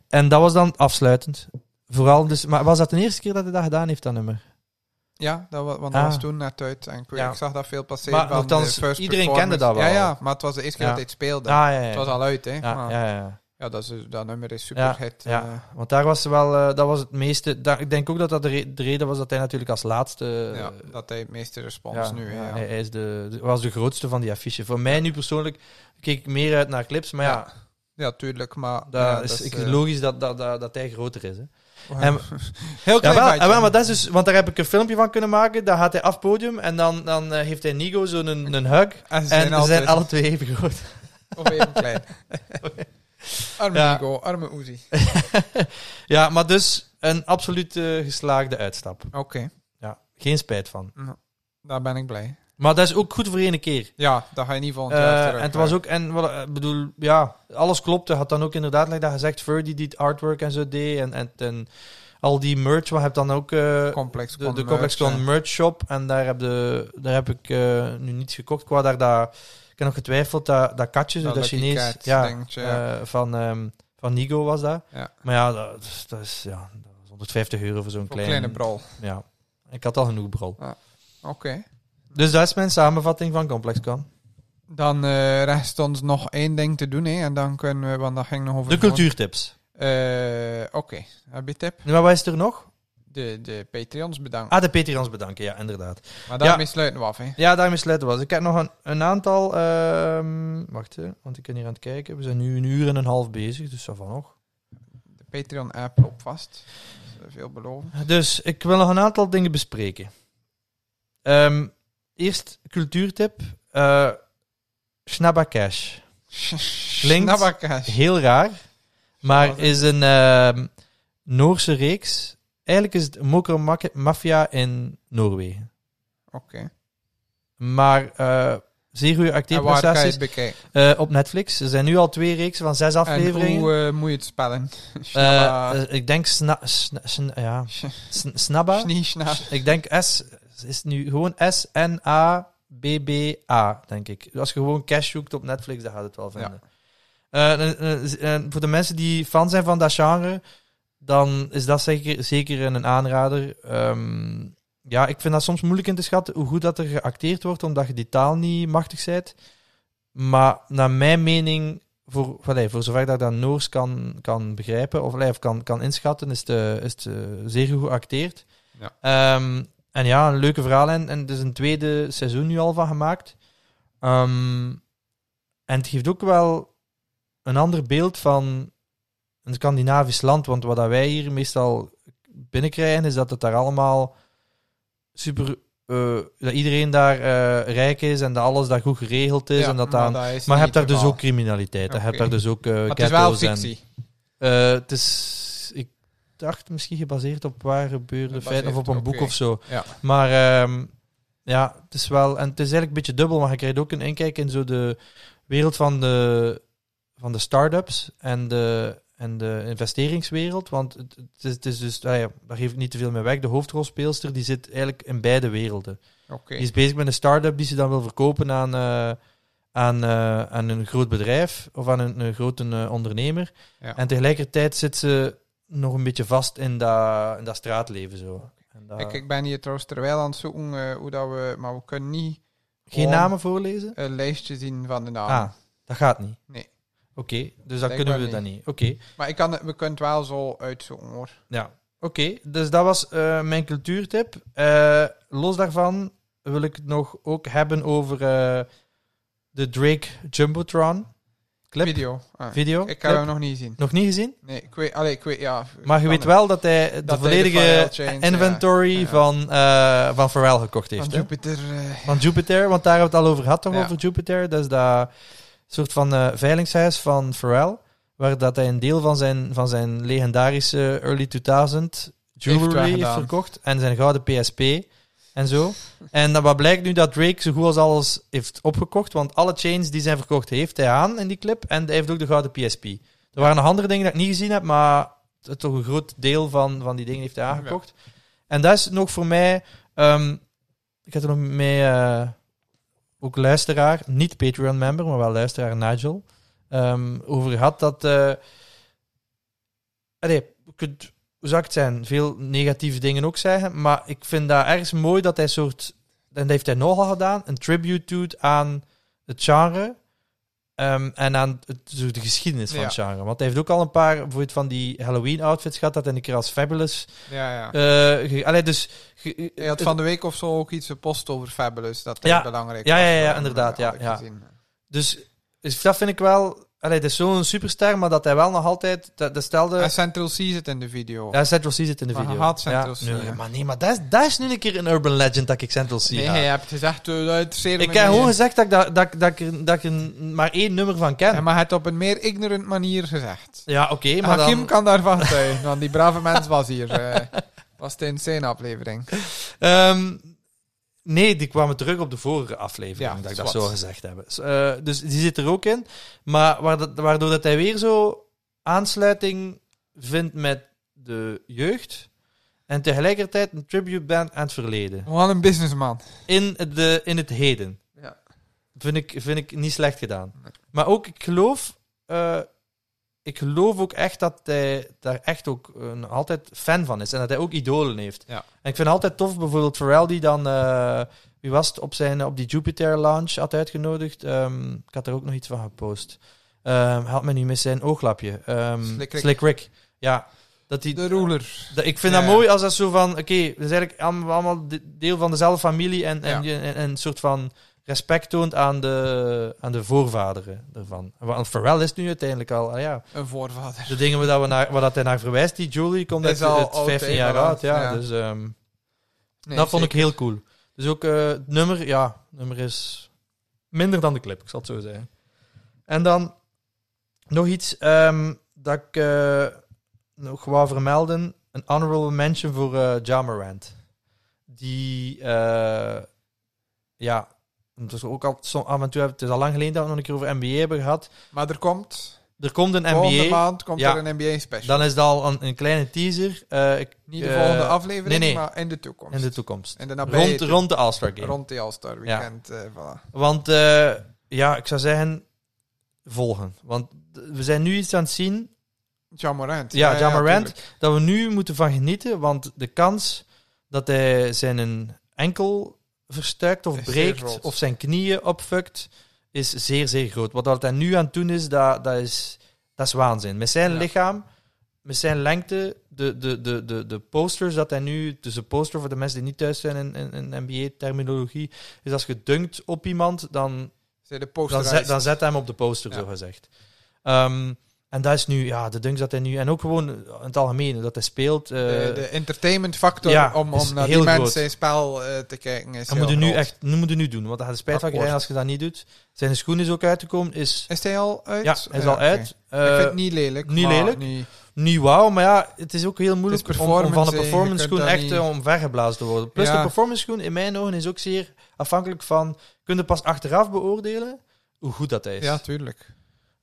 Speaker 1: En dat was dan afsluitend. Vooral, dus, maar was dat de eerste keer dat hij dat gedaan heeft, dat nummer?
Speaker 2: ja, dat was, want
Speaker 1: Ah.
Speaker 2: dat was toen net uit. En ik, weet-
Speaker 1: Ja.
Speaker 2: ik zag dat veel passeren.
Speaker 1: Maar
Speaker 2: van de
Speaker 1: nochtans,
Speaker 2: first
Speaker 1: iedereen
Speaker 2: performance.
Speaker 1: kende dat wel.
Speaker 2: Ja, ja, maar het was de eerste keer
Speaker 1: Ja.
Speaker 2: dat hij het speelde.
Speaker 1: ah, ja, ja.
Speaker 2: Het was al uit, hè.
Speaker 1: ja,
Speaker 2: maar, ja.
Speaker 1: ja, ja, ja.
Speaker 2: dat, is, dus- dat nummer is superhit.
Speaker 1: ja.
Speaker 2: eh.
Speaker 1: Want daar was ze wel, eh, dat was het meeste. daar- ik denk ook dat dat de, re- de reden was dat hij natuurlijk als laatste. eh,
Speaker 2: ja, dat hij het meeste respons
Speaker 1: ja,
Speaker 2: nu.
Speaker 1: ja,
Speaker 2: Ja,
Speaker 1: Hij, hij is de, de- was de grootste van die affiche. Voor mij nu persoonlijk keek ik meer uit naar clips, maar ja,
Speaker 2: Ja, Ja, tuurlijk, maar...
Speaker 1: dat
Speaker 2: ja,
Speaker 1: is, ik-
Speaker 2: eh, oh,
Speaker 1: logisch dat, dat, dat, dat hij groter is. Hè.
Speaker 2: Heel klein
Speaker 1: Ja, wel,
Speaker 2: feitje.
Speaker 1: ja, wel, maar dat is dus, want daar heb ik een filmpje van kunnen maken. Daar gaat hij af podium en dan, dan eh, heeft hij Nigo zo'n een, een hug.
Speaker 2: En ze
Speaker 1: En
Speaker 2: zijn,
Speaker 1: ze zijn
Speaker 2: altijd-
Speaker 1: alle twee even groot.
Speaker 2: Of even klein. arme
Speaker 1: Ja.
Speaker 2: Nico, arme Oezie.
Speaker 1: ja, maar dus een absoluut eh, geslaagde uitstap.
Speaker 2: Oké, nou,
Speaker 1: Ja, geen spijt van.
Speaker 2: daar ben ik blij.
Speaker 1: Maar dat is ook goed voor één keer.
Speaker 2: Ja, dat ga je niet volgend jaar
Speaker 1: Eh,
Speaker 2: terug.
Speaker 1: en het
Speaker 2: hè.
Speaker 1: was ook, en wel, eh, bedoel, ja, alles klopte. Had dan ook inderdaad, like dat gezegd, Ferdy die het artwork en zo deed. En, en, en al die merch, wat heb dan ook. eh,
Speaker 2: complex
Speaker 1: de, de
Speaker 2: kon
Speaker 1: Complex
Speaker 2: merch,
Speaker 1: Con
Speaker 2: eh.
Speaker 1: merch shop. En daar heb, de, daar heb ik eh, nu niets gekocht. Qua daar, dat, ik heb nog getwijfeld dat, dat katje, dat,
Speaker 2: Dat
Speaker 1: dat
Speaker 2: Lucky
Speaker 1: Chinees
Speaker 2: Cat
Speaker 1: ja,
Speaker 2: dingetje, ja.
Speaker 1: eh, van, ehm, van Nigo was dat.
Speaker 2: Ja.
Speaker 1: Maar ja dat, dat is, ja, dat is 150 euro voor zo'n
Speaker 2: Voor
Speaker 1: klein,
Speaker 2: kleine brol.
Speaker 1: Ja. Ik had al genoeg brol.
Speaker 2: Oké.
Speaker 1: Dus dat is mijn samenvatting van Complex Con.
Speaker 2: Dan eh, rest ons nog één ding te doen, hè. En dan kunnen we... Want dat ging nog over...
Speaker 1: De
Speaker 2: gewoon-
Speaker 1: cultuurtips.
Speaker 2: Eh, Oké, heb je tip?
Speaker 1: Nu, maar wat is er nog?
Speaker 2: De
Speaker 3: de, de Patreons bedanken.
Speaker 1: Ah, de Patreons bedanken, ja, inderdaad.
Speaker 3: maar daarmee sluiten we af, hè.
Speaker 1: Ja, daarmee sluiten we. af. Ik heb nog een, een aantal... ehm, wacht, hè, want ik ben hier aan het kijken. We zijn nu een uur en een half bezig, dus dat van nog.
Speaker 3: De Patreon-app loopt vast. Dat is Veel beloven.
Speaker 1: Dus ik wil nog een aantal dingen bespreken. Ehm, eerst cultuurtip. eh Snabba Cash. Klinkt-
Speaker 3: Snabbakaas.
Speaker 1: Heel raar, maar
Speaker 3: Snabba.
Speaker 1: is een ehm, Noorse reeks. Eigenlijk is het Mokker Mafia in Noorwegen.
Speaker 3: Oké.
Speaker 1: Maar eh, zeer goede
Speaker 3: En waar kan je
Speaker 1: acteerprestaties
Speaker 3: het bekijken?
Speaker 1: eh, op Netflix. Er zijn nu al twee reeksen van zes
Speaker 3: En
Speaker 1: afleveringen.
Speaker 3: hoe eh, moet je het spellen?
Speaker 1: Eh,
Speaker 3: Snabba-
Speaker 1: eh, ik denk sna, sna- sna- ja. Sn- Snabba.
Speaker 3: Sniesna.
Speaker 1: Ik denk S is nu gewoon S-N-A-B-B-A, denk ik. Als je gewoon cash zoekt op Netflix, dan gaat het wel vinden. Eh, eh, eh, en voor de mensen die fan zijn van dat genre, dan is dat zeker, zeker een aanrader. Ehm, ja, ik vind dat soms moeilijk in te schatten hoe goed dat er geacteerd wordt, omdat je die taal niet machtig bent. Maar naar mijn mening, voor, allee, voor zover dat ik dat Noors kan, kan begrijpen of, allee, of kan, kan inschatten, is het, eh, is het eh, zeer goed geacteerd. Ehm, en ja, een leuke verhaal. En, en er is een tweede seizoen nu al van gemaakt. Ehm, en het geeft ook wel een ander beeld van een Scandinavisch land. Want wat dat wij hier meestal binnenkrijgen, is dat het daar allemaal super... eh, dat iedereen daar eh, rijk is en dat alles daar goed geregeld is.
Speaker 3: Ja, nou,
Speaker 1: en dat daar
Speaker 3: is
Speaker 1: maar je
Speaker 3: niet
Speaker 1: hebt daar dus
Speaker 3: normaal.
Speaker 1: ook criminaliteit. hè. Je hebt
Speaker 3: Oké.
Speaker 1: daar dus ook eh
Speaker 3: Maar het is wel
Speaker 1: ghetto's en-
Speaker 3: fictie.
Speaker 1: Eh, het is, ik dacht misschien gebaseerd op waar gebeurde
Speaker 3: Gebaseerd,
Speaker 1: feiten of op een boek
Speaker 3: oké.
Speaker 1: of zo.
Speaker 3: Ja.
Speaker 1: Maar ehm, ja, het is wel, en het is eigenlijk een beetje dubbel, maar je krijgt ook een inkijk in zo de wereld van de, van de start-ups en de, en de investeringswereld. Want het, het is, het is dus, nou ja, daar geef ik niet te veel mee weg. De hoofdrolspeelster die zit eigenlijk in beide werelden.
Speaker 3: Oké.
Speaker 1: Die is bezig met een start-up die ze dan wil verkopen aan, eh, aan, eh, aan een groot bedrijf of aan een, een grote eh, ondernemer.
Speaker 3: Ja.
Speaker 1: En tegelijkertijd zit ze nog een beetje vast in dat, in dat straatleven. Zo. En dat-
Speaker 3: Ik, ik ben hier trouwens terwijl aan het zoeken eh, hoe dat we... Maar we kunnen niet
Speaker 1: Geen
Speaker 3: gewoon
Speaker 1: namen voorlezen?
Speaker 3: een lijstje zien van de namen.
Speaker 1: Ah, dat gaat niet.
Speaker 3: Nee.
Speaker 1: Oké, dus dan
Speaker 3: Blijkbaar
Speaker 1: kunnen we
Speaker 3: niet.
Speaker 1: dat niet. Oké,
Speaker 3: Maar ik kan, het- we kunnen het wel zo uitzoeken, hoor.
Speaker 1: ja. Oké, dus dat was eh, mijn cultuurtip. Eh, los daarvan wil ik het nog ook hebben over eh, de Drake Jumbotron clip, video.
Speaker 3: Video. Ah. Ik heb
Speaker 1: clip.
Speaker 3: hem nog niet zien.
Speaker 1: Nog niet gezien?
Speaker 3: Nee, ik weet... Allee, ik weet... Ja, ik
Speaker 1: Maar je
Speaker 3: kan
Speaker 1: weet
Speaker 3: het.
Speaker 1: wel dat hij de
Speaker 3: Dat hij
Speaker 1: volledige
Speaker 3: Pharrell Chains,
Speaker 1: inventory
Speaker 3: ja. Ja.
Speaker 1: van, eh van Pharrell gekocht
Speaker 3: Van
Speaker 1: heeft. hè?
Speaker 3: Jupiter... eh,
Speaker 1: Van Jupiter, want daar hebben we het al over gehad, toch?
Speaker 3: Ja.
Speaker 1: Over Jupiter. Dat is dat soort van eh veilingshuis van Pharrell. Waar dat hij een deel van zijn, van zijn legendarische early 2000 jewelry heeft,
Speaker 3: weggedaan.
Speaker 1: verkocht. En zijn gouden PSP en zo. en dan, wat blijkt nu dat Drake zo goed als alles heeft opgekocht. Want alle chains die zijn verkocht heeft hij aan in die clip. En hij heeft ook de gouden PSP. Er waren nog andere dingen dat ik niet gezien heb, maar t- toch een groot deel van, van die dingen heeft hij aangekocht. En dat is nog voor mij... ehm, ik heb er nog mee... eh, ook luisteraar, niet Patreon-member, maar wel luisteraar Nigel, ehm, over gehad dat... eh allee, je kunt, hoe zou ik het zijn? Veel negatieve dingen ook zeggen, maar ik vind dat ergens mooi dat hij soort... En dat heeft hij nogal gedaan, een tribute doet aan het genre... ehm, en aan het, zo de geschiedenis van
Speaker 3: Ja.
Speaker 1: het genre. Want hij heeft ook al een paar bijvoorbeeld van die Halloween-outfits gehad. Dat hij een keer als Fabulous...
Speaker 3: Ja, ja.
Speaker 1: eh, ge- allee, dus... ge-
Speaker 3: Je had van de week of zo ook iets gepost over Fabulous. Dat is
Speaker 1: Ja.
Speaker 3: belangrijk
Speaker 1: Ja,
Speaker 3: was,
Speaker 1: ja, ja,
Speaker 3: eh,
Speaker 1: inderdaad,
Speaker 3: had ik
Speaker 1: ja, ja.
Speaker 3: gezien.
Speaker 1: Dus, dus dat vind ik wel... Allee, dat is zo'n superster, maar dat hij wel nog altijd... Dat, dat stelde...
Speaker 3: En Central C zit in de video.
Speaker 1: ja, Central C zit in de
Speaker 3: Maar
Speaker 1: video.
Speaker 3: hij had Central
Speaker 1: Oh. ja.
Speaker 3: C,
Speaker 1: Nee,
Speaker 3: ja.
Speaker 1: maar nee, maar dat is, dat is nu een keer een urban legend dat ik Central C
Speaker 3: nee,
Speaker 1: haat.
Speaker 3: je hebt gezegd... eh, dat interesseert
Speaker 1: Ik
Speaker 3: me
Speaker 1: heb
Speaker 3: niet.
Speaker 1: gewoon gezegd dat ik, dat, dat, ik- dat, ik er, dat ik er maar één nummer van ken.
Speaker 3: Ja,
Speaker 1: Ja,
Speaker 3: maar het op een meer ignorant manier gezegd.
Speaker 1: oké, maar
Speaker 3: Hakim
Speaker 1: dan...
Speaker 3: kan daarvan zijn, want die brave mens was hier. eh was de insane aflevering.
Speaker 1: Ehm, nee, die kwamen terug op de vorige aflevering,
Speaker 3: Ja,
Speaker 1: dat ik dat
Speaker 3: zwart.
Speaker 1: zo gezegd heb. Dus, eh, dus die zit er ook in. Maar waar dat- waardoor dat hij weer zo aansluiting vindt met de jeugd. En tegelijkertijd een tribute band aan het verleden.
Speaker 3: Wat een businessman.
Speaker 1: In, de, in het heden.
Speaker 3: Ja.
Speaker 1: Vind ik, vind ik niet slecht gedaan.
Speaker 3: Nee.
Speaker 1: Maar ook, ik geloof... eh, ik geloof ook echt dat hij daar echt ook een, altijd fan van is. En dat hij ook idolen heeft.
Speaker 3: Ja.
Speaker 1: En ik vind het altijd tof, bijvoorbeeld Pharrell die dan... eh, wie was het op, zijn, op die Jupiter launch had uitgenodigd? Ehm, ik had er ook nog iets van gepost. Ehm had me nu mis zijn ooglapje. Ehm
Speaker 3: Slick Rick.
Speaker 1: Slick Rick. Ja. Dat die,
Speaker 2: De ruler.
Speaker 1: dat- ik vind
Speaker 2: Ja.
Speaker 1: dat mooi als dat zo van, oké, we zijn eigenlijk allemaal, allemaal de- deel van dezelfde familie en, en,
Speaker 2: Ja.
Speaker 1: die- en, en een soort van respect toont aan de, aan de voorvaderen ervan. Want Pharrell is nu uiteindelijk al, ah ja,
Speaker 2: Een voorvader.
Speaker 1: de dingen waar, dat we naar, waar dat hij naar verwijst, die Julie, komt
Speaker 2: Is
Speaker 1: uit,
Speaker 2: al
Speaker 1: uit
Speaker 2: oud,
Speaker 1: 15
Speaker 2: hè,
Speaker 1: jaar
Speaker 2: voilà.
Speaker 1: oud. Ja,
Speaker 2: Ja.
Speaker 1: Dus ehm,
Speaker 2: Nee,
Speaker 1: dat vond ik
Speaker 2: zeker.
Speaker 1: heel cool. Dus ook eh, het nummer, ja, het nummer is minder dan de clip, ik zal het zo zeggen. En dan nog iets ehm, dat ik eh, nog wou vermelden. Een honorable mention voor eh Ja Morant. Die, eh, ja, het is ook al, zo- af en toe, heb- het is al lang geleden dat we het nog een keer over NBA hebben gehad.
Speaker 2: Maar er komt,
Speaker 1: Er komt een
Speaker 2: volgende
Speaker 1: NBA,
Speaker 2: maand komt
Speaker 1: Ja.
Speaker 2: er een NBA-special.
Speaker 1: dan is dat al een, een kleine teaser. eh, ik,
Speaker 2: Niet de
Speaker 1: eh,
Speaker 2: volgende aflevering,
Speaker 1: nee, nee.
Speaker 2: maar in de toekomst.
Speaker 1: In de toekomst.
Speaker 2: In de nabije
Speaker 1: Rond, rond de All-Star Game.
Speaker 2: Rond die All-Star weekend. eh, voilà.
Speaker 1: Want eh, ja, ik zou zeggen, volgen. Want we zijn nu iets aan het zien
Speaker 2: Ja Morant.
Speaker 1: Ja, Ja Morant.
Speaker 2: tuurlijk.
Speaker 1: dat we nu moeten van genieten. Want de kans dat hij zijn een enkel verstuikt of
Speaker 2: Is zeer
Speaker 1: breekt
Speaker 2: groot.
Speaker 1: of zijn knieën opfukt, is zeer, zeer groot. Wat dat hij nu aan het doen is, dat, dat, is, dat is waanzin. Met zijn
Speaker 2: Ja.
Speaker 1: lichaam, met zijn lengte, de, de, de, de, de posters dat hij nu... Dus een poster voor de mensen die niet thuis zijn in, in, in NBA-terminologie, is als je dunkt op iemand, dan
Speaker 2: Zij de poster
Speaker 1: dan zet, dan zet hij hem op de poster,
Speaker 2: Ja.
Speaker 1: zo gezegd. Ehm, en dat is nu, ja, de dunks dat hij nu. En ook gewoon in het algemeen, dat hij speelt. eh,
Speaker 2: de, de entertainment factor
Speaker 1: ja,
Speaker 2: om,
Speaker 1: is
Speaker 2: om naar
Speaker 1: heel
Speaker 2: die
Speaker 1: groot.
Speaker 2: mensen zijn spel eh, te kijken is
Speaker 1: dat
Speaker 2: heel
Speaker 1: moet je nu
Speaker 2: groot.
Speaker 1: echt dat moet je nu doen, want hij gaat er spijt van
Speaker 2: Akkoord.
Speaker 1: krijgen als je dat niet doet. Zijn schoen is ook uitgekomen, is.
Speaker 2: Is hij al uit?
Speaker 1: Ja, hij is
Speaker 2: Ja,
Speaker 1: al
Speaker 2: oké.
Speaker 1: uit.
Speaker 2: ik
Speaker 1: Eh,
Speaker 2: vind het niet lelijk.
Speaker 1: niet
Speaker 2: maar
Speaker 1: lelijk.
Speaker 2: niet-
Speaker 1: Niet wauw, maar ja, het is ook heel
Speaker 2: Het
Speaker 1: moeilijk
Speaker 2: is
Speaker 1: om, om van
Speaker 2: performance,
Speaker 1: de
Speaker 2: hè, je
Speaker 1: performance
Speaker 2: kunt
Speaker 1: schoen
Speaker 2: dat
Speaker 1: echt
Speaker 2: niet-
Speaker 1: eh, om vergeblazen te worden. Plus
Speaker 2: Ja.
Speaker 1: de performance schoen in mijn ogen is ook zeer afhankelijk van, kun je pas achteraf beoordelen hoe goed dat hij is.
Speaker 2: Ja, tuurlijk.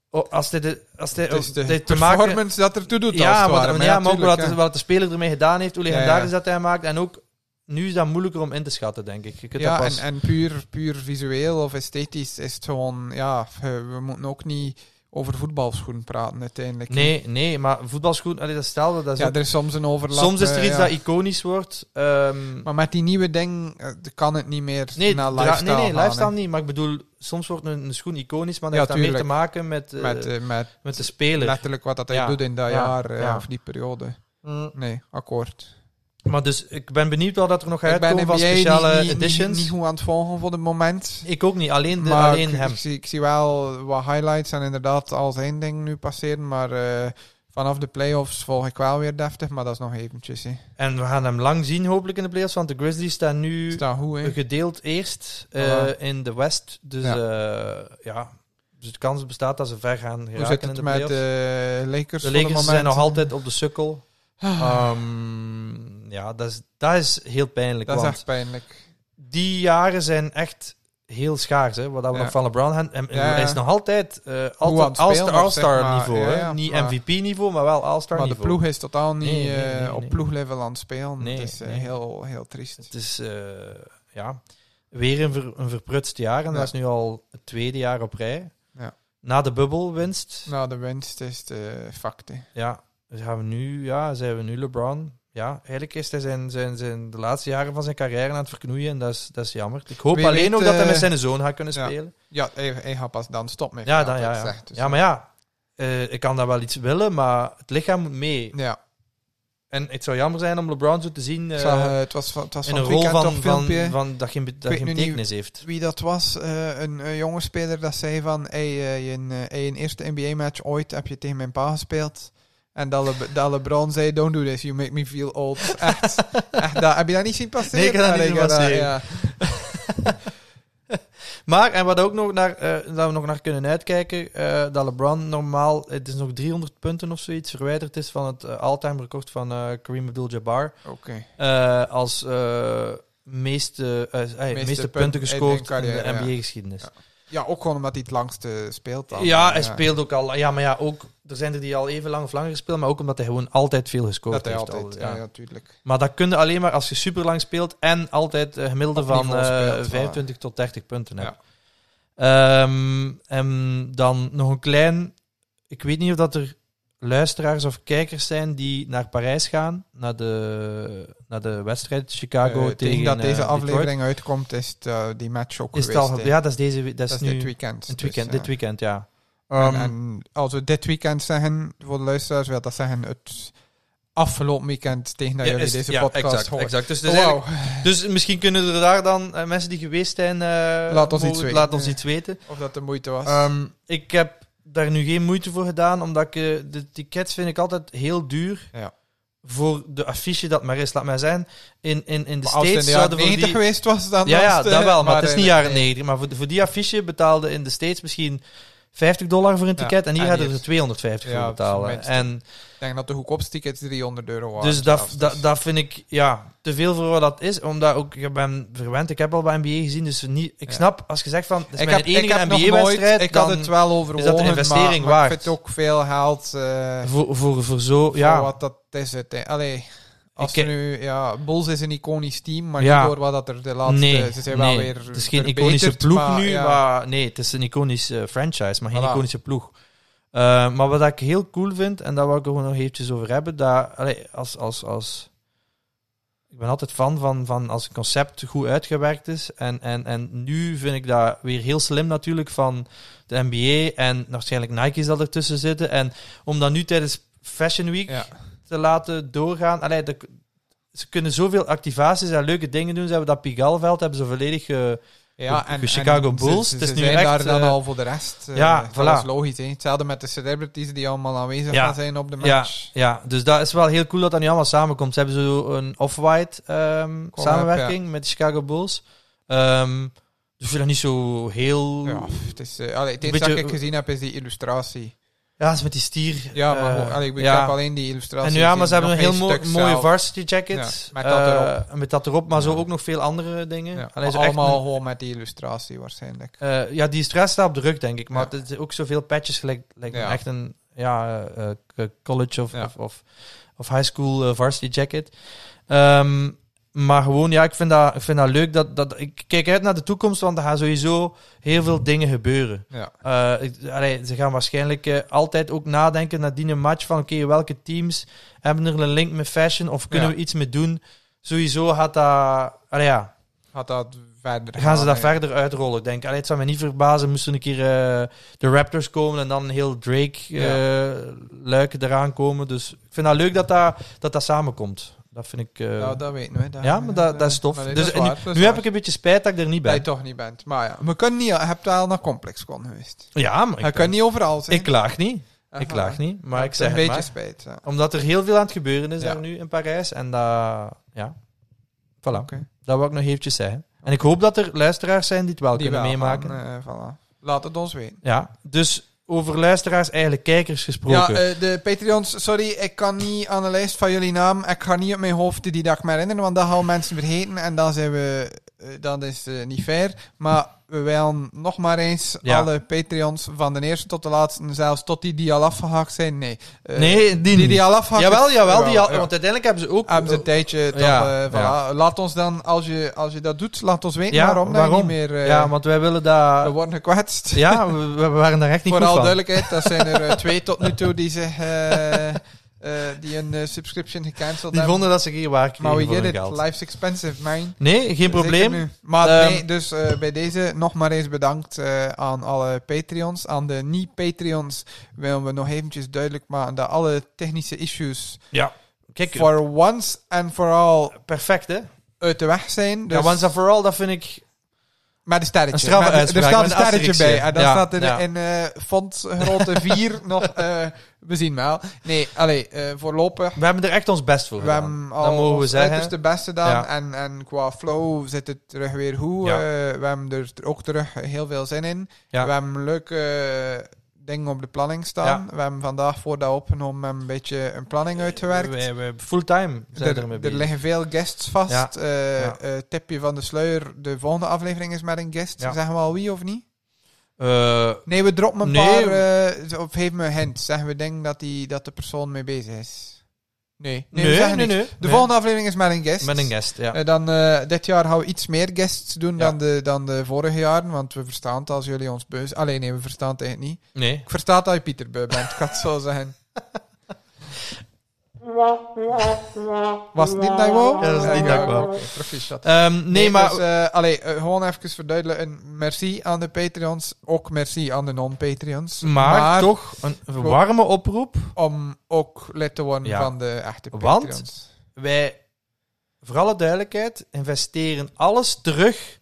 Speaker 1: Oh, als hij de- als hij-
Speaker 2: Het is de
Speaker 1: hij oh, te maken,
Speaker 2: performance dat ertoe doet als
Speaker 1: Ja,
Speaker 2: het ware.
Speaker 1: maar, ja, maar ook
Speaker 2: tuurlijk,
Speaker 1: wat, de-
Speaker 2: ja.
Speaker 1: wat de speler ermee gedaan heeft, hoe
Speaker 2: Ja,
Speaker 1: legendarisch
Speaker 2: ja.
Speaker 1: dat hij maakt. En ook nu is dat moeilijker om in te schatten, denk ik. Je kunt
Speaker 2: Ja,
Speaker 1: dat pas...
Speaker 2: en, en puur, puur visueel of esthetisch is het gewoon... Ja, we we moeten ook niet over voetbalschoenen praten uiteindelijk. Dus
Speaker 1: nee, nee, maar voetbalschoen, allee, dat stelde. Dat is
Speaker 2: Ja,
Speaker 1: ook-
Speaker 2: er is soms een overlap.
Speaker 1: Soms is er
Speaker 2: eh,
Speaker 1: iets
Speaker 2: ja.
Speaker 1: dat iconisch wordt. ehm,
Speaker 2: Maar met die nieuwe ding eh, kan het niet meer
Speaker 1: nee,
Speaker 2: naar
Speaker 1: dra-
Speaker 2: lifestyle
Speaker 1: nee, nee,
Speaker 2: gaan,
Speaker 1: lifestyle
Speaker 2: hè.
Speaker 1: niet. Maar ik bedoel, soms wordt een, een schoen iconisch, maar dat
Speaker 2: Ja,
Speaker 1: heeft dan meer te
Speaker 2: tuurlijk.
Speaker 1: maken met, eh,
Speaker 2: Met,
Speaker 1: met,
Speaker 2: eh, met
Speaker 1: de speler.
Speaker 2: letterlijk wat dat hij
Speaker 1: Ja,
Speaker 2: doet in dat
Speaker 1: ja,
Speaker 2: jaar eh,
Speaker 1: ja.
Speaker 2: of die periode.
Speaker 1: Mm.
Speaker 2: Nee, akkoord.
Speaker 1: Maar dus, ik ben benieuwd wat dat er nog
Speaker 2: Ik ben
Speaker 1: uitkomen
Speaker 2: NBA
Speaker 1: van
Speaker 2: niet,
Speaker 1: speciale
Speaker 2: niet-
Speaker 1: editions.
Speaker 2: Niet, niet goed aan het volgen voor het moment.
Speaker 1: ik ook niet, alleen, de,
Speaker 2: maar
Speaker 1: alleen
Speaker 2: ik,
Speaker 1: hem.
Speaker 2: Ik, zie, ik zie wel wat highlights en inderdaad al zijn ding nu passeren. Maar eh, vanaf de playoffs volg ik wel weer deftig. Maar dat is nog eventjes. Hè.
Speaker 1: En we gaan hem lang zien, hopelijk, in de playoffs. Want de Grizzlies staan nu...
Speaker 2: Staat goed, hè?
Speaker 1: gedeeld eerst eh,
Speaker 2: Voilà.
Speaker 1: in de West. Dus
Speaker 2: Ja.
Speaker 1: ja. ja, dus de kans bestaat dat ze ver gaan
Speaker 2: Hoe zit
Speaker 1: geraken in
Speaker 2: het
Speaker 1: de
Speaker 2: met
Speaker 1: playoffs. De,
Speaker 2: de Lakers? voor het
Speaker 1: Lakers zijn
Speaker 2: moment? Ah.
Speaker 1: nog altijd op de sukkel. Ehm, ja, dat is, dat is heel pijnlijk.
Speaker 2: Dat is
Speaker 1: want
Speaker 2: echt pijnlijk.
Speaker 1: die jaren zijn echt heel schaars. Hè, wat we
Speaker 2: Ja.
Speaker 1: nog van LeBron hebben. En
Speaker 2: Ja, ja.
Speaker 1: Hij is nog altijd eh
Speaker 2: Hoe aan het
Speaker 1: altijd
Speaker 2: spelen
Speaker 1: All-Star
Speaker 2: nog, zeg maar.
Speaker 1: niveau.
Speaker 2: Ja,
Speaker 1: hè.
Speaker 2: ja,
Speaker 1: Niet
Speaker 2: maar-
Speaker 1: MVP-niveau, maar wel All-Star
Speaker 2: Maar de
Speaker 1: niveau.
Speaker 2: ploeg is totaal niet
Speaker 1: Nee, nee, nee,
Speaker 2: eh, op
Speaker 1: nee.
Speaker 2: ploeglevel aan het spelen.
Speaker 1: Nee,
Speaker 2: het is eh,
Speaker 1: nee.
Speaker 2: heel, heel triest.
Speaker 1: Het is eh, ja, weer een, ver- een verprutst jaar. En
Speaker 2: Ja.
Speaker 1: dat is nu al het tweede jaar op rij.
Speaker 2: Ja.
Speaker 1: Na de bubbelwinst,
Speaker 2: Nou, de winst is de fact. hè.
Speaker 1: ja, dus gaan we nu, ja, zijn we nu LeBron. Ja, eigenlijk is hij zijn, zijn, zijn, de laatste jaren van zijn carrière aan het verknoeien. En dat is, dat is jammer. Ik hoop
Speaker 2: Wie
Speaker 1: alleen
Speaker 2: weet,
Speaker 1: ook dat hij
Speaker 2: eh,
Speaker 1: met zijn zoon gaat kunnen
Speaker 2: ja.
Speaker 1: spelen.
Speaker 2: Ja, hij, hij gaat pas dan stop met
Speaker 1: Ja,
Speaker 2: dat
Speaker 1: dan, ja,
Speaker 2: dat
Speaker 1: ja.
Speaker 2: zegt, dus
Speaker 1: ja maar ja, eh, ik kan daar wel iets willen, maar het lichaam moet mee.
Speaker 2: ja.
Speaker 1: En het zou jammer zijn om LeBron zo te zien
Speaker 2: Ik
Speaker 1: eh,
Speaker 2: zag, eh, het was, van- het was
Speaker 1: in
Speaker 2: van
Speaker 1: een
Speaker 2: het
Speaker 1: rol
Speaker 2: weekend
Speaker 1: van,
Speaker 2: toch
Speaker 1: van,
Speaker 2: filmpje.
Speaker 1: van dat geen, be- dat
Speaker 2: weet nu
Speaker 1: geen
Speaker 2: niet-
Speaker 1: betekenis heeft.
Speaker 2: wie dat was, eh, een, een jonge speler dat zei van hey, eh, je, eh, hey, een eerste NBA-match ooit heb je tegen mijn pa gespeeld. En dat, Le- dat LeBron zei, don't do this, you make me feel old. Echt, echt dat, heb je dat niet zien passeren?
Speaker 1: Nee, ik heb dat niet
Speaker 2: Allee,
Speaker 1: zien
Speaker 2: heb dat-
Speaker 1: passeren.
Speaker 2: ja.
Speaker 1: Maar, en wat ook nog naar, eh, dat we nog naar kunnen uitkijken, eh, dat LeBron normaal, het is nog 300 punten of zoiets, verwijderd is van het eh, all-time record van eh, Kareem Abdul-Jabbar.
Speaker 2: Oké.
Speaker 1: eh, als eh, meeste, eh, eh, meeste,
Speaker 2: punt-
Speaker 1: punten
Speaker 2: in
Speaker 1: gescoord
Speaker 2: de
Speaker 1: in,
Speaker 2: carrière,
Speaker 1: de
Speaker 2: ja.
Speaker 1: NBA-geschiedenis.
Speaker 2: Ja,
Speaker 1: Ja,
Speaker 2: Ja, ook gewoon omdat hij het langste speelt dan.
Speaker 1: hij speelt ook al, ja, maar ja, ook, er zijn er die al even lang of langer gespeeld, maar ook omdat hij gewoon altijd veel gescoord
Speaker 2: Dat hij
Speaker 1: heeft.
Speaker 2: altijd,
Speaker 1: al,
Speaker 2: ja,
Speaker 1: ja.
Speaker 2: ja, tuurlijk.
Speaker 1: Maar dat kun je alleen maar als je super lang speelt en altijd een gemiddelde
Speaker 2: Op
Speaker 1: van
Speaker 2: niveau
Speaker 1: eh,
Speaker 2: speelt,
Speaker 1: 25 tot 30 punten
Speaker 2: Ja.
Speaker 1: hebt. Ehm, en dan nog een klein. Ik weet niet of dat er luisteraars of kijkers zijn die naar Parijs gaan, naar de, naar de wedstrijd Chicago
Speaker 2: Eh,
Speaker 1: tegen.
Speaker 2: tegen dat
Speaker 1: eh,
Speaker 2: deze
Speaker 1: Detroit.
Speaker 2: aflevering uitkomt, is het, eh, die match ook
Speaker 1: Is het
Speaker 2: geweest.
Speaker 1: al,
Speaker 2: hè.
Speaker 1: ja, dat is deze. we- Dat
Speaker 2: dat
Speaker 1: is
Speaker 2: is
Speaker 1: nu.
Speaker 2: dit weekend.
Speaker 1: Dit
Speaker 2: dus,
Speaker 1: weekend,
Speaker 2: ja. Nou,
Speaker 1: dit weekend ja.
Speaker 2: En,
Speaker 1: Ehm,
Speaker 2: en als we dit weekend zeggen, voor de luisteraars, wil dat zeggen het afgelopen weekend tegen dat
Speaker 4: Ja,
Speaker 2: jullie
Speaker 4: is-
Speaker 2: deze
Speaker 4: ja,
Speaker 2: podcast
Speaker 4: exact,
Speaker 2: horen. Oh,
Speaker 4: exact. Dus, het is
Speaker 2: Wauw.
Speaker 4: eigenlijk- dus misschien kunnen er daar dan eh, mensen die geweest zijn... eh,
Speaker 2: Laat ons
Speaker 4: mogen-
Speaker 2: iets weten.
Speaker 1: Laat ons
Speaker 2: Ja.
Speaker 1: iets weten.
Speaker 2: Of dat de moeite was.
Speaker 1: Ehm, ik heb daar nu geen moeite voor gedaan, omdat ik, eh, de tickets vind ik altijd heel duur.
Speaker 2: Ja.
Speaker 1: Voor de affiche dat maar is. Laat mij zijn, in, in, in de
Speaker 2: maar als het in
Speaker 1: States
Speaker 2: de
Speaker 1: zouden voor
Speaker 2: jaren 90
Speaker 1: die...
Speaker 2: geweest was, dan
Speaker 1: Ja,
Speaker 2: was
Speaker 1: ja,
Speaker 2: het, eh,
Speaker 1: dat wel, maar, het is
Speaker 2: in
Speaker 1: niet
Speaker 2: de-
Speaker 1: jaren 90. Maar voor, de- voor die affiche betaalde in de States misschien 50 dollar voor een
Speaker 2: Ja,
Speaker 1: ticket. En hier
Speaker 2: en
Speaker 1: hadden
Speaker 2: hier-
Speaker 1: ze 250
Speaker 2: Ja,
Speaker 1: voor
Speaker 2: op zijn
Speaker 1: betalen.
Speaker 2: minst.
Speaker 1: En
Speaker 2: Ik denk dat de goedkoopste tickets 300 euro waren.
Speaker 1: dus dat,
Speaker 2: zelfs, dus-
Speaker 1: dat, dat vind ik ja, te veel voor wat dat is. Omdat ook, ik ben verwend. Ik heb al bij NBA gezien, dus niet, ik
Speaker 2: Ja.
Speaker 1: snap als je zegt van, het is
Speaker 2: ik
Speaker 1: mijn
Speaker 2: heb, ik
Speaker 1: enige
Speaker 2: heb nog nooit,
Speaker 1: NBA-wedstrijd.
Speaker 2: ik had het wel overwogen,
Speaker 1: investering
Speaker 2: maar, maar ik
Speaker 1: waard?
Speaker 2: vind het ook veel haalt eh
Speaker 1: Voor, voor, voor zo,
Speaker 2: ja.
Speaker 1: ja.
Speaker 2: wat dat is. Het, eh. Allee, als
Speaker 1: Ik-
Speaker 2: er nu, ja, Bulls is een iconisch team, maar
Speaker 1: Ja.
Speaker 2: niet door wat dat er de laatste,
Speaker 1: nee,
Speaker 2: eh, ze zijn
Speaker 1: nee.
Speaker 2: wel weer
Speaker 1: het is geen
Speaker 2: verbeterd,
Speaker 1: iconische ploeg
Speaker 2: maar
Speaker 1: nu.
Speaker 2: ja.
Speaker 1: Maar, nee, het is een iconische franchise, maar geen
Speaker 2: Voilà.
Speaker 1: iconische ploeg. Eh, maar wat ik heel cool vind, en daar wil ik er gewoon nog eventjes over hebben, dat, allee, als, als, als, ik ben altijd fan van, van als een concept goed uitgewerkt is. En, en, en nu vind ik dat weer heel slim natuurlijk van de NBA en waarschijnlijk Nike's dat ertussen zitten. En om dat nu tijdens Fashion Week
Speaker 2: Ja.
Speaker 1: te laten doorgaan. Allee, de- ze kunnen zoveel activaties en leuke dingen doen. Ze hebben dat Pigalveld hebben ze volledig... eh,
Speaker 2: Ja,
Speaker 1: de Chicago Bulls,
Speaker 2: Ze,
Speaker 1: het is
Speaker 2: ze
Speaker 1: nu
Speaker 2: zijn
Speaker 1: echt,
Speaker 2: daar dan
Speaker 1: eh,
Speaker 2: al voor de rest. eh,
Speaker 1: ja,
Speaker 2: dat
Speaker 1: voilà.
Speaker 2: is logisch. Hè. Hetzelfde met de celebrities die allemaal aanwezig
Speaker 1: Ja.
Speaker 2: gaan zijn op de
Speaker 1: Ja.
Speaker 2: match.
Speaker 1: ja, dus dat is wel heel cool dat dat nu allemaal samenkomt. Ze hebben zo een off-white ehm, samenwerking met de Chicago Bulls. Ehm dus ik vind dat niet zo heel...
Speaker 2: Ja.
Speaker 1: Ja,
Speaker 2: het is, eh, allee, het
Speaker 1: Een
Speaker 2: enige dat
Speaker 1: beetje-
Speaker 2: ik gezien heb is die illustratie.
Speaker 1: dat is met die stier.
Speaker 2: Ja, maar
Speaker 1: eh,
Speaker 2: ho- allee, ik
Speaker 1: ja.
Speaker 2: heb alleen die illustratie
Speaker 1: En nu, ja, maar ze
Speaker 2: gezien,
Speaker 1: hebben een
Speaker 2: nog
Speaker 1: heel
Speaker 2: geen
Speaker 1: mooi-
Speaker 2: stuk
Speaker 1: mooie
Speaker 2: zelf.
Speaker 1: varsity jacket.
Speaker 2: Ja, met dat
Speaker 1: eh,
Speaker 2: erop.
Speaker 1: met dat erop, maar zo
Speaker 2: Ja.
Speaker 1: ook nog veel andere dingen.
Speaker 2: Ja,
Speaker 1: Allee,
Speaker 2: maar
Speaker 1: zo echt
Speaker 2: allemaal
Speaker 1: een-
Speaker 2: gewoon met die illustratie waarschijnlijk.
Speaker 1: eh, ja, die stress staat op de rug, denk ik. Maar
Speaker 2: Ja.
Speaker 1: het is ook zoveel patches, gelijk, lijkt me
Speaker 2: Ja.
Speaker 1: echt een ja, eh, eh, college of,
Speaker 2: Ja.
Speaker 1: of, of, of high school eh, varsity jacket. Ehm, maar gewoon, ja, ik vind dat, ik vind dat leuk. Dat, dat, ik kijk uit naar de toekomst, want er gaan sowieso heel veel dingen gebeuren.
Speaker 2: Ja.
Speaker 1: Eh, ik- allee, ze gaan waarschijnlijk eh, altijd ook nadenken nadien een match van oké, welke teams hebben er een link met fashion of kunnen
Speaker 2: Ja.
Speaker 1: we iets mee doen? Sowieso gaat dat... allee, ja,
Speaker 2: Gaat dat verder
Speaker 1: gaan ze dat
Speaker 2: hè.
Speaker 1: verder uitrollen. Ik denk, allee, het zou me niet verbazen moesten een keer eh, de Raptors komen en dan een heel Drake-luiken eraan komen. Dus ik vind dat leuk dat dat, dat, dat samenkomt. Dat vind ik... eh,
Speaker 2: Nou, dat weten we. dat-
Speaker 1: ja, maar dat, dat is tof.
Speaker 2: Maar nee,
Speaker 1: dus,
Speaker 2: dat
Speaker 1: en
Speaker 2: waar,
Speaker 1: nu
Speaker 2: dat is
Speaker 1: nu heb
Speaker 2: waar.
Speaker 1: ik een beetje spijt dat ik er niet
Speaker 2: Dat
Speaker 1: ben.
Speaker 2: je toch niet bent. Maar ja, we kunnen niet... Je hebt wel naar ComplexCon geweest.
Speaker 1: Ja, maar
Speaker 2: Je
Speaker 1: ik, eh,
Speaker 2: kan niet overal zijn.
Speaker 1: ik klaag niet. Ik
Speaker 2: Aha.
Speaker 1: klaag niet, maar ik
Speaker 2: Een
Speaker 1: zeg het
Speaker 2: beetje
Speaker 1: maar.
Speaker 2: spijt, ja.
Speaker 1: Omdat er heel veel aan het gebeuren is
Speaker 2: Ja.
Speaker 1: daar nu in Parijs. En dat... Ja. Voilà.
Speaker 2: Oké.
Speaker 1: Dat wil ik nog eventjes zeggen. En ik hoop dat er luisteraars zijn die het wel
Speaker 2: Die
Speaker 1: kunnen
Speaker 2: wel
Speaker 1: meemaken.
Speaker 2: gaan, eh, voilà. Laat het ons weten.
Speaker 1: Ja, dus over luisteraars, eigenlijk kijkers gesproken.
Speaker 2: Ja, eh, de Patreons, sorry, ik kan niet aan de lijst van jullie naam. Ik ga niet op mijn hoofd die dag me herinneren, want dat gaan mensen vergeten en dan zijn we, eh, dat is eh, niet fair. Maar we willen nog maar eens
Speaker 1: Ja.
Speaker 2: alle Patreons van de eerste tot de laatste, zelfs tot die die al afgehaakt zijn. Nee, Eh,
Speaker 1: nee, die,
Speaker 2: die die al afgehaakt
Speaker 1: Jawel, jawel. Die al-
Speaker 2: ja.
Speaker 1: Want uiteindelijk hebben ze ook...
Speaker 2: Hebben ze een tijdje. Toch,
Speaker 1: Ja,
Speaker 2: eh, voilà.
Speaker 1: ja.
Speaker 2: Laat ons dan, als je, als je dat doet, laat ons weten
Speaker 1: Ja,
Speaker 2: waarom, dat
Speaker 1: waarom?
Speaker 2: je niet meer. eh,
Speaker 1: ja, want wij willen
Speaker 2: We
Speaker 1: dat...
Speaker 2: worden gekwetst.
Speaker 1: Ja, we, we waren daar echt niet
Speaker 2: Voor
Speaker 1: goed
Speaker 2: alle
Speaker 1: van.
Speaker 2: duidelijkheid, dat zijn er eh, twee tot nu toe die, zich, eh, eh, die een eh, subscription gecanceld
Speaker 1: Die
Speaker 2: hebben.
Speaker 1: vonden dat ze geen waar kregen
Speaker 2: maar we
Speaker 1: voor
Speaker 2: get
Speaker 1: hun
Speaker 2: it,
Speaker 1: geld.
Speaker 2: life's expensive, man.
Speaker 1: Nee, geen probleem.
Speaker 2: Zeker nu. Maar
Speaker 1: Ehm,
Speaker 2: nee, dus eh, bij deze nog maar eens bedankt eh, aan alle Patreons. Aan de niet-Patreons willen we nog eventjes duidelijk maken dat alle technische issues
Speaker 1: Kijk,
Speaker 2: for once and for all
Speaker 1: perfect, hè?
Speaker 2: uit de weg zijn. Dus
Speaker 1: Ja, once and for all, dat vind ik...
Speaker 2: Met een sterretje.
Speaker 1: Een straffe
Speaker 2: Met-
Speaker 1: uitspraak,
Speaker 2: er staat
Speaker 1: met
Speaker 2: een
Speaker 1: een
Speaker 2: sterretje bij.
Speaker 1: asterixje.
Speaker 2: En dan
Speaker 1: Ja,
Speaker 2: staat er
Speaker 1: ja.
Speaker 2: in eh font grote 4 nog... eh we zien wel. Nee, allee, eh, voorlopig...
Speaker 1: We hebben er echt ons best voor
Speaker 2: We hebben
Speaker 1: Dat
Speaker 2: al
Speaker 1: mogen we
Speaker 2: ons
Speaker 1: zeggen.
Speaker 2: uiterste beste gedaan.
Speaker 1: Ja.
Speaker 2: En, en qua flow zit het terug weer goed.
Speaker 1: Ja.
Speaker 2: Eh, we hebben er t- ook terug heel veel zin in.
Speaker 1: Ja.
Speaker 2: We hebben leuke eh, dingen op de planning staan. We hebben vandaag voor dat opgenomen hebben een beetje een planning uitgewerkt.
Speaker 1: Eh, We, we, fulltime zijn
Speaker 2: Er,
Speaker 1: er, mee
Speaker 2: er
Speaker 1: bezig.
Speaker 2: liggen veel guests vast.
Speaker 1: Ja.
Speaker 2: Eh,
Speaker 1: Ja.
Speaker 2: eh, tipje van de sluier. De volgende aflevering is met een guest.
Speaker 1: Ja.
Speaker 2: Zeggen we al wie of niet?
Speaker 1: Eh,
Speaker 2: Nee, we droppen een
Speaker 1: Nee.
Speaker 2: paar... eh, of geef me een hint. Zeggen we denken dat, die, dat de persoon mee bezig is. Nee. we
Speaker 1: nee, nee,
Speaker 2: zeggen
Speaker 1: nee,
Speaker 2: niks. De
Speaker 1: Nee.
Speaker 2: volgende aflevering is met een guest.
Speaker 1: Met een guest, ja.
Speaker 2: Eh, dan, eh, dit jaar gaan we iets meer guests doen
Speaker 1: Ja.
Speaker 2: dan, de, dan de vorige jaren. Want we verstaan het als jullie ons beu zijn. Alleen nee, we verstaan het eigenlijk niet.
Speaker 1: Nee.
Speaker 2: Ik versta dat je Pieter beu bent. Ik kan het zo zeggen. Was het niet dat ik wou? Eh,
Speaker 1: Ja, dat is niet dat ik wou.
Speaker 2: oké, Precies dat.
Speaker 1: Ehm, nee, maar...
Speaker 2: dus, eh, allee, eh, gewoon even verduidelijken. Merci aan de Patreons. Ook merci aan de non-Patreons.
Speaker 1: maar, toch een warme oproep.
Speaker 2: om ook lid te worden
Speaker 1: Ja.
Speaker 2: van de echte
Speaker 1: Want-
Speaker 2: Patreons.
Speaker 1: Wij, voor alle duidelijkheid, investeren alles terug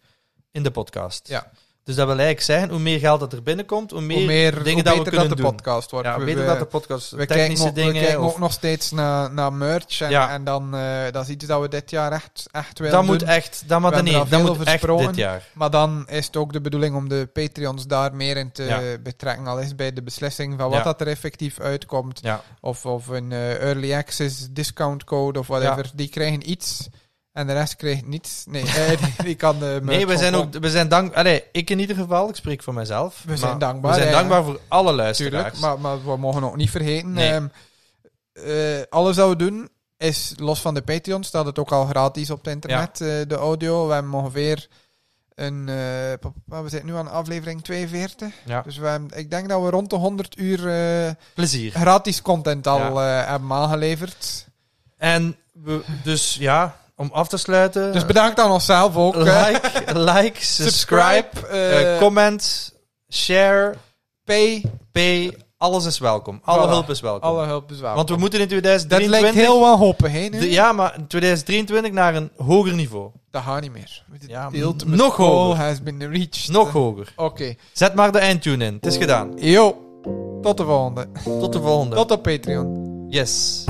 Speaker 1: in de podcast.
Speaker 2: Ja.
Speaker 1: Dus dat wil eigenlijk zeggen, hoe meer geld dat er binnenkomt, hoe meer,
Speaker 2: hoe meer,
Speaker 1: dingen
Speaker 2: hoe
Speaker 1: dat we
Speaker 2: beter
Speaker 1: kunnen
Speaker 2: dat de
Speaker 1: doen.
Speaker 2: podcast wordt.
Speaker 1: Ja,
Speaker 2: We-
Speaker 1: beter
Speaker 2: we-
Speaker 1: dat de podcast,
Speaker 2: we kijken,
Speaker 1: technische
Speaker 2: ook, we
Speaker 1: dingen...
Speaker 2: kijken
Speaker 1: of-
Speaker 2: ook nog steeds naar, naar merch. En,
Speaker 1: Ja.
Speaker 2: en dan, eh dat is iets dat we dit jaar echt, echt willen
Speaker 1: dat
Speaker 2: doen.
Speaker 1: moet echt... Dat,
Speaker 2: We
Speaker 1: maar,
Speaker 2: hebben
Speaker 1: nee,
Speaker 2: er al
Speaker 1: dat
Speaker 2: veel
Speaker 1: moet echt
Speaker 2: versproken.
Speaker 1: dit jaar.
Speaker 2: Maar dan is het ook de bedoeling om de Patreons daar meer in te
Speaker 1: Ja.
Speaker 2: betrekken. Al is bij de beslissing van wat
Speaker 1: Ja.
Speaker 2: dat er effectief uitkomt.
Speaker 1: Ja.
Speaker 2: Of, of een eh, early access discount code of whatever. Die krijgen iets. En de rest krijgt niets. Nee, eh, die, die kan de merch
Speaker 1: Nee, we zijn ook...
Speaker 2: opkopen.
Speaker 1: We zijn dank... Allee, ik in ieder geval, ik spreek voor mezelf.
Speaker 2: We zijn
Speaker 1: maar
Speaker 2: dankbaar,
Speaker 1: We zijn
Speaker 2: ja.
Speaker 1: dankbaar voor alle luisteraars.
Speaker 2: Tuurlijk, maar, maar we mogen ook niet vergeten.
Speaker 1: Nee.
Speaker 2: ehm, eh, alles dat we doen is los van de Patreon, staat het ook al gratis op het internet, eh, de audio. We hebben ongeveer een. eh, pop- pop- we zitten nu aan aflevering 42.
Speaker 1: Ja.
Speaker 2: Dus we hebben, ik denk dat we rond de 100 uur eh,
Speaker 1: Plezier.
Speaker 2: gratis content al eh, hebben aangeleverd.
Speaker 1: En we, dus ja, om af te sluiten...
Speaker 2: Dus bedankt aan onszelf ook. eh.
Speaker 1: Eh. like, like, subscribe,
Speaker 2: eh,
Speaker 1: eh, comment, share,
Speaker 2: pay.
Speaker 1: pay. Alles is welkom. Alle
Speaker 2: Voilà.
Speaker 1: hulp is welkom.
Speaker 2: Alle hulp is welkom.
Speaker 1: Want we moeten in
Speaker 2: dat
Speaker 1: 2023...
Speaker 2: lijkt heel wel hoppen, hè? nu?
Speaker 1: de- ja, maar in 2023 naar een hoger niveau.
Speaker 2: Dat gaat niet meer. The
Speaker 1: Ja,
Speaker 2: ultimate
Speaker 1: nog
Speaker 2: goal
Speaker 1: hoger.
Speaker 2: has been reached.
Speaker 1: Nog hoger.
Speaker 2: Oké.
Speaker 1: Zet maar de eindtune in. Het
Speaker 2: Oh.
Speaker 1: is gedaan.
Speaker 2: Yo, tot de volgende.
Speaker 1: Tot de volgende.
Speaker 2: Tot op Patreon.
Speaker 1: Yes.